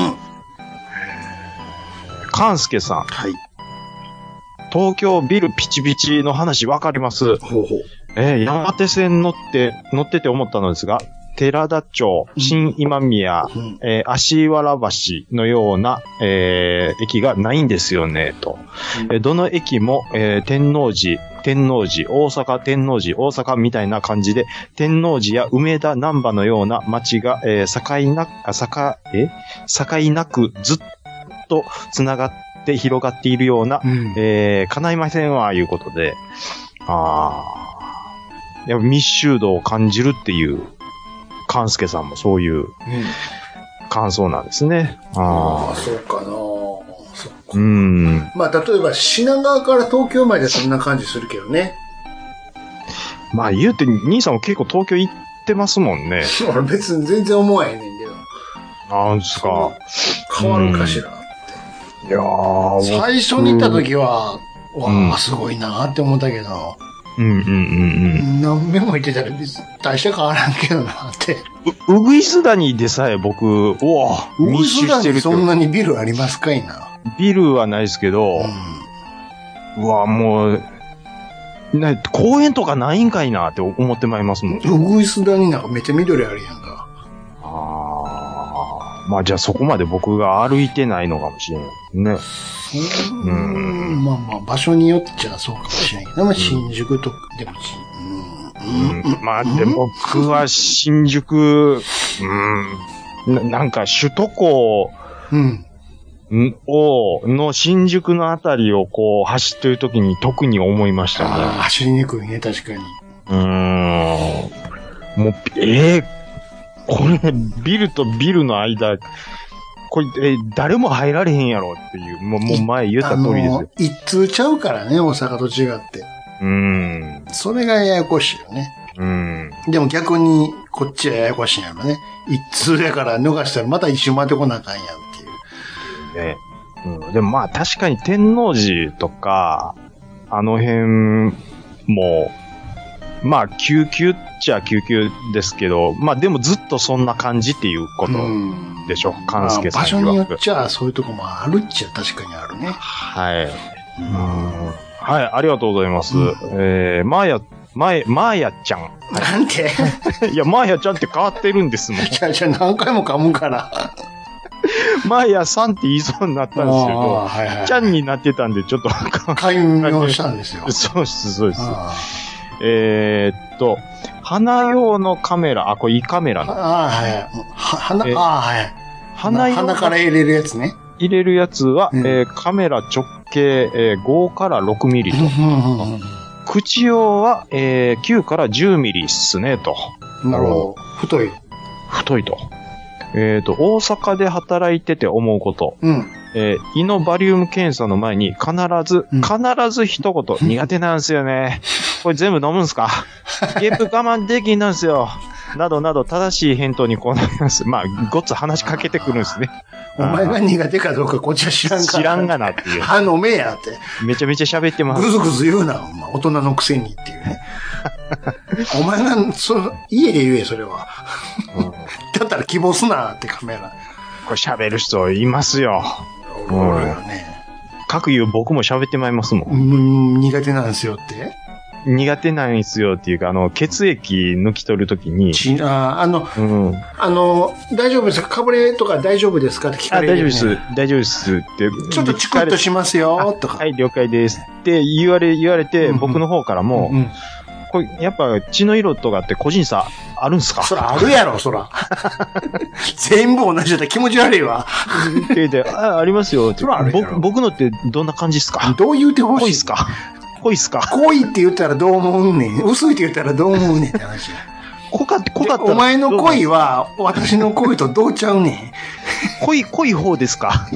かんすけさん。東京ビルピチピチの話わかります。えー山手線乗って、乗ってて思ったのですが、寺田町、新今宮、えー足原橋のような、えー駅がないんですよね、と。えーどの駅も、えー天王寺、天王寺、大阪、天王寺、大阪みたいな感じで、天王寺や梅田、南波のような街が、えー境な、あ境、え境なくずっと繋がって広がっているような、えー叶いませんわ、いうことで、あー、やっぱ密集度を感じるっていう、勘助さんもそういう感想なんですね。あああ、そうかなそうーうん。まあ、例えば品川から東京までそんな感じするけどね。まあ言うて、兄さんも結構東京行ってますもんね。 *laughs* 俺別に全然思わへんねんけど。なんですか。変わるかしらうん。いやー最初に行った時、は、うんわあ、すごいなーって思ったけど、僕うんうんうん何べも言ってたら別に大して変わらんけどなーって。うん。う、うぐいす谷でさえ僕、おお密集してるそんなにビルありますかいな。ビルはないですけど、うわ、もう、な公園とかないんかいなって思ってまいりますもん。うぐいす谷なんかめっちゃ緑あるやんか。あーまあじゃあそこまで僕が歩いてないのかもしれないですね。うん。まあまあ、場所によっちゃそうかもしれんけど、まあ新宿とか、でもし、うんまあでも僕は新宿、うん、ななんか首都高うん。んを、の新宿のあたりをこう走ってる時に特に思いましたね。走りにくいね、確かに。うーん。もう、えー、これ、ビルとビルの間、これ、えー誰も入られへんやろっていう、もう、もう前言った通りですよ。あの一通ちゃうからね、大阪と違って。うーん。それがややこしいよね。うーん。でも逆に、こっちはややこしいんやろね。一通やから逃したらまた一周回ってこなあかんやんっていう。ね。うん、でもまあ確かに天王寺とか、あの辺も、まあ救急っちゃ救急ですけど、まあでもずっとそんな感じっていうことでしょ、勘介さんまあ場所曰くによっちゃそういうとこもあるっちゃ確かにあるね。はい。はい、ありがとうございます。えー、まーや、まーや、まーやちゃん。なん *laughs* ていや、まーやちゃんって変わってるんですもん。じゃあ、じゃあ何回も噛むから。 *laughs* まーやさんって言いそうになったんですけど、あーはいはいちゃんになってたんで、ちょっと解明したんですよ。 *laughs* そうです、そうです。えーっと、花用のカメラ、あ、これ胃カメラの。ああ、はい。は花、えああ、はい。花用鼻から入れるやつ *laughs* ね。入れるやつは、えーカメラ直径、えー5から6ミリと。口用は、えー9から10ミリっすね、と。なるほど。太い。太いと。えっ、と、大阪で働いてて思うこと。うん。えー胃のバリウム検査の前に必ず、必ず一言、苦手なんですよ *laughs* ね。これ全部飲むんすかゲップ我慢できんなんですよ。などなど正しい返答にこうなります。まあ、ごっつ話しかけてくるんですね。お前が苦手かどうかこっちは知らんから。知らんがなっていう。歯飲めやって。めちゃめちゃ喋ってます。ぐずぐず言うな、お前。大人のくせにっていう *laughs* ね。お前が、その、家で言え、それは。だったら希望すなってカメラ。これ喋る人いますよ。各言う僕も喋ってまいりますもん。うん、苦手なんですよって。苦手なんですよっていうか、あの、血液抜き取るときに。あ、あの、うん。あの、大丈夫ですかかぶれとか大丈夫ですかって聞かあ、れる、大ね。丈夫です。大丈夫ですって。ちょっとチクッとしますよ、とか。はい、了解です。って言われ、言われて、僕の方からも、これ、やっぱ血の色とかって個人差あるんすかそら、あるやろ、そ *laughs* ら。全部同じだったら気持ち悪いわ。って言って、あ、ありますよって。僕僕のってどんな感じっすかどう言うてほしい濃いっすか濃いっすか濃いって言ったらどう思うねん。薄いって言ったらどう思うねんって話や。濃かった、濃かった。お前の恋は、私の恋とどうちゃうねん。濃い、濃い方ですか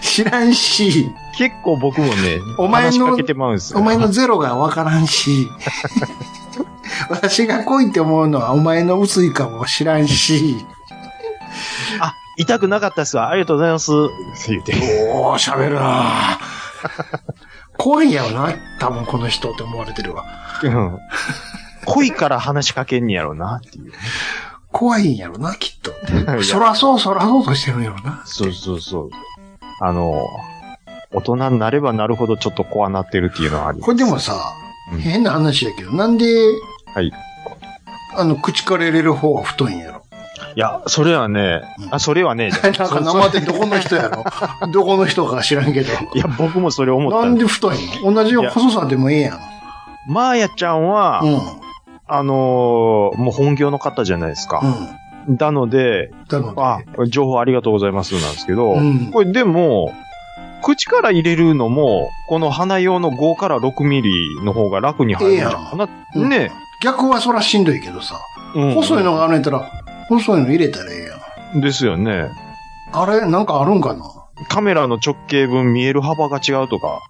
知らんし。結構僕もね、お前話しのかけてまうんです、よお前のゼロがわからん *laughs* し。私が恋って思うのはお前の薄いかも知らんし。あ、痛くなかったっすわ。ありがとうございます。って *laughs* 言って。おー、喋るなぁ怖いやろな、多分この人って思われてるわ。うん。恋から話しかけんねやろうな、って *laughs* いう。怖いんやろな、きっと。やそらそう、そらそうとしてるんやろな。そうそうそう。あの、大人になればなるほどちょっと怖なってるっていうのはあります。これでもさ、変な話やけど、なんで、はい。あの、口から入れる方は太いんやろ。いや、それはね、あ、それはね、なんか生でどこの人や *laughs* ろ。どこの人か知らんけど。いや、僕もそれ思ったなんんでで太いの同じよう細さでもええやん。す。まーやちゃんは、あのーもう本業の方じゃないですか。なので、あ、情報ありがとうございますなんですけど、うんこれでも、口から入れるのも、この鼻用の5から6ミリの方が楽に入るんじゃないかな。ね、逆はそらしんどいけどさ。うん細いのがあるんやったら、細いの入れたらええやん。ですよね。あれ、なんかあるんかなカメラの直径分見える幅が違うとか。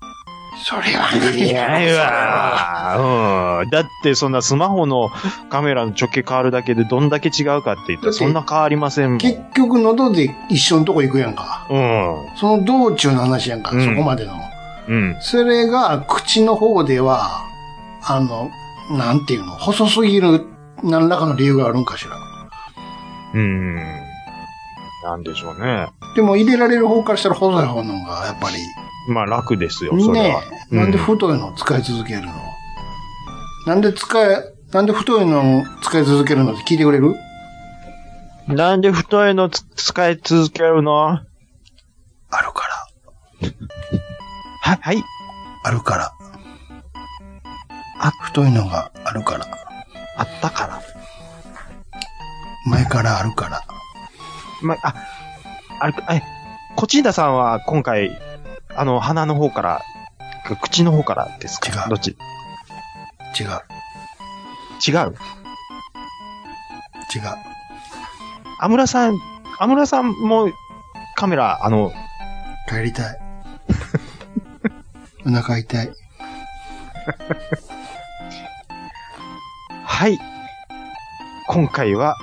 それはないやろないわ。うん。だってそんなスマホのカメラの直径変わるだけでどんだけ違うかって言ったらそんな変わりませんもん。結局、喉で一緒のとこ行くやんか。うん。その道中の話やんか、うんそこまでの。うん。それが、口の方では、あの、なんていうの、細すぎる、何らかの理由があるんかしら。うん。なんでしょうね。でも、入れられる方からしたら細い方のが、やっぱり、まあ楽ですよ、それは。ねえ、なんで太いのを使い続けるの、なんで使い、なんで太いのを使い続けるのって聞いてくれるなんで太いのつ使い続けるのあるから。は、はい。あるから。あ、太いのがあるから。あったから。前からあるから。ま、あ、あれ、え、コチンダさんは今回、あの、鼻の方から、く口の方からですかどっち違う。違う違う。アムラさん、アムラさんもカメラ、あの、帰 *laughs* りたい。お腹痛い。はい。今回は、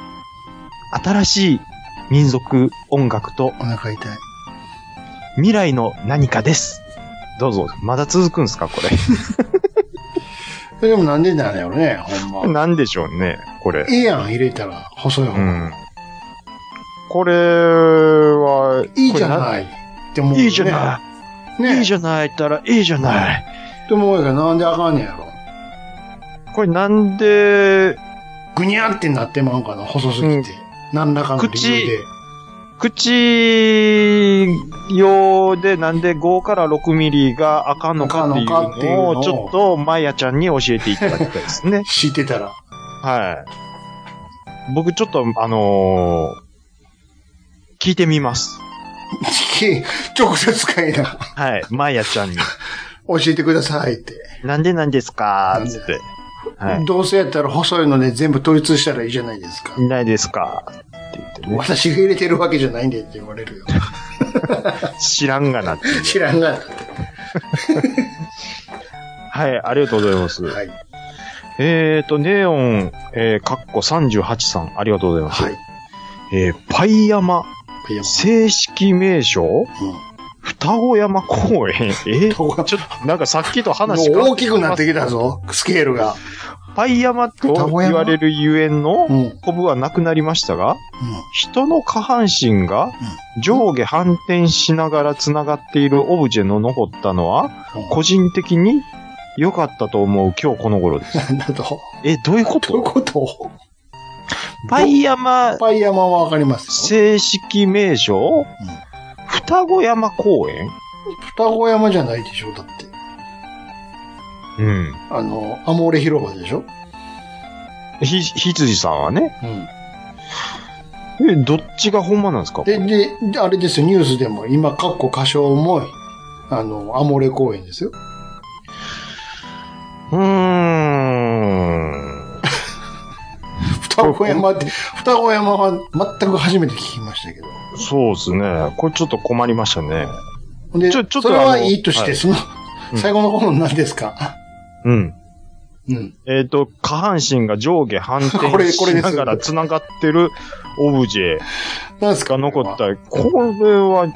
新しい民族音楽とお腹痛い。未来の何かです。どうぞ、まだ続くんですか、こでもなんでなんやろね、ほれ。んま。 *laughs* なんでしょうね、これ。ええやん、入れたら、細い方うが。ん。これは、いいじゃないこって思う、れいいじゃない。いいじゃないったら、いいじゃない。って思うやけど、なんであかんねやろ。これなんで、ぐにゃってなってまうんかな、細すぎて。何らかの理由で。口用でなんで5から6ミリがあかんのかっていうあかんのかっていうののをを、ちょっと、まやちゃんに教えていただきたいです *laughs* ね。知ってたら。はい。僕、ちょっと、あのー聞いてみます。聞け直接使いな。はい。まやちゃんに。教えてくださいって。 *laughs* なんでなんですかつって。はい。どうせやったら細いので全部統一したらいいじゃないですか。いないですかって言ってね。 *laughs* 私が入れてるわけじゃないんでって言われるよ。知らんがなっていう。知らんがな。はい、ありがとうございます。えっ、と、ネオン、えー、かっこ38さん、ありがとうございます。えーパイ山、正式名称、双子山公園。えー、ちょっと、なんかさっきと話もう大きくなってきたぞスケールが。パイ山と言われるゆえんのコブはなくなりましたが、人の下半身が上下反転しながら繋がっているオブジェの残ったのは、個人的に良かったと思う今日この頃です。なんだとえ、どういうことどういうことパイ山。パイ山はわかります。正式名称、双子山公園双子山じゃないでしょ、だって。うん。あの、アモーレ広場でしょひ、羊さんはね。え、どっちがほんまなんですかで、で、であれですよ、ニュースでも、今、かっこ歌唱も、あの、アモレ公園ですよ。うーん。双子山って、双子山は全く初めて聞きましたけど。そうですね。これちょっと困りましたね。で、ちょちょっとそれあはのいいとして、はいその、うん最後の頃何ですか、 *laughs* うん。うん。えっ、と、下半身が上下反 *laughs* こ転れこれしですながら繋がってるオブジェが残った。これは、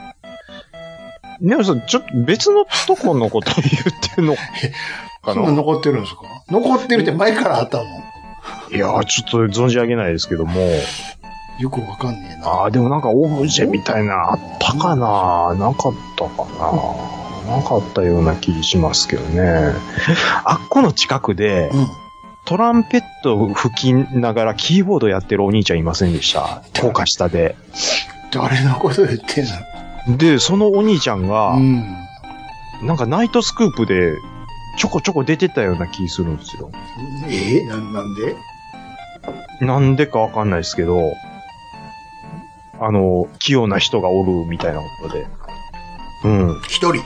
ネオさん、ちょっと別のとこのこと言ってん *laughs* のかそんななの残ってるんですか残ってるって前からあったのいやー、ちょっと存じ上げないですけども。よくわかんねえな。あーでもなんかオブジェみたいなあったかななかったかななかったような気しますけど *laughs* ね。あっこの近くで、トランペットを吹きながらキーボードやってるお兄ちゃんいませんでした。高架下で。誰のこと言ってんので、そのお兄ちゃんが、なんかナイトスクープで、ちょこちょこ出てたような気するんですよ。ええななんでなんでかわかんないですけど、あの、器用な人がおるみたいなことで。うん。一人で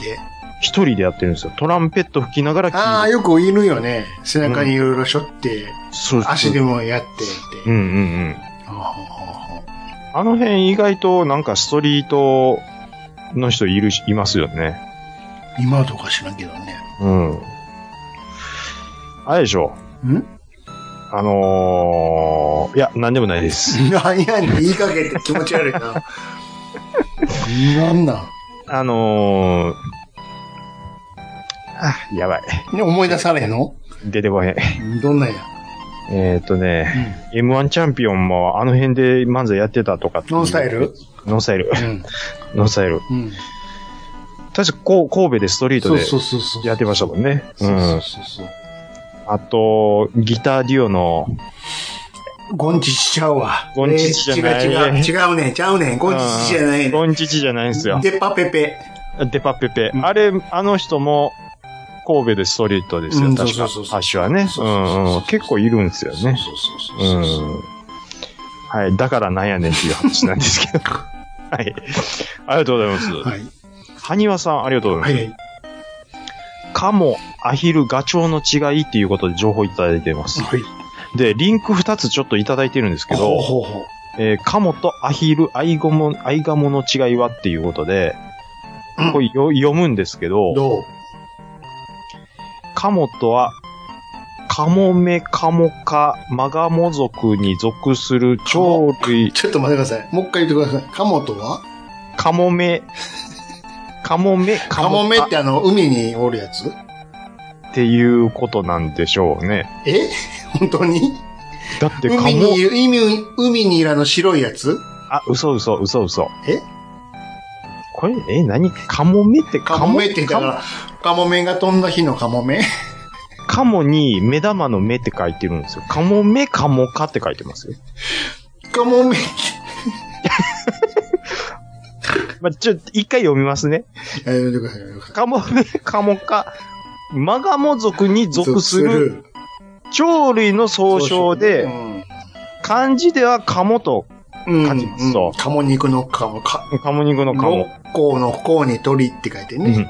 一人でやってるんですよ。トランペット吹きながらキーボードああ、よくいるよね。背中にいろいろしょって、そうそう足でもやって。うんうんうん。あの辺意外となんかストリートの人いるし、いますよね。今とか知らんけどね。うん。あれでしょんあのー、いや、なんでもないです。 *laughs* なんやねん、言いかけって気持ち悪い *laughs* な。なんなんあのー、あ、やばい。ね思い出されへんの出てこへん。どんなんや。えーっ、とね、M1 チャンピオンもあの辺で漫才やってたとかっていうノンスタイルノンスタイル。ノンスタイル。うん。確かこう神戸でストリートでそうそうそうやってましたもんね。そうそうそう。あと、ギターデュオの、ゴンチチちゃうわ。ゴンチチじゃないえー違う違う。違うねん、ちゃうねん。ゴンチチじゃないねん。ゴンチチじゃないんですよ。デパペペ。デパペペ。あれ、あの人も、神戸でストリートですうよ、ん確そかうそう。。ハッシュはね。うんうん。結構いるんですよね。うん。はい。だからなんやねんっていう話なんですけど。はい。ありがとうございます。はいはにわさん、ありがとうございます。はい。カモ、アヒル、ガチョウの違いっていうことで情報いただいてます。はい。で、リンク2つちょっといただいてるんですけど、ほうほうほう。えーカモとアヒル、アイゴモ、アイガモの違いはっていうことで、これよ読むんですけど、カモとは、カモメ、カモ科、マガモ族に属する鳥類。ちょっと待ってください。もう一回言ってください。カモとはカモメ、カモメ、カモメってあの、海におるやつっていうことなんでしょうね。え *laughs* 本当にだってカモ海にいる、海に、海にいるあの白いやつあ、嘘嘘、嘘嘘。えこれ、え、何カモメってカモメってだから、カモメが飛んだ日のカモメカモに目玉の目って書いてるんですよ。カモメ、カモカって書いてますよ。カモメ、まあ、ちょ、一回読みますね。 *laughs* えてください。カモメ、カモカ、マガモ族に属する鳥類の総称で、漢字ではカモと感じますと。カモ肉のカモ、カモ肉のカモ。こうのこうに鳥って書いてね。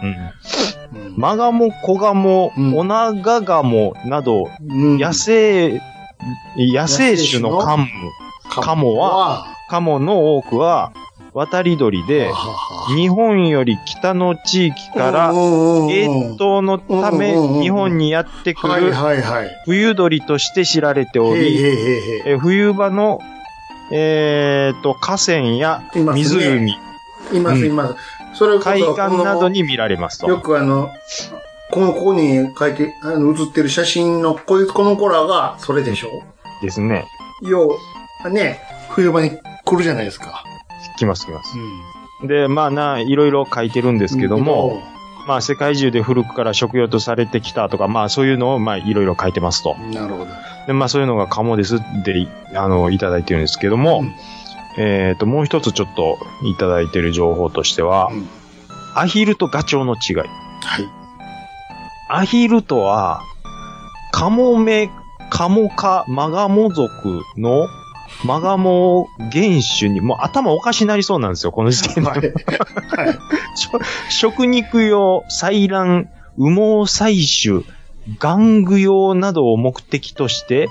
マガモ、コガモ、オナガガモなど、野生、野生種のカモ、カモは、カモの多くは、渡り鳥で、日本より北の地域から、おー越冬のためおーおー日本にやってくはいるはいはい、冬鳥として知られておへいりへい、えー冬場の、えー、と河川やますね湖、います、うんいます。それこそ海岸などに見られますよと。くあの、この、ここに書いて、あの、写ってる写真の、こいこの子らが、それでしょですね。よう、ね、冬場に来るじゃないですか。来ます来ます。で、まあな、いろいろ書いてるんですけども、まあ世界中で古くから食用とされてきたとか、まあそういうのをまあいろいろ書いてますと。なるほど。で、まあそういうのがカモですで、あの、いただいてるんですけども、えっ、と、もう一つちょっといただいてる情報としては、アヒルとガチョウの違い。はい。アヒルとは、カモメ、カモ科、マガモ族の、マガモ原種に、もう頭おかしなりそうなんですよ、この時点で。 *laughs* *laughs* 食食肉用、採卵、羽毛採取、玩具用などを目的として、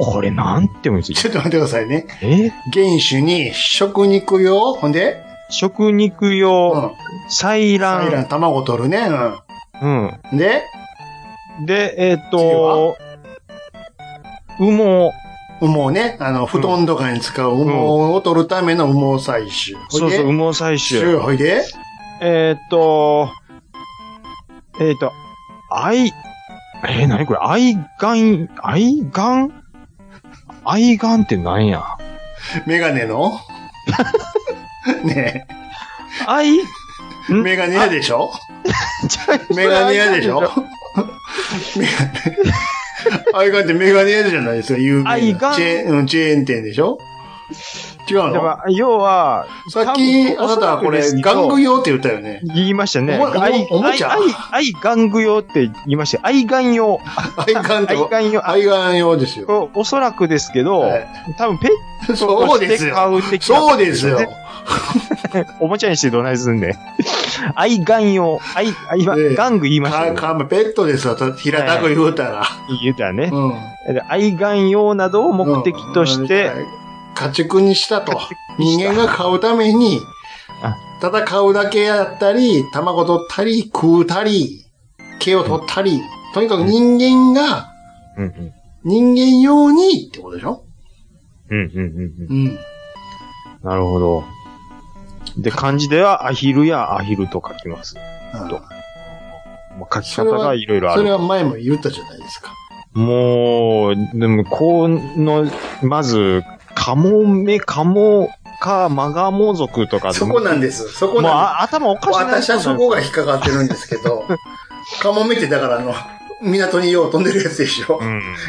これなんて言うんですちょっと待ってくださいね。え原種に、食肉用、ほんで食肉用、採卵。採卵、卵取るね。うん。。うんでで、えっと、羽毛。羽毛ね。あの、布団とかに使う羽毛を取るための羽毛採取。そうそう、羽毛採取。ほいでえーっと、えーっと、愛、えー、なにこれ愛眼、愛眼愛眼ってなんやメガ *laughs* ネのねえ。愛メガネ屋でしょメガネ屋でし *laughs* ょメガネ。アイガンってメガネ屋じゃないですか、有名な。アイガンチェーン、うんチェーン店でしょ違うだのから要は、さっき、多あ分なたはこおれそらくです、けど玩具用って言ったよね。言いましたね。おもおも愛、おもちゃ愛、愛、愛玩具用って言いましたよ。愛眼用。愛眼愛眼用。愛眼用ですよ。おそらくですけど、多分ペットそとうでしすてよ買う的なそうですよ。おもちゃにしてどないすんねん。愛眼用。愛、愛、玩具言いましたよ。か、ペットですわ、平たく言うたら。言うたらね。で愛玩用などを目的として、家畜にしたと。人間が買うために、ただ買うだけやったり、卵取ったり、食うたり、毛を取ったり、とにかく人間が、うんうん人間用にってことでしょうんうんうんううん。ん。なるほど。で、漢字ではアヒルやアヒルと書きます。と。まあ、書きそ方がれはいろいろあそれる。は前も言ったじゃないですか。もう、でも、この、まず、カモメ、カモか、マガモ族とか。そこなんです。そこもうなんあ頭おかしい私はそこが引っかかってるんですけど、カモメってだからあの、港によう飛んでるやつでしょ、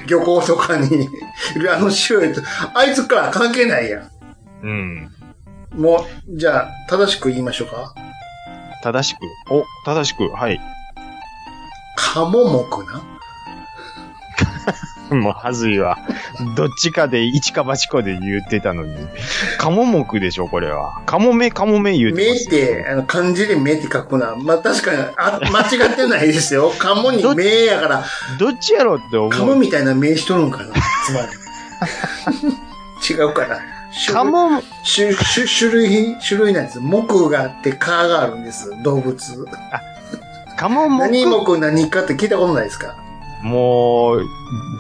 漁港とかにいるあの白いやつあいつから関係ないやうん。ん。もう、じゃあ、正しく言いましょうか。正しく。お、正しく。はい。カモ目な *laughs* もうはずいわ。どっちかで、一か八かで言ってたのに。カモ目でしょ、これは。カモメ、カモメ言うて目まっす。て、あの、漢字で目って書くな。まあ、確かにあ、間違ってないで *laughs* すよ。カモに目やから。どっちやろって思う。カモみたいな目しとるんかなつま *laughs* り。違うかな。カモ種種種類、種類なんです。木があって、蚊があるんです。動物。カモ目何木何かって聞いたことないですかもう、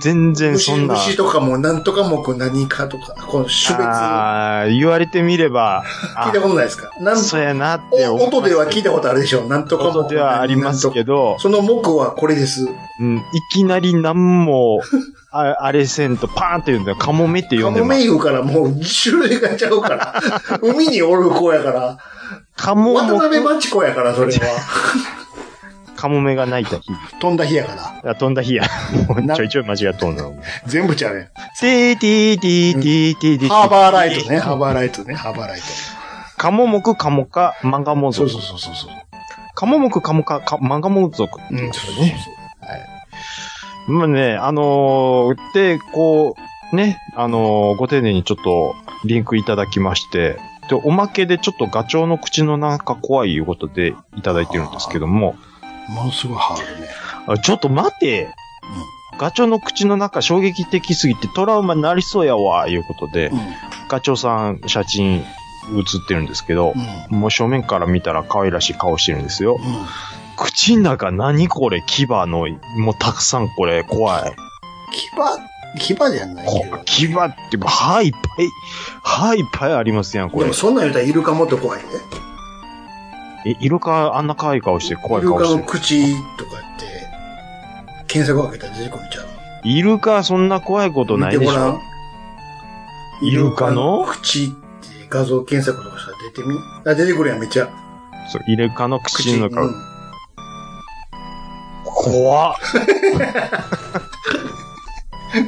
全然そ虫んな。虫とかもなんとか木何かとか、この種別。あー言われてみれば。聞いたことないですかなんそうやなってお思います音では聞いたことあるでしょなんとか音ではありますけど。その木はこれです。うん。いきなり何も、ああれせんと、パーンって言うんだよ。カモメって呼カんでモまメす。言うからもう種類がちゃ *laughs* うから。海におる子やから。カモ渡辺真知子やから、それは。カモメが鳴いた日。飛んだ日やから。あ飛んだ日 *laughs* や。もうちょいちょい間違っとんの。全部ちゃうやん。ティーティーティーティーティーティハーバーライトね、ハーバーライトね、ハーバーライト。カモモクカモカマンガモ族。そうそうそうそう。カモモクカモカカマンガモ族。うん、そうね。まあね、あのー、で、こう、ね、あのー、ご丁寧にちょっとリンクいただきまして、で、おまけでちょっとガチョウの口の中怖いいうことでいただいてるんですけども、ものすごいハードね。あちょっと待て、ガチョウの口の中衝撃的すぎてトラウマになりそうやわ、いうことで、ガチョウさん、写真、映ってるんですけど、もう正面から見たら可愛らしい顔してるんですよ。口の中何これ牙の、もうたくさんこれ怖い。牙、牙じゃないけど。牙って、歯いっぱい、歯いっぱいありますやん、こでれも。そんなん言うたらイルカもっと怖いね。え、イルカあんな可愛い顔して怖イいル顔カしてのる。口とかって、検索かけたら出てくるんちゃうイルカそんな怖いことないでし見てごらんょ。イルカの口って画像検索とかしたら出てみあ、出てくるやん、めっちゃ。そうイルカの口の中。口う怖っ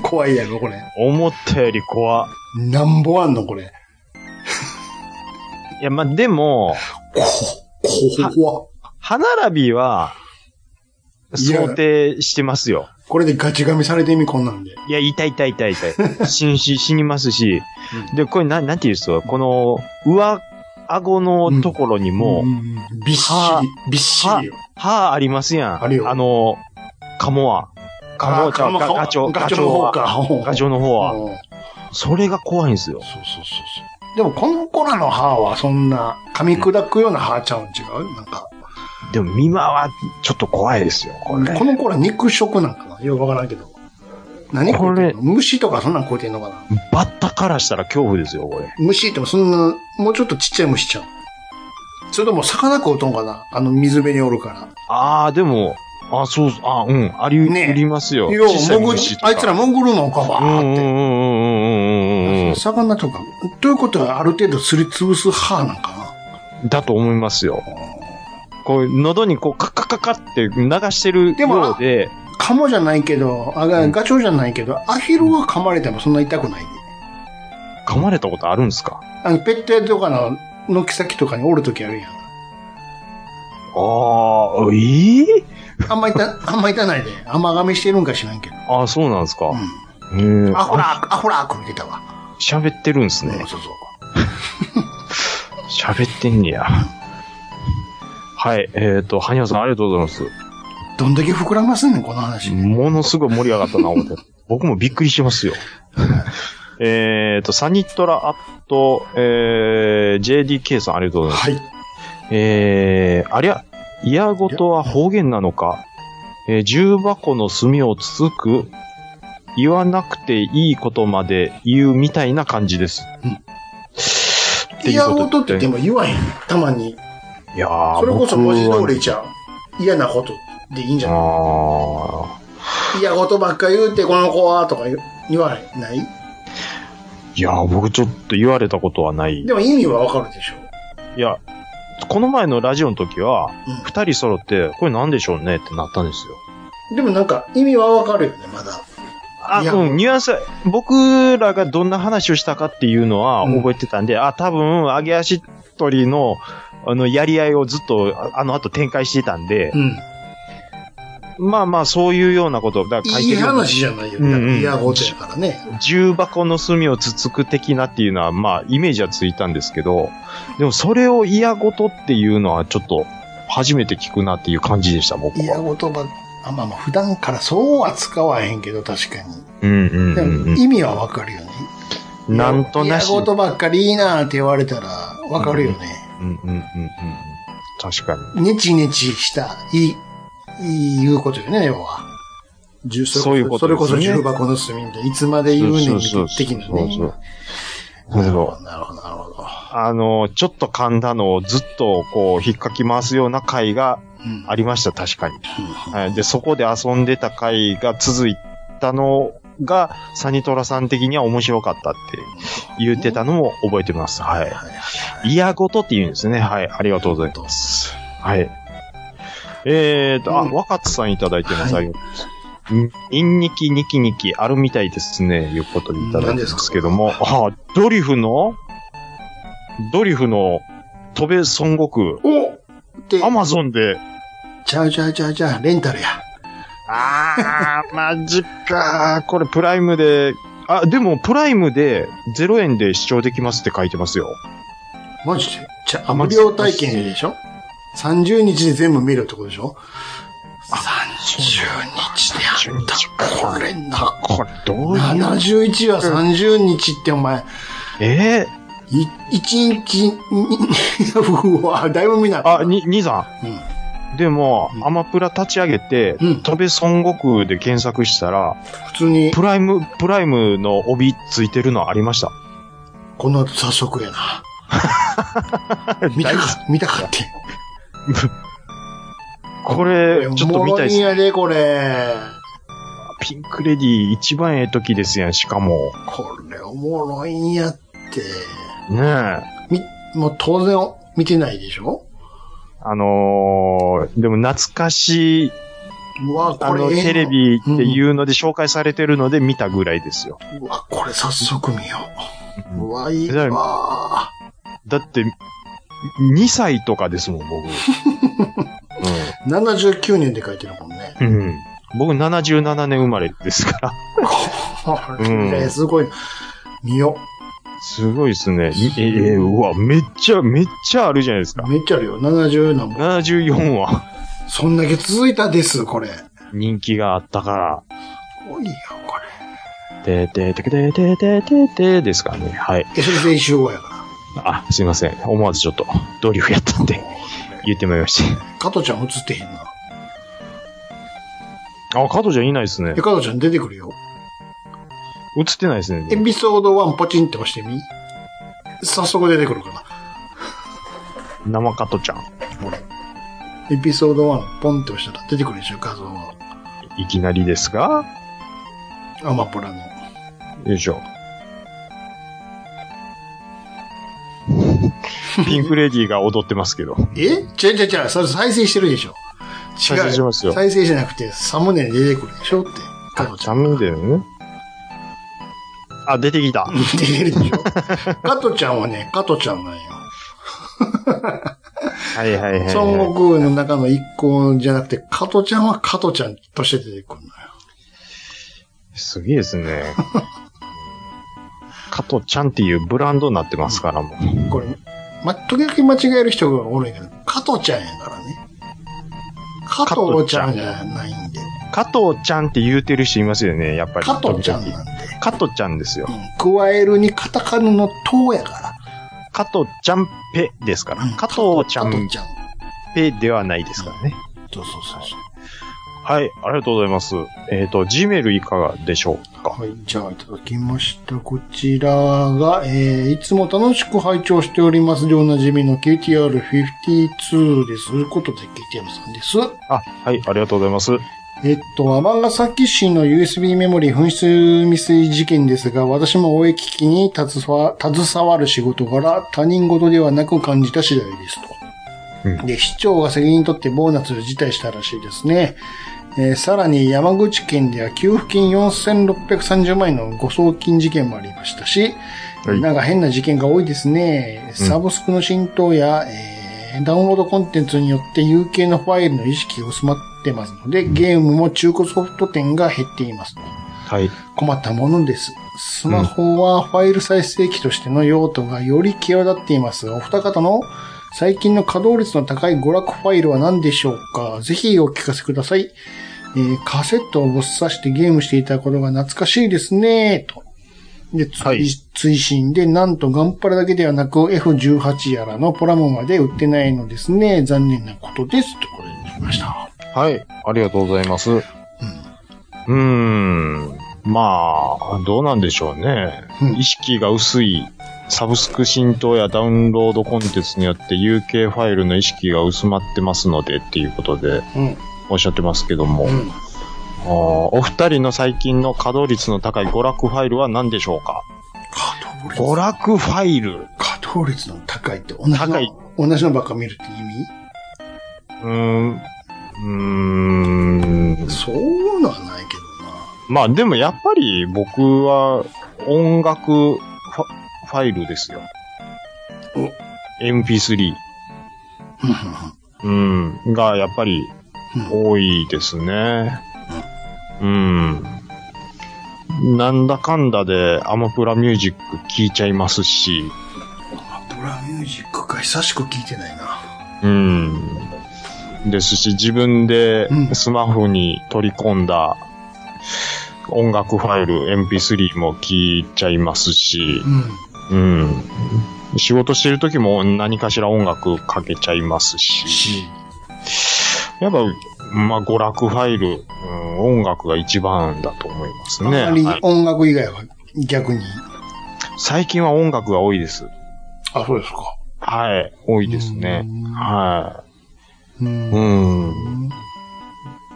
怖いやろ、これ。思ったより怖っなんぼあんの、これ。いや、まあ、でも、怖歯並びは、想定してますよ。これでガチガミされてみ、こんなんで。いや、痛い痛い痛い痛い。死に、 *laughs* 死にますし、で、これな、なんていうんですか、この、上、顎のところにも、びっしり、びっしりよ。歯ありますやん。あるよの、カモは。カモあちゃう、鴨ガかガチョウ、ガチョウの方かはガチョウの方は。それが怖いんですよ。そうそうそうでも、この子らの歯はそんな、噛み砕くような歯ちゃうん違うなんか。でも、見間はちょっと怖いですよ。この子ら肉食なんかなよくわからんけど。何これ虫とかそんなん食うてんのかなバッタからしたら恐怖ですよ、これ。虫ってもそんな、もうちょっとちっちゃい虫ちゃう。それとも魚食うとんかなあの水辺におるから。ああ、でも、あそう、あうん、あり、ありますよ。よう小さい潜虫りとかあいつら潜るのかわーって。うん魚とか。ということはある程度すり潰す歯なんかだと思いますよ。こう、喉にこう、カッカッカッカッって流してるでもようで、な。カモじゃないけど、あがガチョウじゃないけど、アヒルは噛まれてもそんな痛くない。噛まれたことあるんですかあの、ペット屋とかの軒先とかにおるときあるやん。ああ、ええあんま痛、あんま痛ないで。甘噛みしてるんか知らんけど。ああ、そうなんですか。へえアホラー、アホラーく出たわ。喋ってるんですね。そうそう。喋ってんねや。はい、えっ、ー、と、羽生さんありがとうございます。どんだけ膨らますねん、この話。ものすごい盛り上がったな、思 *laughs* って。僕もびっくりしてますよ。 *laughs* えっと、サニトラアット、えー、JDK さんありがとうございます。はい。えー、ありゃ、イヤごとは方言なのか、えー重箱の墨をつつく、言わなくていいことまで言うみたいな感じです。ってイいうヤことゴとって言っても言わへん。たまに。いやーそれこそ僕は文字通りちゃう。嫌なことでいいんじゃあなーい嫌ことばっか言うて、この子は、とか言う言わへんないいやー僕ちょっと言われたことはない。でも意味はわかるでしょ。いや、この前のラジオの時は、二、人揃って、これなんでしょうねってなったんですよ。でもなんか意味はわかるよね、まだ。あ、うん、ニュアンス、僕らがどんな話をしたかっていうのは覚えてたんで、あ、多分、揚げ足取りの、あの、やり合いをずっと、ああの後展開してたんで、まあまあ、そういうようなこと、だから書いいてる話じゃないよね。だからイヤゴとやからね。重箱の隅をつつく的なっていうのは、まあ、イメージはついたんですけど、でもそれを嫌ごとっていうのは、ちょっと、初めて聞くなっていう感じでした、僕イヤゴとば、あ、まあまあ普段からそう扱わへんけど、確かうに。んうんでうんも意味はわかるよね。うん。なんとイなヤし。ゴとばっかりいいなって言われたらわかるよね。うんうんうんうん。確かに。ネチネチした、いい、いい、いうことよね、要は。じゅそういうことそれこそですね重箱の隅みたいな、いつまで言うねんみたいな、的なそうそうね。そう。なるほど、なるほど、なるほど。あの、ちょっと噛んだのをずっとこう、引っかき回すような回がありました、確かに。はいで、そこで遊んでた回が続いたのが、サニトラさん的には面白かったって言ってたのも覚えてます。はい。イヤごとって言うんですね。はい。ありがとうございます。はい。えーと、あ、若津さんいただいてます。ありがとうございます。ニンニキニキニキあるみたいですね、いうことでいただいてますけども、ああ、ドリフの、ドリフの、飛べ孫悟空。おアマゾンで。ちゃうちゃうちゃうちゃう、レンタルや。あー、 *laughs* マジかー。これプライムで、あ、でもプライムで0円で視聴できますって書いてますよ。マジで。じゃあ、あ無マジ料体験でしょ ?30 日で全部見るってことでしょ ?30 日でやった。これな。これどういう71は30日ってお前。えい一日に、 *laughs* うわ、だいぶ見ない。あ、に、兄さん。でも、アマプラ立ち上げて、飛べ孫悟空で検索したら、普通に。プライム、プライムの帯ついてるのありました。この後早速や *laughs* な。見たか、見たかって。これ、ちょっと見たいっおもろいんす。やで、これ。ピンクレディ一番ええ時ですやん、しかも。これおもろいんやって。ねえ。み、もう当然見てないでしょあのー、でも懐かしい、うわ、あこれの、ええなテレビっていうので紹介されてるので見たぐらいですよ。うわ、これ早速見よう。うわ、いいだからわ。だって、2歳とかですもん、僕。 *laughs* 79年で書いてるもんね。うん。僕77年生まれですから。こうんれ、すごい。見よすごいですね。え、え、うわ、めっちゃ、めっちゃあるじゃないですかう。。めっちゃあるよ。70何本。 74話、そんだけ続いたです、これ。 *laughs* 人気があったから。おいよ、これ。ててててててててですからね。はい。え、それ全集合やかあ、すいません。思わずちょっと、ドリフやったん *laughs* で、言ってまいりましら。加藤ちゃん映ってへんな。た。あ、加藤ちゃんいないですねえ、。加藤ちゃん出てくるよ。映ってないですね。エピソード1ポチンって押してみ。早速出てくるか生加藤ちゃん。な。エピソード1ポンって押したら出てくるでしょ、画像が。いきなりですが、アマプラの。よいし *laughs* ょ。ピンクレディーが踊ってますけど。え違う違う違う、それ再生してるでしょ。違再う。生してますよ再生じゃなくて、サムネに出てくるでしょって。ダメだよね。あ、出てきた。出てるでしょ。加藤ちゃんはね、加藤ちゃんなんよ。はいはいはい、孫は悟空の中の一個じゃなくて、加藤ちゃんは加藤ちゃんとして出てくるのよ。い。すげえですね。加藤ちゃんっていうブランドになってますからもう。これ、ま、時々間違える人がおるんやけど、加藤ちゃんやからね。加藤ちゃんじゃないんで。加藤ちゃんって言うてる人いますよね、やっぱり。加藤ちゃん時々なんで。加藤ちゃんですよ。加えるにカタカナのとやから。加藤ちゃんぺですから。加藤ちゃんぺではないですからね。そうそうそうそう。はい、ありがとうございます。えっ、と、ジメルいかがでしょうかはい、じゃあいただきました。こちらが、えー、いつも楽しく拝聴しておりますでおなじみの KTR52 です。ということで KTR さんです。あ、はい、ありがとうございます。えっと、尼崎市の USB メモリ紛失未遂事件ですが、私も応援機器に携わ携わる仕事柄、他人事ではなく感じた次第ですと。うんで、市長が責任取ってボーナスを辞退したらしいですね。えーさらに山口県では給付金4630万円の誤送金事件もありましたし、なんか変な事件が多いですね。サブスクの浸透や、えーダウンロードコンテンツによって有形のファイルの意識が薄まってますので、ゲームも中古ソフト店が減っていますと。はい。困ったものです。スマホはファイル再生機としての用途がより際立っていますが、お二方の最近の稼働率の高い娯楽ファイルは何でしょうかぜひお聞かせください。えーカセットをぶっ刺してゲームしていた頃が懐かしいですね、と。で、つ追伸で、なんとガンパラだけではなく F18 やらのポラモンまで売ってないのですね。残念なことです。と、これになりました。はい、ありがとうございます。うーん。まあ、どうなんでしょうね。意識が薄い、サブスク浸透やダウンロードコンテンツによって UK ファイルの意識が薄まってますのでっていうことでうん。おっしゃってますけども、うん。あーお二人の最近の稼働率の高い娯楽ファイルは何でしょうか娯楽ファイル稼働率の高いって同じの高い同じのばっか見るって意味うーん。うーん。そうなんないけまあでもやっぱり僕は音楽ファファイルですよ。MP3。うん。がやっぱり多いですね。うん。なんだかんだでアマプラミュージック聴いちゃいますし。ど。ドラミュージックか久しく聞いてないな。うん。ですし、自分でスマホに取り込んだ音楽ファイル、MP3 も聞いちゃいますし、うん。うん。仕事してる時も何かしら音楽かけちゃいますし、やっぱ、まあ、娯楽ファイル、うん音楽が一番だと思いますあんね。まりはい音楽以外は逆に。最近は音楽が多いです。あ、そうですか。はい、多いですね。はい。うん。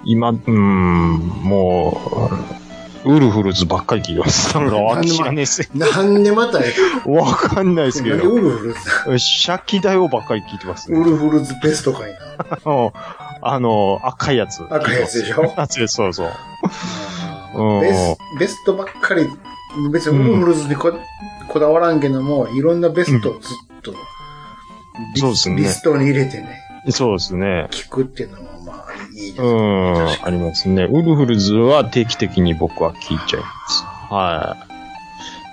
今、うん、もう、ウルフルズばっかり聞いてます。なんかわけ知らねえす。なんでまた、わかんないですけなんでど。ウルフル借金代をばっかり聞いてますね。ウルフルズベストかいな。うんあの、赤いやつ。赤いやつでしょ赤いやつ、そうそう。うんベスベストばっかり、別にウルフルズにこ,、こだわらんけども、いろんなベストをずっとそうですねリ。ストに入れてね、そうですね。聞くっていうのはまあいいです。うん、ありますね。ウルフルズは定期的に僕は聞いちゃいます。は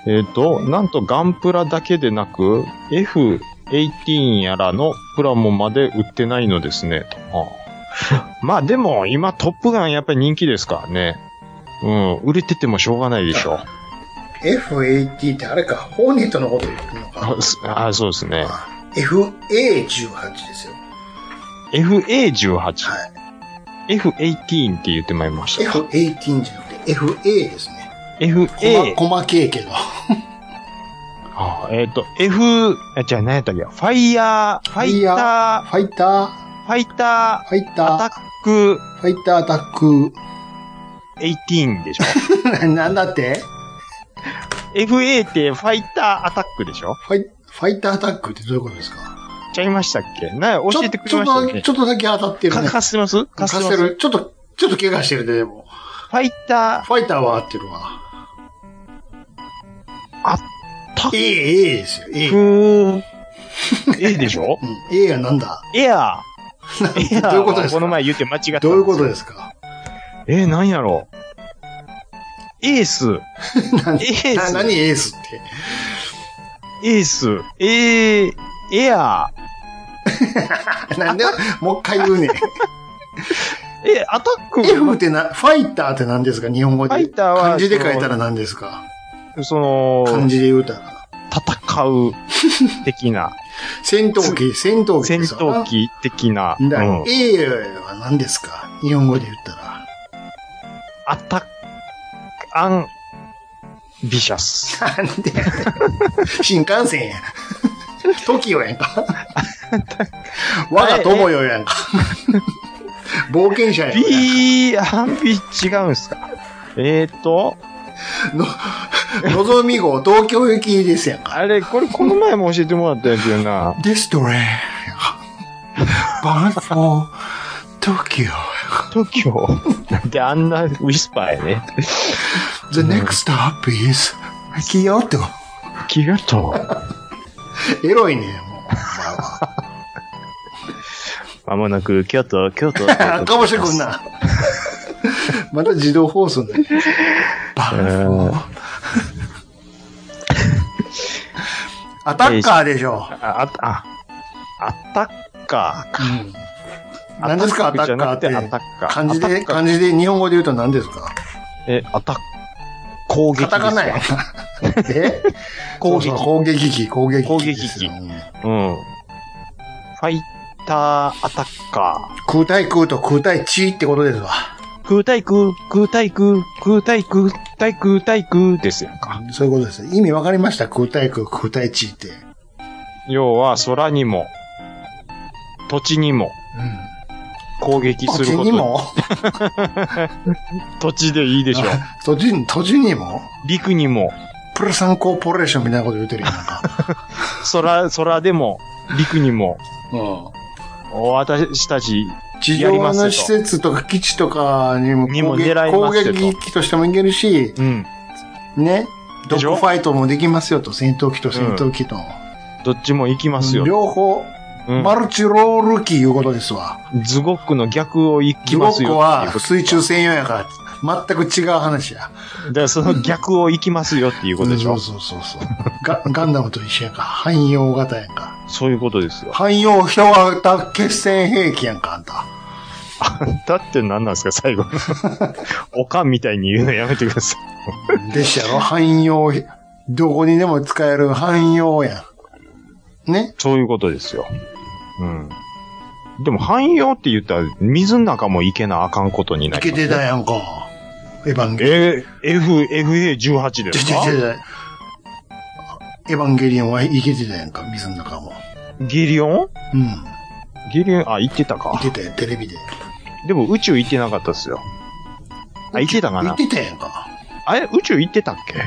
い。えっ、と、なんとガンプラだけでなく、F18 やらのプラモまで売ってないのですね。とあまあでも、今トップガンやっぱり人気ですからね。うん、売れててもしょうがないで *laughs* しょう。 F80 ってあれか、ホーネットのこと言ってるのか。あすあ、そうですね。 FA18 ですよ。 FA18。F18 って言ってまいりました。 F18 じゃなくて FA ですね。 FA。細細けいけど。あえっ、と、F、あじゃあ何やったっけファイヤー、ファイター、ファイター、ファイター、ファイター、アタック、ファイターアタック。 18でしょ *laughs* *laughs* なんだって ?FA ってファイターアタックでしょファイファイターアタックってどういうことですかちゃいましたっけな、教えてくれましたっちょっとけちょっとだけ当たってるね。か貸してますか貸してすまてする。ちょっと、ちょっと怪我してるで、でも。ファイター、ファイターは合ってるわ。あった ?A、A ですよ。A。ー、A でしょ A がなんだエアー。エア *laughs* どういうことでーすかこの前言って間違ったんですよ。どういうことですかえー、何やろうエース、 *laughs* 何エーなス何エースって。エース、えー、エアー、なん *laughs* で、もう一回言うね。え、アタッ *laughs* ク F ってな、ファイターって何ですか日本語で。ファイターは漢字で書いたら何ですかその、漢字で言うたら。戦う的 *laughs* な、戦闘機、戦闘機戦ですわな闘。機的な、だからうん A は何ですか日本語で言ったら。アタック、アン、ビシャス。なんでやね *laughs* ん新幹線や。時よやんか。我が友よやんか。冒険者やんか。 B、アンビ違うんすかえーと、のぞみ号、東京行きですやんか。あれ、これこの前も教えてもらったやつよな。デス *laughs* トレイ。バンフォー、東京。東京。なんであんなウィスパーやね。 The next stop is キヨト。キヨト。エロいね、もう。お前はまもなく、京都、京都。あ *laughs* かもしてくんな。また自動放送だよ。えーアタッカーでしょ。あ、あ、あ、アタッカーか。何ですか、アタじゃッカーなっくてて。アタッカー。漢字アタで、ッカー漢字で、日本語で言うと何ですかえ、アタック、攻撃でカすかタカ *laughs* ナやん。え攻撃。そうそう攻撃機、攻撃機。攻撃機。うん。ファイター、アタッカ空対空と空対地ってことですわ。ー。空対空、空対空、空対空、対空対空ですやんか。そういうことです。意味わかりました空対空、空対地って。要は、空にも、土地にも、攻撃す土地ること。にも土地でいいでしょ *laughs* う。土地に、土地にも陸にも、プルサンコーポレーションみたいなこと言うてるやんか。空、空でも、陸にも、う私たち、ん。地やり上ますよのと施設とか基地とかにもにも攻撃狙い攻ますよと撃機としてもいけるし、うん。ね。ドでしょッグファイトもできますよと、戦闘機と戦闘機と。どっちも行きますよ。両方、うんマルチロール機いうことですわ。ズゴックの逆を行きズゴますッよ。コは水中専用やから、全く違う話や。だからその逆を行きますよっていうことでしそょう。そうそうそう。 *laughs* ガガンダムと一緒やんか。汎用型やんか。そういうことですよ。汎用人型決戦兵器やんか、あんた。だって何なんですか、 *laughs* 最後。おかんみたいに言うのやめてください。でっしゃろ汎用、どこにでも使える汎用やん。ね。そういうことですよ。うん。でも、汎用って言ったら、水の中も行けなあかんことになイりケますねてたやんか。エヴァンゲリオン。えー、F、FA18 ですちょかちょちょちょエヴァンゲリオンはイケてたやんか、水の中も。ギリオンうん。ギリオン、あ、行ってたか。行ってたよ、テレビで。でも宇宙行ってなかったっすよ。あ、行ってたかな行ってたやんか。あれ、宇宙行ってたっけ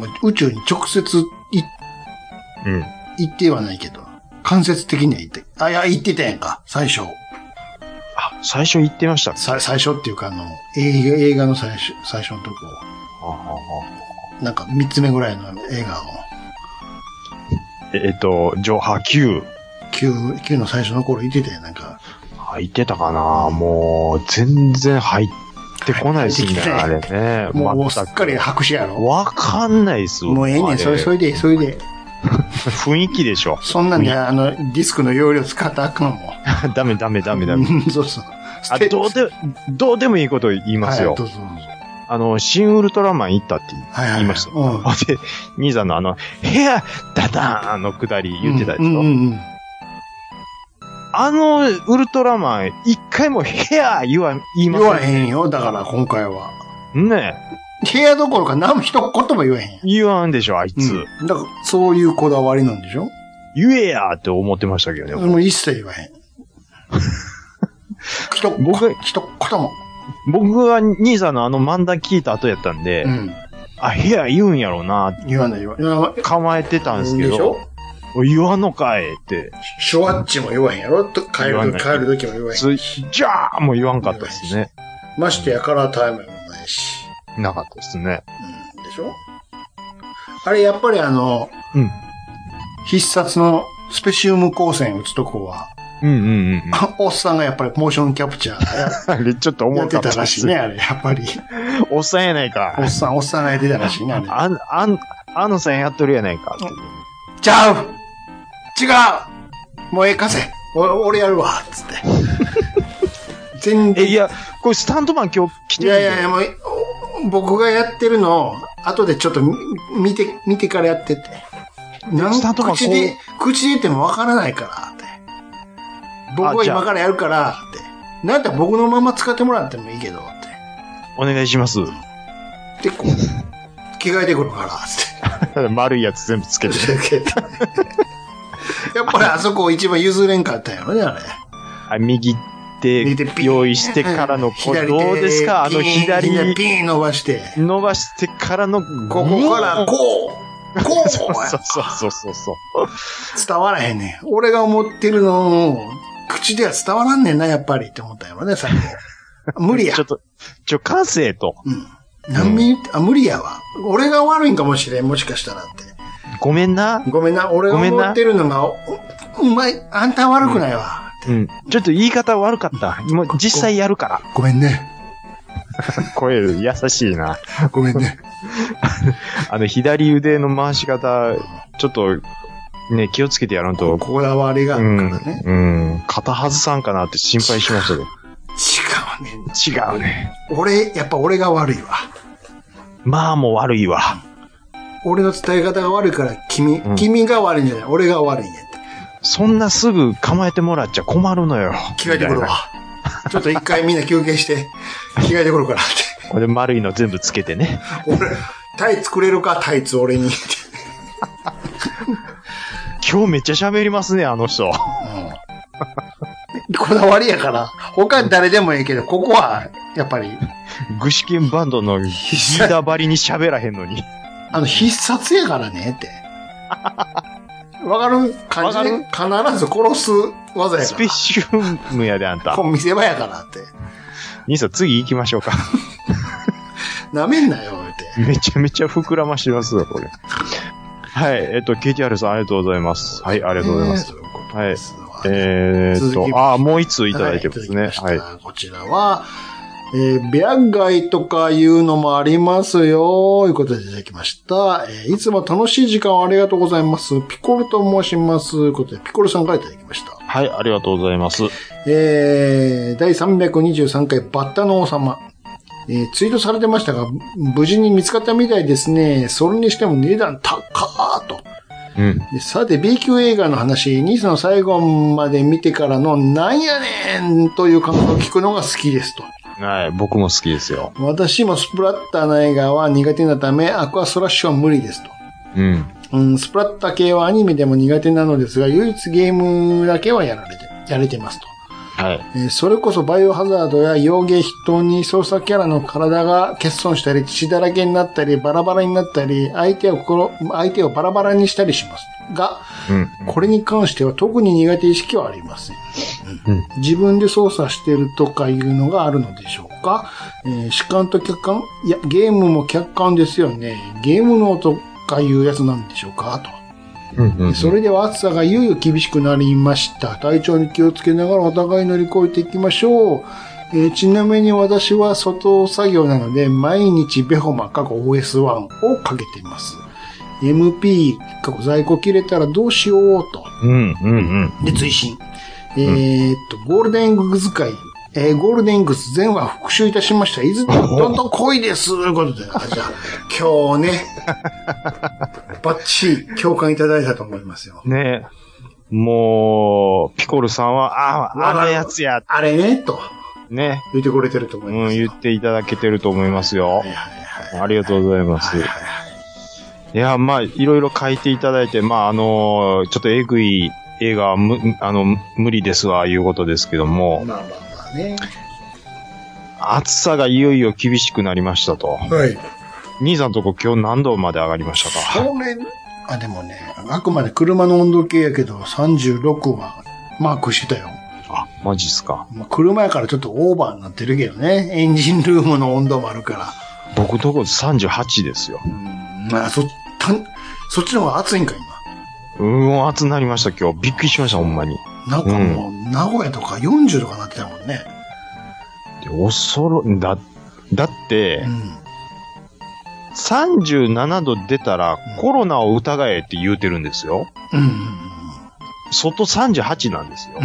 まあ宇宙に直接いうん。行ってはないけど、間接的には行って、あ、いや、行ってたやんか、最初。あ、最初行ってましたっけさ最初っていうか、あの、映画、映画の最初、最初のとこ、はあはあはなんか三つ目ぐらいの映画を、あええっと、上波9。旧、旧の最初の頃行ってたやん、なんか。あ、行ってたかなもう、全然入ってこないです入ね、ってきてないあれね。もう、もうす全っくかり白紙やろ。わかんないっすもうええねん、それ、それれ。で、それで。雰囲気でしょ。 *laughs* そんなんで、あの、ディスクの容量使ったらあかんもん。ダメダメダメダメ。うん *laughs* そうそう。あ、ど *laughs* うで、どうでもいいこと言いますよ。はいどうぞどうぞあの、新ウルトラマン行ったってはいはい言いました。うん *laughs* で、兄さんのあの、部屋、ダダーンのくだり言ってたでしょ、うんうんうん。あの、ウルトラマン、一回も部屋言わ、言いま言わせん。へんよ、だから今回は。ね部屋どころか何も一言も言わへんやえ言わんでしょ、あいつ。ん。だから、そういうこだわりなんでしょ言えやーって思ってましたけどね。もう一切言 *laughs* わへん。一言僕、一言も。僕は兄さんのあの漫談聞いた後やったんで、うん。あ、部屋言うんやろうなって言わない言わない。構えてたんですけでしどょ、お言わんのかいって、ショワッチも言わへんやろと帰言わるなと、い帰る時も言わへん。つじゃあもう言わんかったですね。ましてやカラータイムもないし。なかったですね。うん。でしょあれ、やっぱりあの、うん。必殺のスペシウム光線打つとこは、うんうんうんうん。おっさんがやっぱりモーションキャプチャーやあれ、ちょっとや重かってったたでらしすい *laughs* ね、。あれ、やっぱり。おっさんやないおっか。さん、おっさんがやってたらしいね、あれ。あん、あん、あのさんやっとるやないかって。ちゃう違うもうええかせお俺やるわつって。 *laughs* 全え、然。いや、これスタントマン今日来ているんやでいやいや、もう、お僕がやってるのを、後でちょっとみ見て、見てからやってて。なんスタートがこう口で、口で言ってもわからないから、って。僕はじゃあ今からやるから、って。なんだったら僕のまま使ってもらってもいいけど、っお願いします。て。で、こう、着替えてくるから、 *laughs* つ丸いやつ全部つけて。って。やっぱりあそこ一番譲れんかったんやろね、あれ。あ右手右手ピン用意してからの、これ左手どうですかあのピン左ピン伸ばして、伸ばしてからの、ここからこう、こう *laughs* そうそうそうそうそう。伝わらへんねん。俺が思ってるのを、口では伝わらんねんな、やっぱりって思ったんやろね、*laughs* 最後。無理やちょ。っと、ちょ、感性と、何面言って、あ、無理やわ。俺が悪いんかもしれん、もしかしたらって。ごめんな。ごめんな、俺がごめんな思ってるのが、おおお前、あんた悪くないわ。うん。ちょっと言い方悪かった。もう実際やるから。ごめんね。声優しいな。ごめんね。あの、左腕の回し方、ちょっと、ね、気をつけてやらんと、こだわりがあうるん、からね。うん、肩外さんかなって心配しましたけど。違うねん。違うね。俺、やっぱ俺が悪いわ。まあもう悪いわ。俺の伝え方が悪いから、君、うん君が悪いんじゃない、俺が悪いんやって。そんなすぐ構えてもらっちゃ困るのよ。着替えてくるみわたい。ちょっと一回みんな休憩 *laughs* して、着替えてくるからって。な。これ丸いの全部つけてね。俺、タイツくれるか、タイツ俺にって。今日めっちゃ喋りますね、あの人。うん *laughs* こだわりやから、他誰でもいいけど、ここは、やっぱり、具志堅バンド *laughs* のリーダーばりに喋らへんのに。あの、必殺やからねって。 *laughs* わかる感じで、必ず殺す技やスかペら。シウムやで、あんたこ。う見せ場やからって。兄さん、次行きましょうか。なめんなよ、って。 *laughs* めちゃめちゃ膨らましてますよ、これ。はい、えっと、KTR さん、ありがとうございます。はい、ありがとうございます。ねえ。はい。ええー、っ続きましてと、ああ、もう一通いただいてますね。ははいいいた。だきましたこちらは、えー、ベア街とかいうのもありますよ、いうことでいただきました。えーいつも楽しい時間をありがとうございます。ピコルと申します。ということで、ピコルさんからいただきました。はい、ありがとうございます。えー、第323回バッタの王様。えーツイートされてましたが、無事に見つかったみたいですね。それにしても値段高ーと。うん、でさて B 級映画の話、ニースの最後まで見てからのなんやねんという感想を聞くのが好きですと。はい、僕も好きですよ。私もスプラッターの映画は苦手なため、アクアスラッシュは無理ですと。うん。うん、スプラッタ系はアニメでも苦手なのですが、唯一ゲームだけはやられて、やれてますと。はい。えーそれこそバイオハザードや幼芸人に操作キャラの体が欠損したり、血だらけになったり、バラバラになったり、相手を殺、相手をバラバラにしたりします。が、うん。これに関しては特に苦手意識はありません。自分で操作してるとかいうのがあるのでしょうか、えー主観と客観いや、ゲームも客観ですよね。ゲームのとかいうやつなんでしょうかと。うんうんそれでは暑さがいよいよ厳しくなりました。体調に気をつけながらお互い乗り越えていきましょう。えーちなみに私は外作業なので、毎日ベホマ過去 OS1 をかけています。MP 過去在庫切れたらどうしようと。うん、うん、で、追伸。えーっと、ゴールデングズ会、えーゴールデングズ全話復習いたしました。いずどんどん濃いです。ということで、あじゃあ、今日ね、バッチリ共感いただいたと思いますよ。うん。ねえもう、ピコルさんは、ああ、あのやつや。あれね、と。ね。言ってくれてると思います。うん、言っていただけてると思いますよ。ありがとうございます。いや、まあ、いろいろ書いていただいて、まあ、あのーちょっとえぐい映画はむ、あの、無理ですわ、いうことですけども、まあまあまあね。暑さがいよいよ厳しくなりましたと。はい。兄さんとこ今日何度まで上がりましたかこれ、あ、でもね、あくまで車の温度計やけど、36はマークしてたよ。あ、マジっすか。まあ、車やからちょっとオーバーになってるけどね。エンジンルームの温度もあるから。僕とこ38ですよ。まあ、そ、たん、そっちの方が暑いんか、うん、暑なりました今日。びっくりしました、ほんまに。なんかもう、名古屋とか40とかなってたもんね。うん、恐ろ、だ、だって、37度出たらコロナを疑えって言うてるんですよ。うん。外38なんですよ。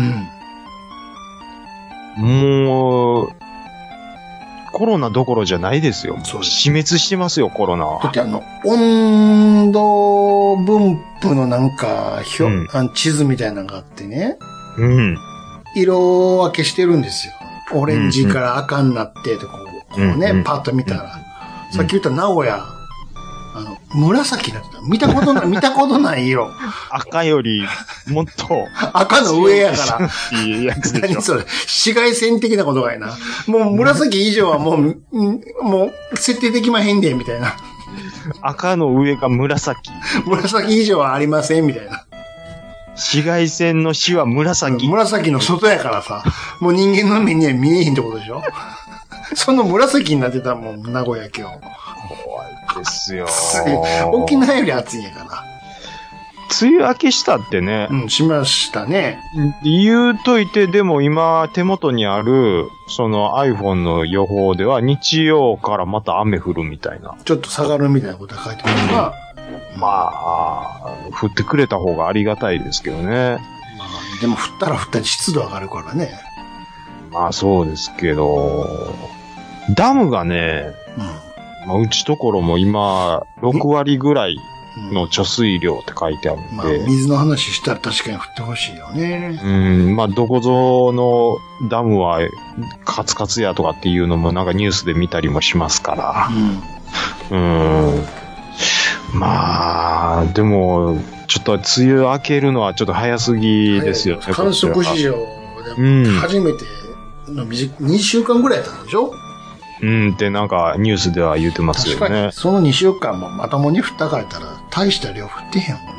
うん。もう、コロナどころじゃないですよ。死滅してますよ、コロナだはっ。てあの、温度分布のなんか、表、うんあの地図みたいなのがあってね、うん。色分けしてるんですよ。オレンジから赤になって、とか、こううんね、うんパッと見たら。さっき言った名古屋、あの、紫になってた。見たこ *laughs* とない、見たことない色。赤より、もっと。赤の上やから。っていうやつでしょ *laughs* 何それ紫外線的なことがやな。もう紫以上はもう、 *laughs* んもう、設定できまへんで、みたいな。赤の上が紫。紫以上はありません、みたいな。紫外線の死は紫。紫の外やからさ、もう人間の目には見えへんってことでしょ *laughs* その紫になってたもん、名古屋今ですよ。日。沖縄より暑いんやから。梅雨明けしたってね。うん、しましたね。言うといて、でも今手元にある、その iPhone の予報では日曜からまた雨降るみたいな。ちょっと下がるみたいなことが書いてますが、まあ、降ってくれた方がありがたいですけどね。でも降ったら降ったり湿度上がるからね。まあそうですけど、ダムがね、まあ、うちところも今、6割ぐらいの貯水量って書いてあるんまあ、で。水の話したら確かに降ってほしいよね。うん、まあ、どこぞのダムはカツカツやとかっていうのもなんかニュースで見たりもしますから。うん。まあ、でも、ちょっと梅雨明けるのはちょっと早すぎですよね。観測史上うんで初めての短い、2週間ぐらいだったんでしょうんってなんかニュースでは言ってます確よかに、ね。その2週間もまともに降ったかれたら大した量降ってへんもんね。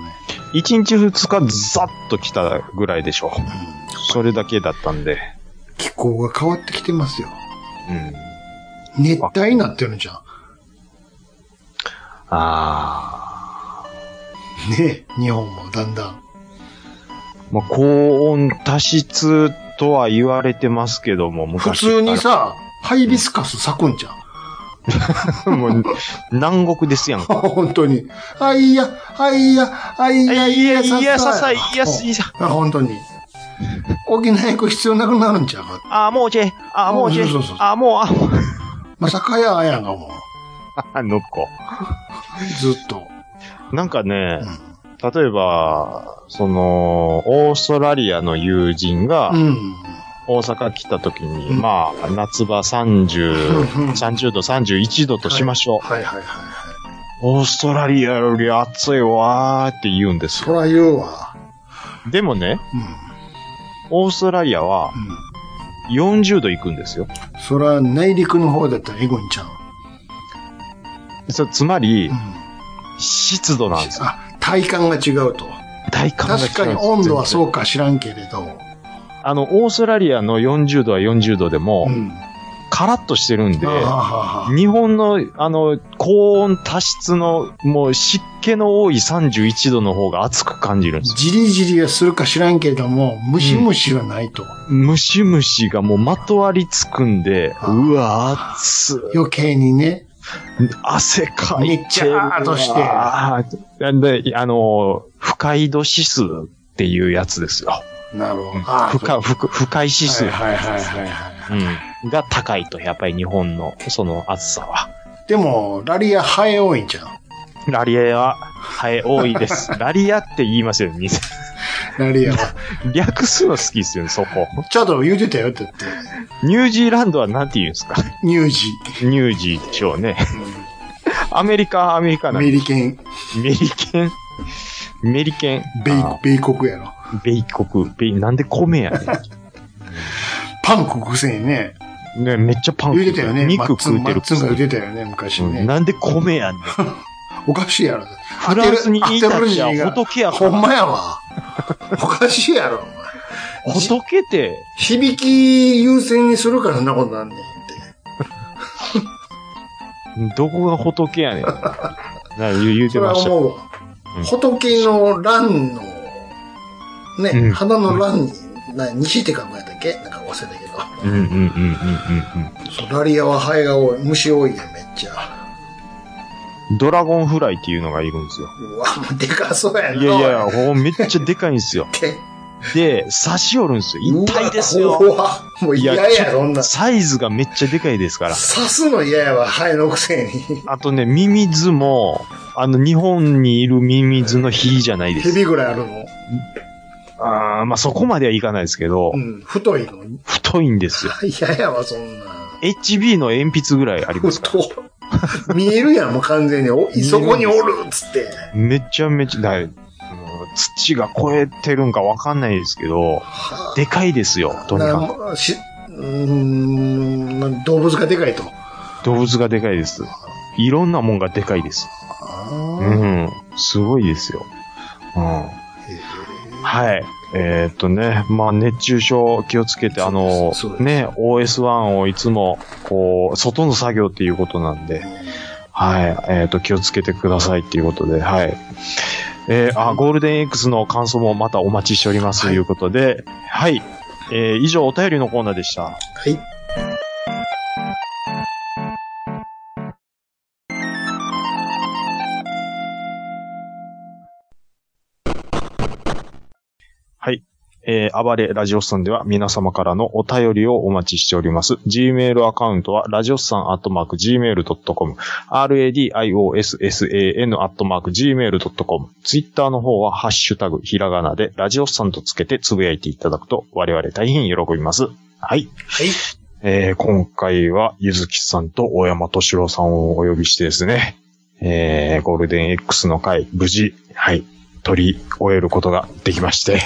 1日2日ザッと来たぐらいでしょう。それだけだったんで。気候が変わってきてますよ。うん。熱帯になってるんじゃん。ああ。ねえ日本もだんだん。まあ、高温多湿とは言われてますけども、普昔から通にさ、ハイビスカス咲くんじゃん。 *laughs* *laughs* もう、南国ですやんか。 *laughs* 本当に。あいや、あいや、あいや、いや、いやささいいやいや。あ本当に。沖縄行く必要なくなるんちゃうか。あ、もうちょい。あ、もうちょいそうそうそう。あ、もう、あ、まさかやあやんがもう。あの子。ずっと。なんかね、例えば、その、オーストラリアの友人が、大阪来た時に、まあ、夏場30、30度、31度としましょう。はいはいはい。オーストラリアより暑いわーって言うんですよ。そら言うわ。でもね、オーストラリアは、40度行くんですよ。そら内陸の方だったらエゴンちゃん。そつまり、湿度なんですよ。体感が違うと。体感が違うんで確すかに温度はそうか知らんけれど。あの、オーストラリアの40度は40度でも、カラッとしてるんで、日本の、あの、高温多湿の、もう湿気の多い31度の方が暑く感じるんですジリジリはするか知らんけれども、ムシムシはないと。よ。ムシムシがもうまとわりつくんで、うわ、暑い。余計にね。汗かいてるわ。めっちゃーっとしてあで、あの、不快度指数っていうやつですよ。なるほど。不可不可不快指数、はいはいはいはい。うん、が高いと、やっぱり日本のその暑さは。でも、ラリアハエ多いんじゃん。ラリアは、はい、多いです。 *laughs* ラリアって言いますよね、 *laughs* 店ラリアは。略すの好きですよね、そこ。ちょっと言うてたよ、だって。ニュージーランドは何て言うんですかニュージー。ニュージーでしょうね。アメリカはアメリカなんでメリケン。メリケン。メリケン。米、米国やろ。米国。米、なんで米やねパン食うくせにね。ん。ね、めっちゃパン食言うてたよね。肉食うてマッるツンマッツンが言うてたよね、昔ね。うんなんで米 *laughs* やねん。おかしいやろ。フランスにいたちは仏やほんま *laughs* やわ。おかしいやろ、お前。仏って。響き優先にするからそんなことなんねん。どこが仏やねん。な言言うてそれまはした思うよ。わ。うん仏の乱の、うね、ん花の乱に、な西って書くんやったっけなんか忘れたけど。うんうんうんうんうんそうラリアはハエが多い。虫多いね、めっちゃ。うん。ドラゴンフライっていうのがいるんですよ。うわ、もうでかそうやな。いやいや、ほんめっちゃでかいんですよ。で、刺し寄るんですよ。痛いですよ。うわもう嫌やいちょそんなサイズがめっちゃでかいですから。刺すの嫌やわ、ハエのくせに。あとね、ミミズも、あの、日本にいるミミズの比じゃないです。蛇ぐらいあるの。あーまあ、そこまではいかないですけど、うん、太いの。太いんですよ。嫌やわ、そんな。 HB の鉛筆ぐらいありますから。見えるやん、もう完全に。おえるんですそこにおるっつって。めちゃめちゃ、だい土が超えてるんかわかんないですけど、でかいですよ、とになかもうしうーんまあ動物がでかいと。く。動物がでかいです。いろんなもんがでかいです。うん。すごいですよ。うん。はい。えーっとね、まあ、熱中症気をつけて、あの、ね、OS1 をいつも、こう、外の作業っていうことなんで、はい。えーっと、気をつけてくださいっていうことで、はい。えーあ、ゴールデン X の感想もまたお待ちしておりますということで、はい。えー以上、お便りのコーナーでした。はい。はい。えー、暴れラジオスさんでは皆様からのお便りをお待ちしております。Gmail アカウントは、ラジオスさんアットマーク Gmail.com、radiossan アットマーク Gmail.com、Twitter の方は、ハッシュタグ、ひらがなで、ラジオスさんとつけてつぶやいていただくと、我々大変喜びます。はい。はい。えー、今回は、ゆずきさんと大山敏郎さんをお呼びしてですね、えー、ゴールデン X の回、無事、はい、取り終えることができまして、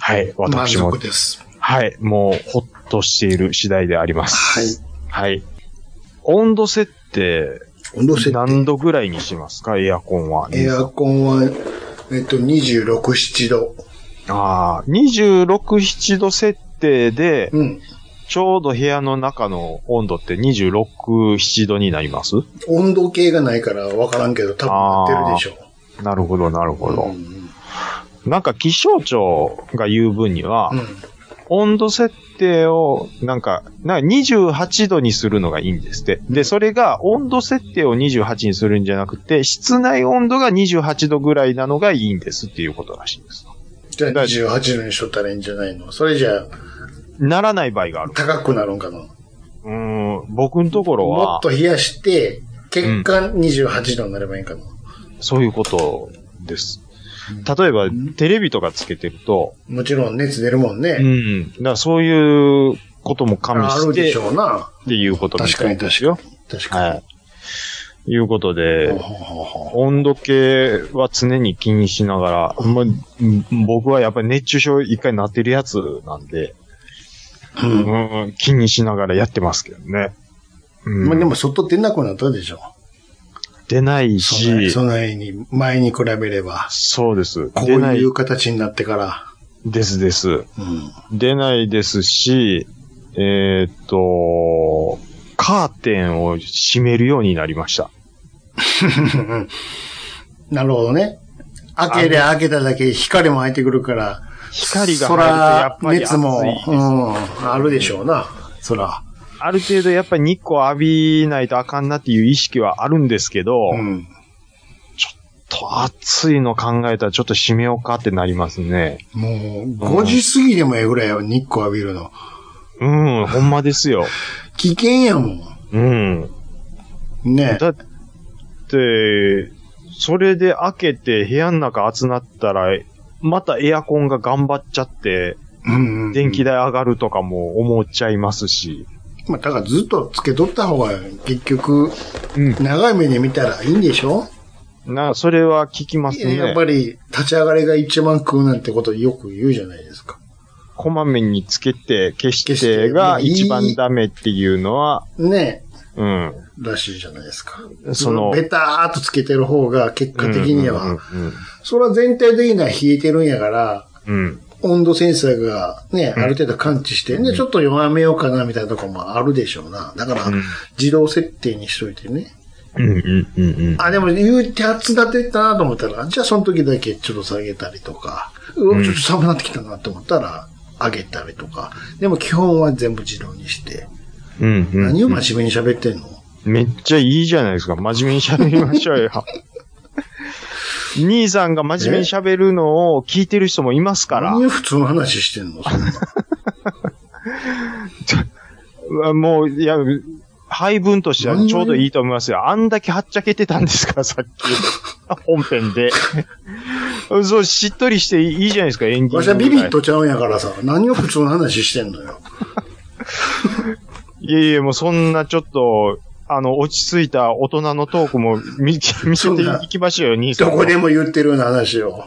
はい、私も満足、です。はい、もう、ほっとしている次第であります。はい。はい。温度設定、温度設定何度ぐらいにしますか、エアコンは。エアコンは、えっと、26、7度。ああ、26、7度設定で、ちょうど部屋の中の温度って26、7度になります温度計がないから分からんけど、多分合ってるでしょょ。う。なるほど、なるほど。なんか気象庁が言う分には、温度設定を、なんか、なんか28度にするのがいいんですって。で、それが温度設定を28にするんじゃなくて、室内温度が28度ぐらいなのがいいんですっていうことらしいです。じゃあ28度にしとったらいいんじゃないのそれじゃあ、ならない場合がある。高くなるんかなうーん、僕のところは。もっと冷やして、結果28度になればいいんかな、そういうことです。例えば、テレビとかつけてると、もちろん熱出るもんね。うん。だからそういうことも加味あしるて、でしょうな。っていうことみたいですよ。確かに。はい。いうことで、温度計は常に気にしながら、まあうん僕はやっぱり熱中症一回なってるやつなんで、うん気にしながらやってますけどね。うんまあでも外出なくなったでしょ。出ないし、その辺に、前に比べれば。そうです。こう出ないいう形になってから。ですです。出ないですし、えーっと、カーテンを閉めるようになりました。なるほどね。開けりゃ開けただけ光も入ってくるから。光が入るとやっぱり暑いですそら熱も、うん、あるでしょうな。そら。ある程度やっぱり日光浴びないとあかんなっていう意識はあるんですけど、ちょっと暑いの考えたらちょっと閉めようかってなりますね。もう、5時過ぎでもええぐらいよ、日光浴びるの。うん、 *laughs* ほんまですよ。危険やもん。うん。ねだって、それで開けて部屋の中暑なったら、またエアコンが頑張っちゃって、電気代上がるとかも思っちゃいますし。まあ、だからずっとつけとった方が、結局、長い目で見たらいいんでしょな、それは聞きますね。やっぱり、立ち上がりが一番食うなんてことよく言うじゃないですか。こまめにつけて、消してが一番ダメっていうのは、ねうん。らしいじゃないですか。その、ベターっとつけてる方が、結果的には、うんうんそれは全体的には冷えてるんやから、うんうん。温度センサーがね、ある程度感知して、うで、んちょっと弱めようかなみたいなとこもあるでしょうな。だから、自動設定にしといてね。うんうんうんうん。あ、でも言うて暑なってったなと思ったら、じゃあその時だけちょっと下げたりとか、ううわ、んちょっと寒くなってきたなと思ったら、上げたりとか。でも基本は全部自動にして。うんうん。何を真面目に喋ってんのめっちゃいいじゃないですか。真面目に喋りましょ *laughs* うよ。兄さんが真面目に喋るのを聞いてる人もいますから。何を普通の話してんのそんなうわもう、いや、配分としてはちょうどいいと思いますよ。あんだけはっちゃけてたんですから、さっき。本編で。そう、しっとりしていいじゃないですか、エンディングぐらい。わしはビビッとちゃうんやからさ、何を普通の話してんのよ。いやいや、もうそんなちょっと、あの、落ち着いた大人のトークも見見せていきましょうよ、兄さん。どこでも言ってるような話を。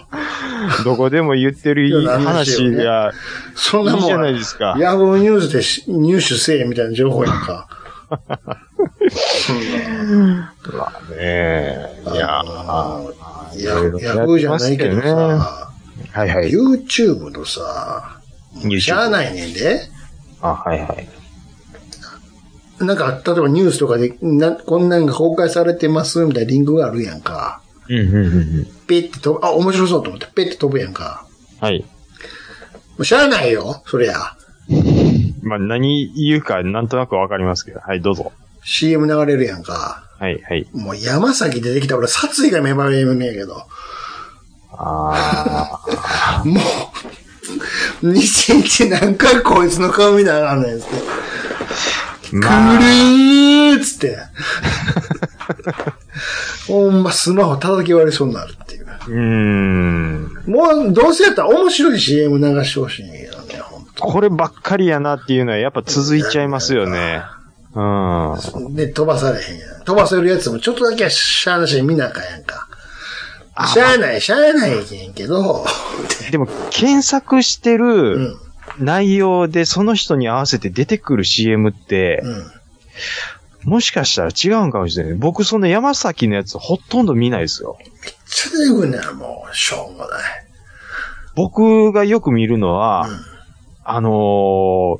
どこでも言ってる話が、そんないいもじゃん、ないですか。ヤフーニュースでし入手せえみたいな情報やんか。まあねえ。いやーいやヤフーじゃないけどさ、はいはい YouTube のさ、しゃあないねんで。あ、はいはい。なんか、例えばニュースとかで、なこんなんが公開されてますみたいなリンクがあるやんか。うんうんうんうん。ペッて飛ぶ、あ、面白そうと思って、ペッて飛ぶやんか。はい。もうしゃあないよ、そりゃ。まあ何言うかなんとなくわかりますけど。はい、どうぞ。 CM 流れるやんか。はいはい。もう山崎出てきた俺殺意が芽生えるんやけど。ああ。もう、日日何回こいつの顔見なあかんねんっつって。まあくるーっ *laughs* つって。ほんまスマホ叩き割れそうになるっていう。うーん。もうどうせやったら面白い CM 流してほしいんやけどね。こればっかりやなっていうのはやっぱ続いちゃいますよね。うん。で、飛ばされへんやん。飛ばせるやつもちょっとだけはしゃあなしに見なあかんやんか。しゃあない、しゃあないけんけど。でも、検索してる内容でその人に合わせて出てくる CM って、もしかしたら違うんかもしれない。僕、その山崎のやつほとんど見ないですよ。ちょっとよくね、もう、しょうもない。僕がよく見るのは、あのー、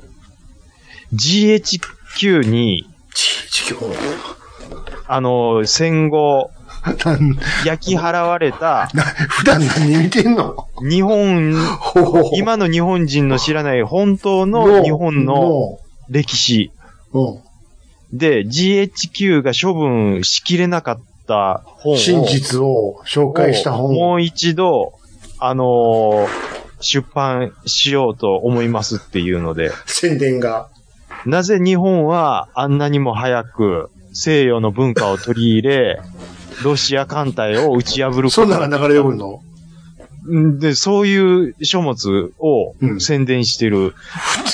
GHQ に、あのー戦後、焼き払われ *laughs* た、 *laughs* 普段何見てんの日本、今の日本人の知らない本当の日本の歴史。で、GHQ が処分しきれなかった本を。真実を紹介した本もう一度、あのー出版しようと思いますっていうので。宣伝が。なぜ日本はあんなにも早く西洋の文 *laughs* 化を取り入れ、ロシア艦隊を打ち破ることそんなんが流れてくんのんで、そういう書物を宣伝してる。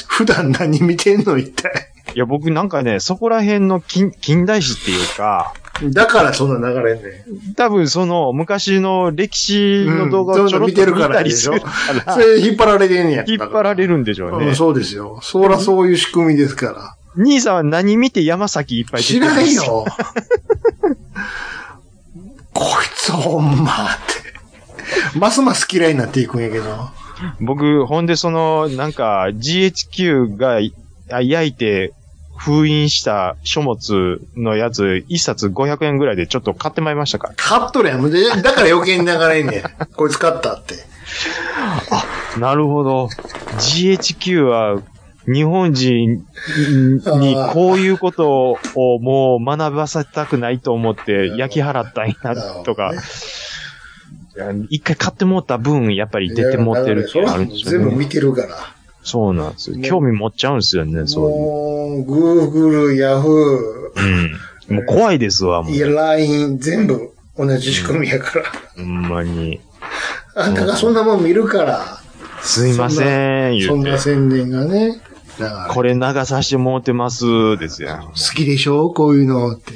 普段何見てんの一体。いや、僕なんかね、そこら辺の近近代史っていうか、だからそんな流れんね多分その昔の歴史の動画うをんちょろっ見てとる見かたらでりしすょるから。 *laughs* それ引っ張られてんねや。引っ張られるんでしょううね。んそうですよ。そらそういう仕組みですから。兄さんは何見て山崎いっぱい出て知らんよ。 *laughs* こいつほんまって。ますます嫌いになっていくんやけど。僕、ほんでその、なんか GHQ があ焼いて封印した書物のやつ、一冊500円ぐらいでちょっと買ってまいりましたから。買っとるやん。でだから余計に流れん *laughs* ねん。こいつ買ったって。なるほど。GHQ は、日本人にこういうことをもう学ばせたくないと思って焼き払ったんやとか、いや一回買ってもった分、やっぱり出てもってるっていうのあるんです全よ部ね。見てるから。そうなんですよ。興味持っちゃうんですよね、そういう。もう、グーグル、ヤフうん。もう怖いですわ、もー、いや、LINE、全部同じ仕組みやから。う。ほんまに。あんたがそんなもん見るから。すいません、そ言んうてな。宣伝がね。だから、これ流させてもうてます、ですやん。好きでしょこういうのって。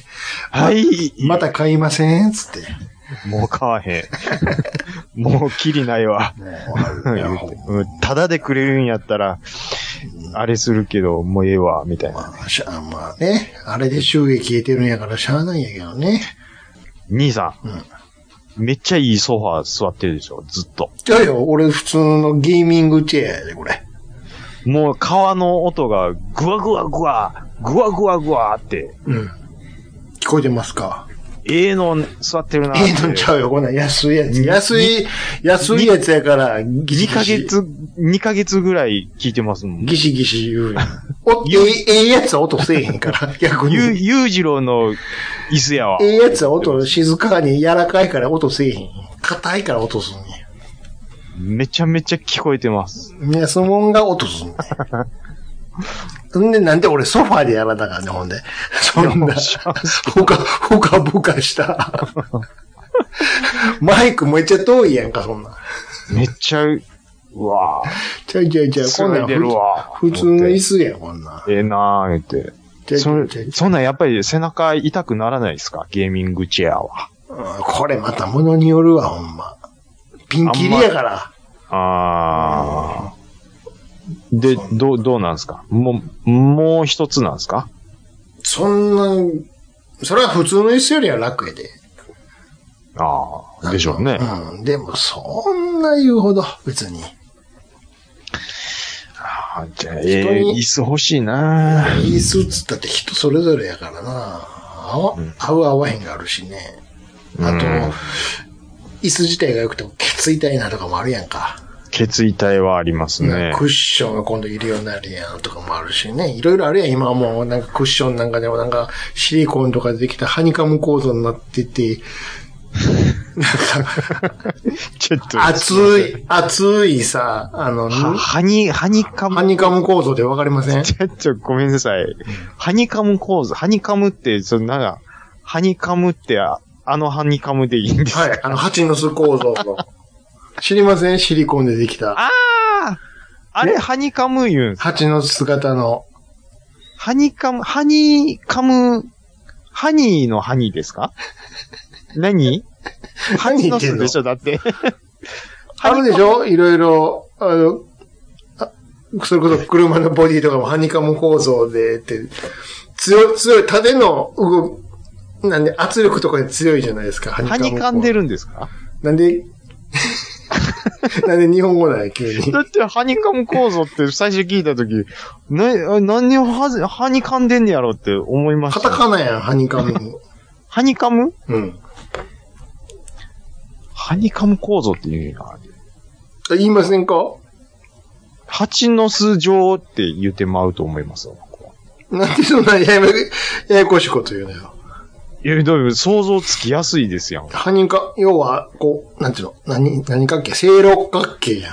はい。また買いません *laughs* つって。もう買わへん。 *laughs* もうきりないわ。うんただでくれるんやったら、あれするけど、もうええわ、みたいな。しゃまあね。あれで収益消えてるんやからしゃあないんやけどね。兄さん、めっちゃいいソファー座ってるでしょ、ずっと。じゃあよ、俺普通のゲーミングチェアやで、これ。もう川の音がぐわぐわぐわ、ぐわぐわぐわって、うん。聞こえてますかええの座ってるなって。ええのちゃうよ、こんなん安いやつ。安い、安いやつやから、ギシ2ヶギシ。月、2ヶ月ぐらい聞いてますもん。ギシギシ言うやん。 *laughs* お、ええええやつは音せえへんから、 *laughs* 逆に。ゆ、ゆうじろうの椅子やわ。ええやつは音静かに柔らかいから音せえへん。硬いから音すんねめちゃめちゃ聞こえてます。ん。ね、そのもんが音すんね *laughs* ん。んで、なんで俺ソファーでやらなあかんねん、ほんで。そんな、ほか、ほかぼかした。マイクめっちゃ遠いやんか、そんなん。めっちゃ、うわぁ。ちゃうちゃうちゃう、こんなん出るわ。普通の椅子やん、こんなん。ええなぁ、言って。それそんなんやっぱり背中痛くならないですかゲーミングチェアは。うんこれまた物によるわ、ほんま。ピンキリやから。あー。で、どう、どうなんですかもう、もう一つなんですかそんな、それは普通の椅子よりは楽やで。ああ、でしょうね。うん、でもそんな言うほど、別に。あじゃあ、ええ椅子欲しいなぁ。椅子っつったって人それぞれやからな。合わ、合う合わへんがあるしね。あと、椅子自体が良くても、ケツ痛いなとかもあるやんか。血遺体はありますね。クッションが今度いるようになるやんとかもあるしね。いろいろあるやん。今はもうなんかクッションなんかでもなんかシリコンとかでできたハニカム構造になってて、ちょっと。熱い、熱いさ、あの、ハニ、ハニ *laughs* カム。ハニカム構造でわかりま *laughs* せんちょ、ちょ、ごめんなさい。ハニカム構造、ハニカムって、そのなんか、ハニカムって、ああのハニカムでいいんですかはい、あの、蜂の巣構造の。知りませんシリコンでできた。あああれ、ハニカム言うん蜂の巣型の。ハニカム、ハニカム、ハニーのハニーです *laughs* か何ハニーの巣でしょだって。あるでしょいろいろ、あの、あそれこそ車のボディとかもハニカム構造でって、強い、強い、縦の動く、なんで圧力とかに強いじゃないですか、ハハニカムん構で造。るんですかなんで、なんで日本語なんや、急に。だって、ハニカム構造って最初聞いたとき、な、何をはず、ハニカんでんねやろって思いましカた。タカナやん、ハニカム。ハニカムうん。ハニカム構造って言うんや。あれ言いませんか蜂の巣状って言ってまうと思いますわ。なんでそんなややややこしいこと言うのよ。いや、でも想像つきやすいですやん。ハニカ、要は、こう、なんていうの何、何角形正六角形やん。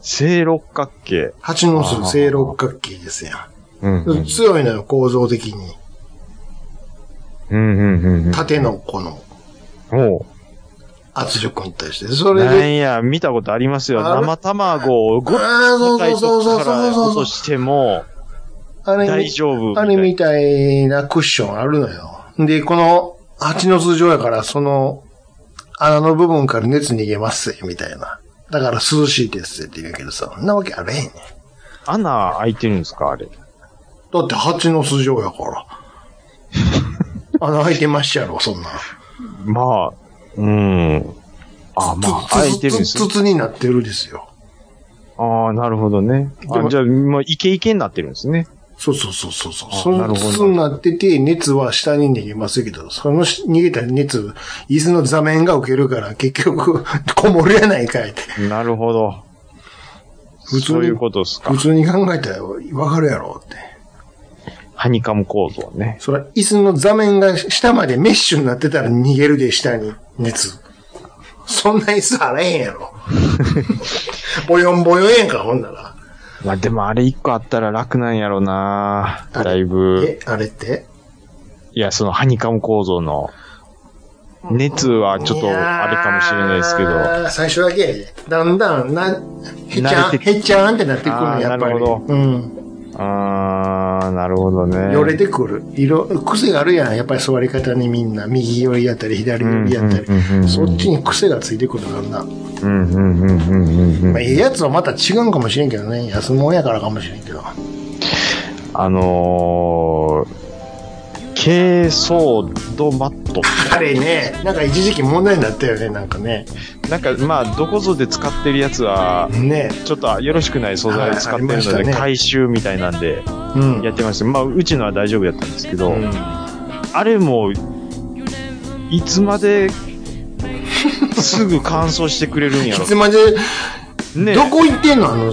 正六角形。蜂の巣正六角形ですやん。うん。うん、強いのよ、構造的に。うん、うん。うん縦のこのおう圧力に対して。それなで、んや、見たことありますよ。あれ生卵をごっあーそうご体そうそうそ側うから落としても、あれ大丈夫みたあいなれみたいなクッションあるのよ。で、この蜂の通常やから、その穴の部分から熱逃げますぜみたいな。だから涼しいですぜって言うけどさ、そんなわけあれへんねん。穴開いてるんですかあれ。だって蜂の巣状や *laughs* から。穴開いてましたやろ、そんな。まあ、うん。あ、まあ、開いてるんです筒よ。筒になってるですよ。ああ、なるほどね。であもじゃあ、もうイケイケになってるんですね。そうそうそうそうそう。あそなるのほど筒になってて、熱は下に逃げますけど、そのし逃げた熱、椅子の座面が受けるから、結局、 *laughs* こもるやないかいって。なるほど。普通そういうに、ことですか普。通に考えたらわかるやろって。ハニカム構造ね。それ椅子の座面が下までメッシュになってたら逃げるで、下に熱。そんな椅子あらへん *laughs* やろ。ボヨンボヨンやんか、ほんなら。まあでもあれ一個あったら楽なんやろなだいぶえ。、あれっていや、そのハニカム構造の。熱はちょっとあれかもしれないですけど。あー最初だけ、だんだん、な、へちゃ慣れてん、きへちゃんってなってくるあの、ーやっぱり。なるほうん。あー、なるほどね。よれてくる。色、癖があるやん。やっぱり座り方にみんな、右寄りやったり、左寄りやったりうんうんうんうんう。んそっちに癖がついてくるだんだん。うんうんうんうんうんまあ、うええん。やつはまた違うんかもしれんけどね。安物やからかもしれんけど。 *laughs* あのー、軽ソードマット。あれね、なんか一時期問題になったよね、なんかね。なんかまあ、どこぞで使ってるやつは、ね。ちょっとよろしくない素材を使ってるはいあのりまで、したね回収みたいなんでうん。やってました。まあ、うちのは大丈夫やったんですけど、うんあれも、いつまで、すぐ乾燥してくれるんや *laughs* いろつ。まで、ねどこ行ってんのあの、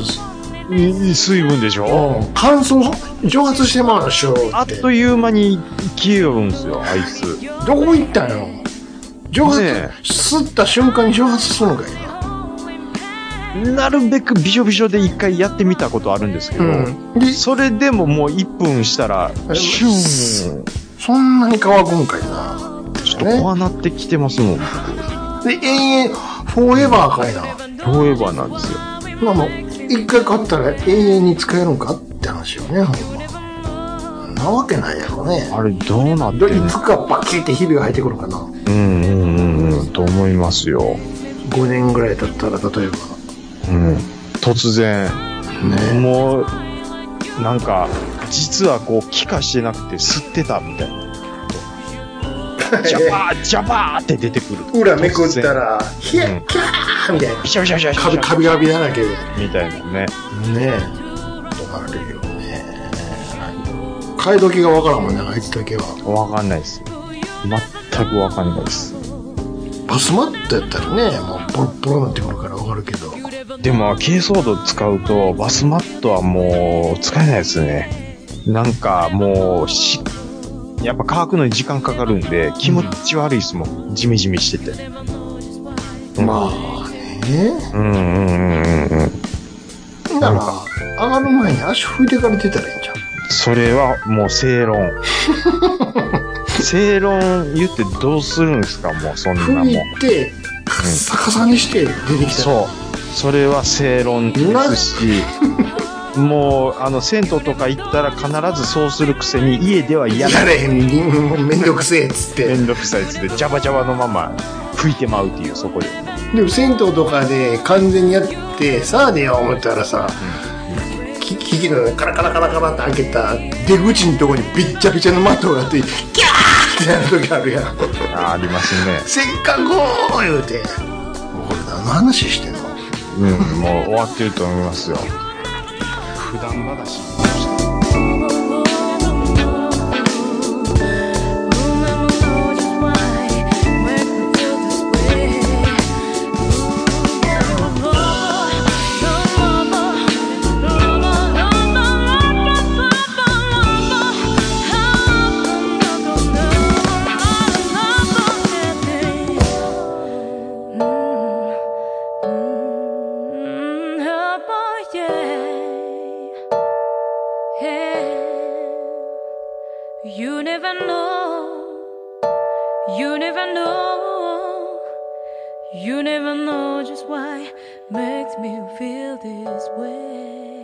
水分でしょうん乾燥、蒸発してまうでしょって。あっという間に消えよるんですよ、あいつ。どこ行ったんよ蒸発、ね吸った瞬間に蒸発するのかいなるべくびしょびしょで一回やってみたことあるんですけど、うんでそれでももう1分したら、シューン、そんなに乾くんかいなちょっと怖なってきてますもん。で永遠フォーエバーかいなフォーエバーなんですよ。まあもう一回買ったら永遠に使えるんかって話よねほんまなわけないやろねあれどうなってんどいのつかバキってひびが入ってくるかなうんうんうんうん、と思いますよ。 5年ぐらい経ったら例えばうん。突然、ねもう、なんか、実はこう、気化してなくて吸ってたみたいな。ジャバー、ジャバーって出てくる。 *laughs* 裏めくった突然、らヒヤうッんキャーみたいなビシャビシャビシャビシカャビカビカビだらけでねみたいなね。えあるよね買い時がわからんもんねあいつだけはわかんないです。全くわかんないです。バスマットやったらねもうボロッボロになってくるからわかるけどでも、軽装度使うと、バスマットはもう、使えないですね。なんか、もう、し、やっぱ乾くのに時間かかるんで、気持ち悪いですもん。ジメジメしてて。まあねうんうんうんうんうん。なら上がる前に足拭いてから出たらいいんじゃんそれは、もう正論。正論言ってどうするんですかもう、そんなもん拭。いてカッサカサにして出てきたら、そう。それは正論ですし、もう、あの、銭湯とか行ったら必ずそうするくせに、家ではやらやれへんもうめんどくせえっつってめんどくさいっつってジャバジャバのまま拭いてまうっていうそこででも銭湯とかで完全にやってさあでよ思ったらさ、き機器のカラカラカラカラって開けた出口のとこにびっちゃびちゃのマットがあってキャーってなる時あるやんあありますねせっかくー言うてもうこれ何の話してんのうんもう終わってると思いますよ普段話「Hey, You never know just why makes me feel this way.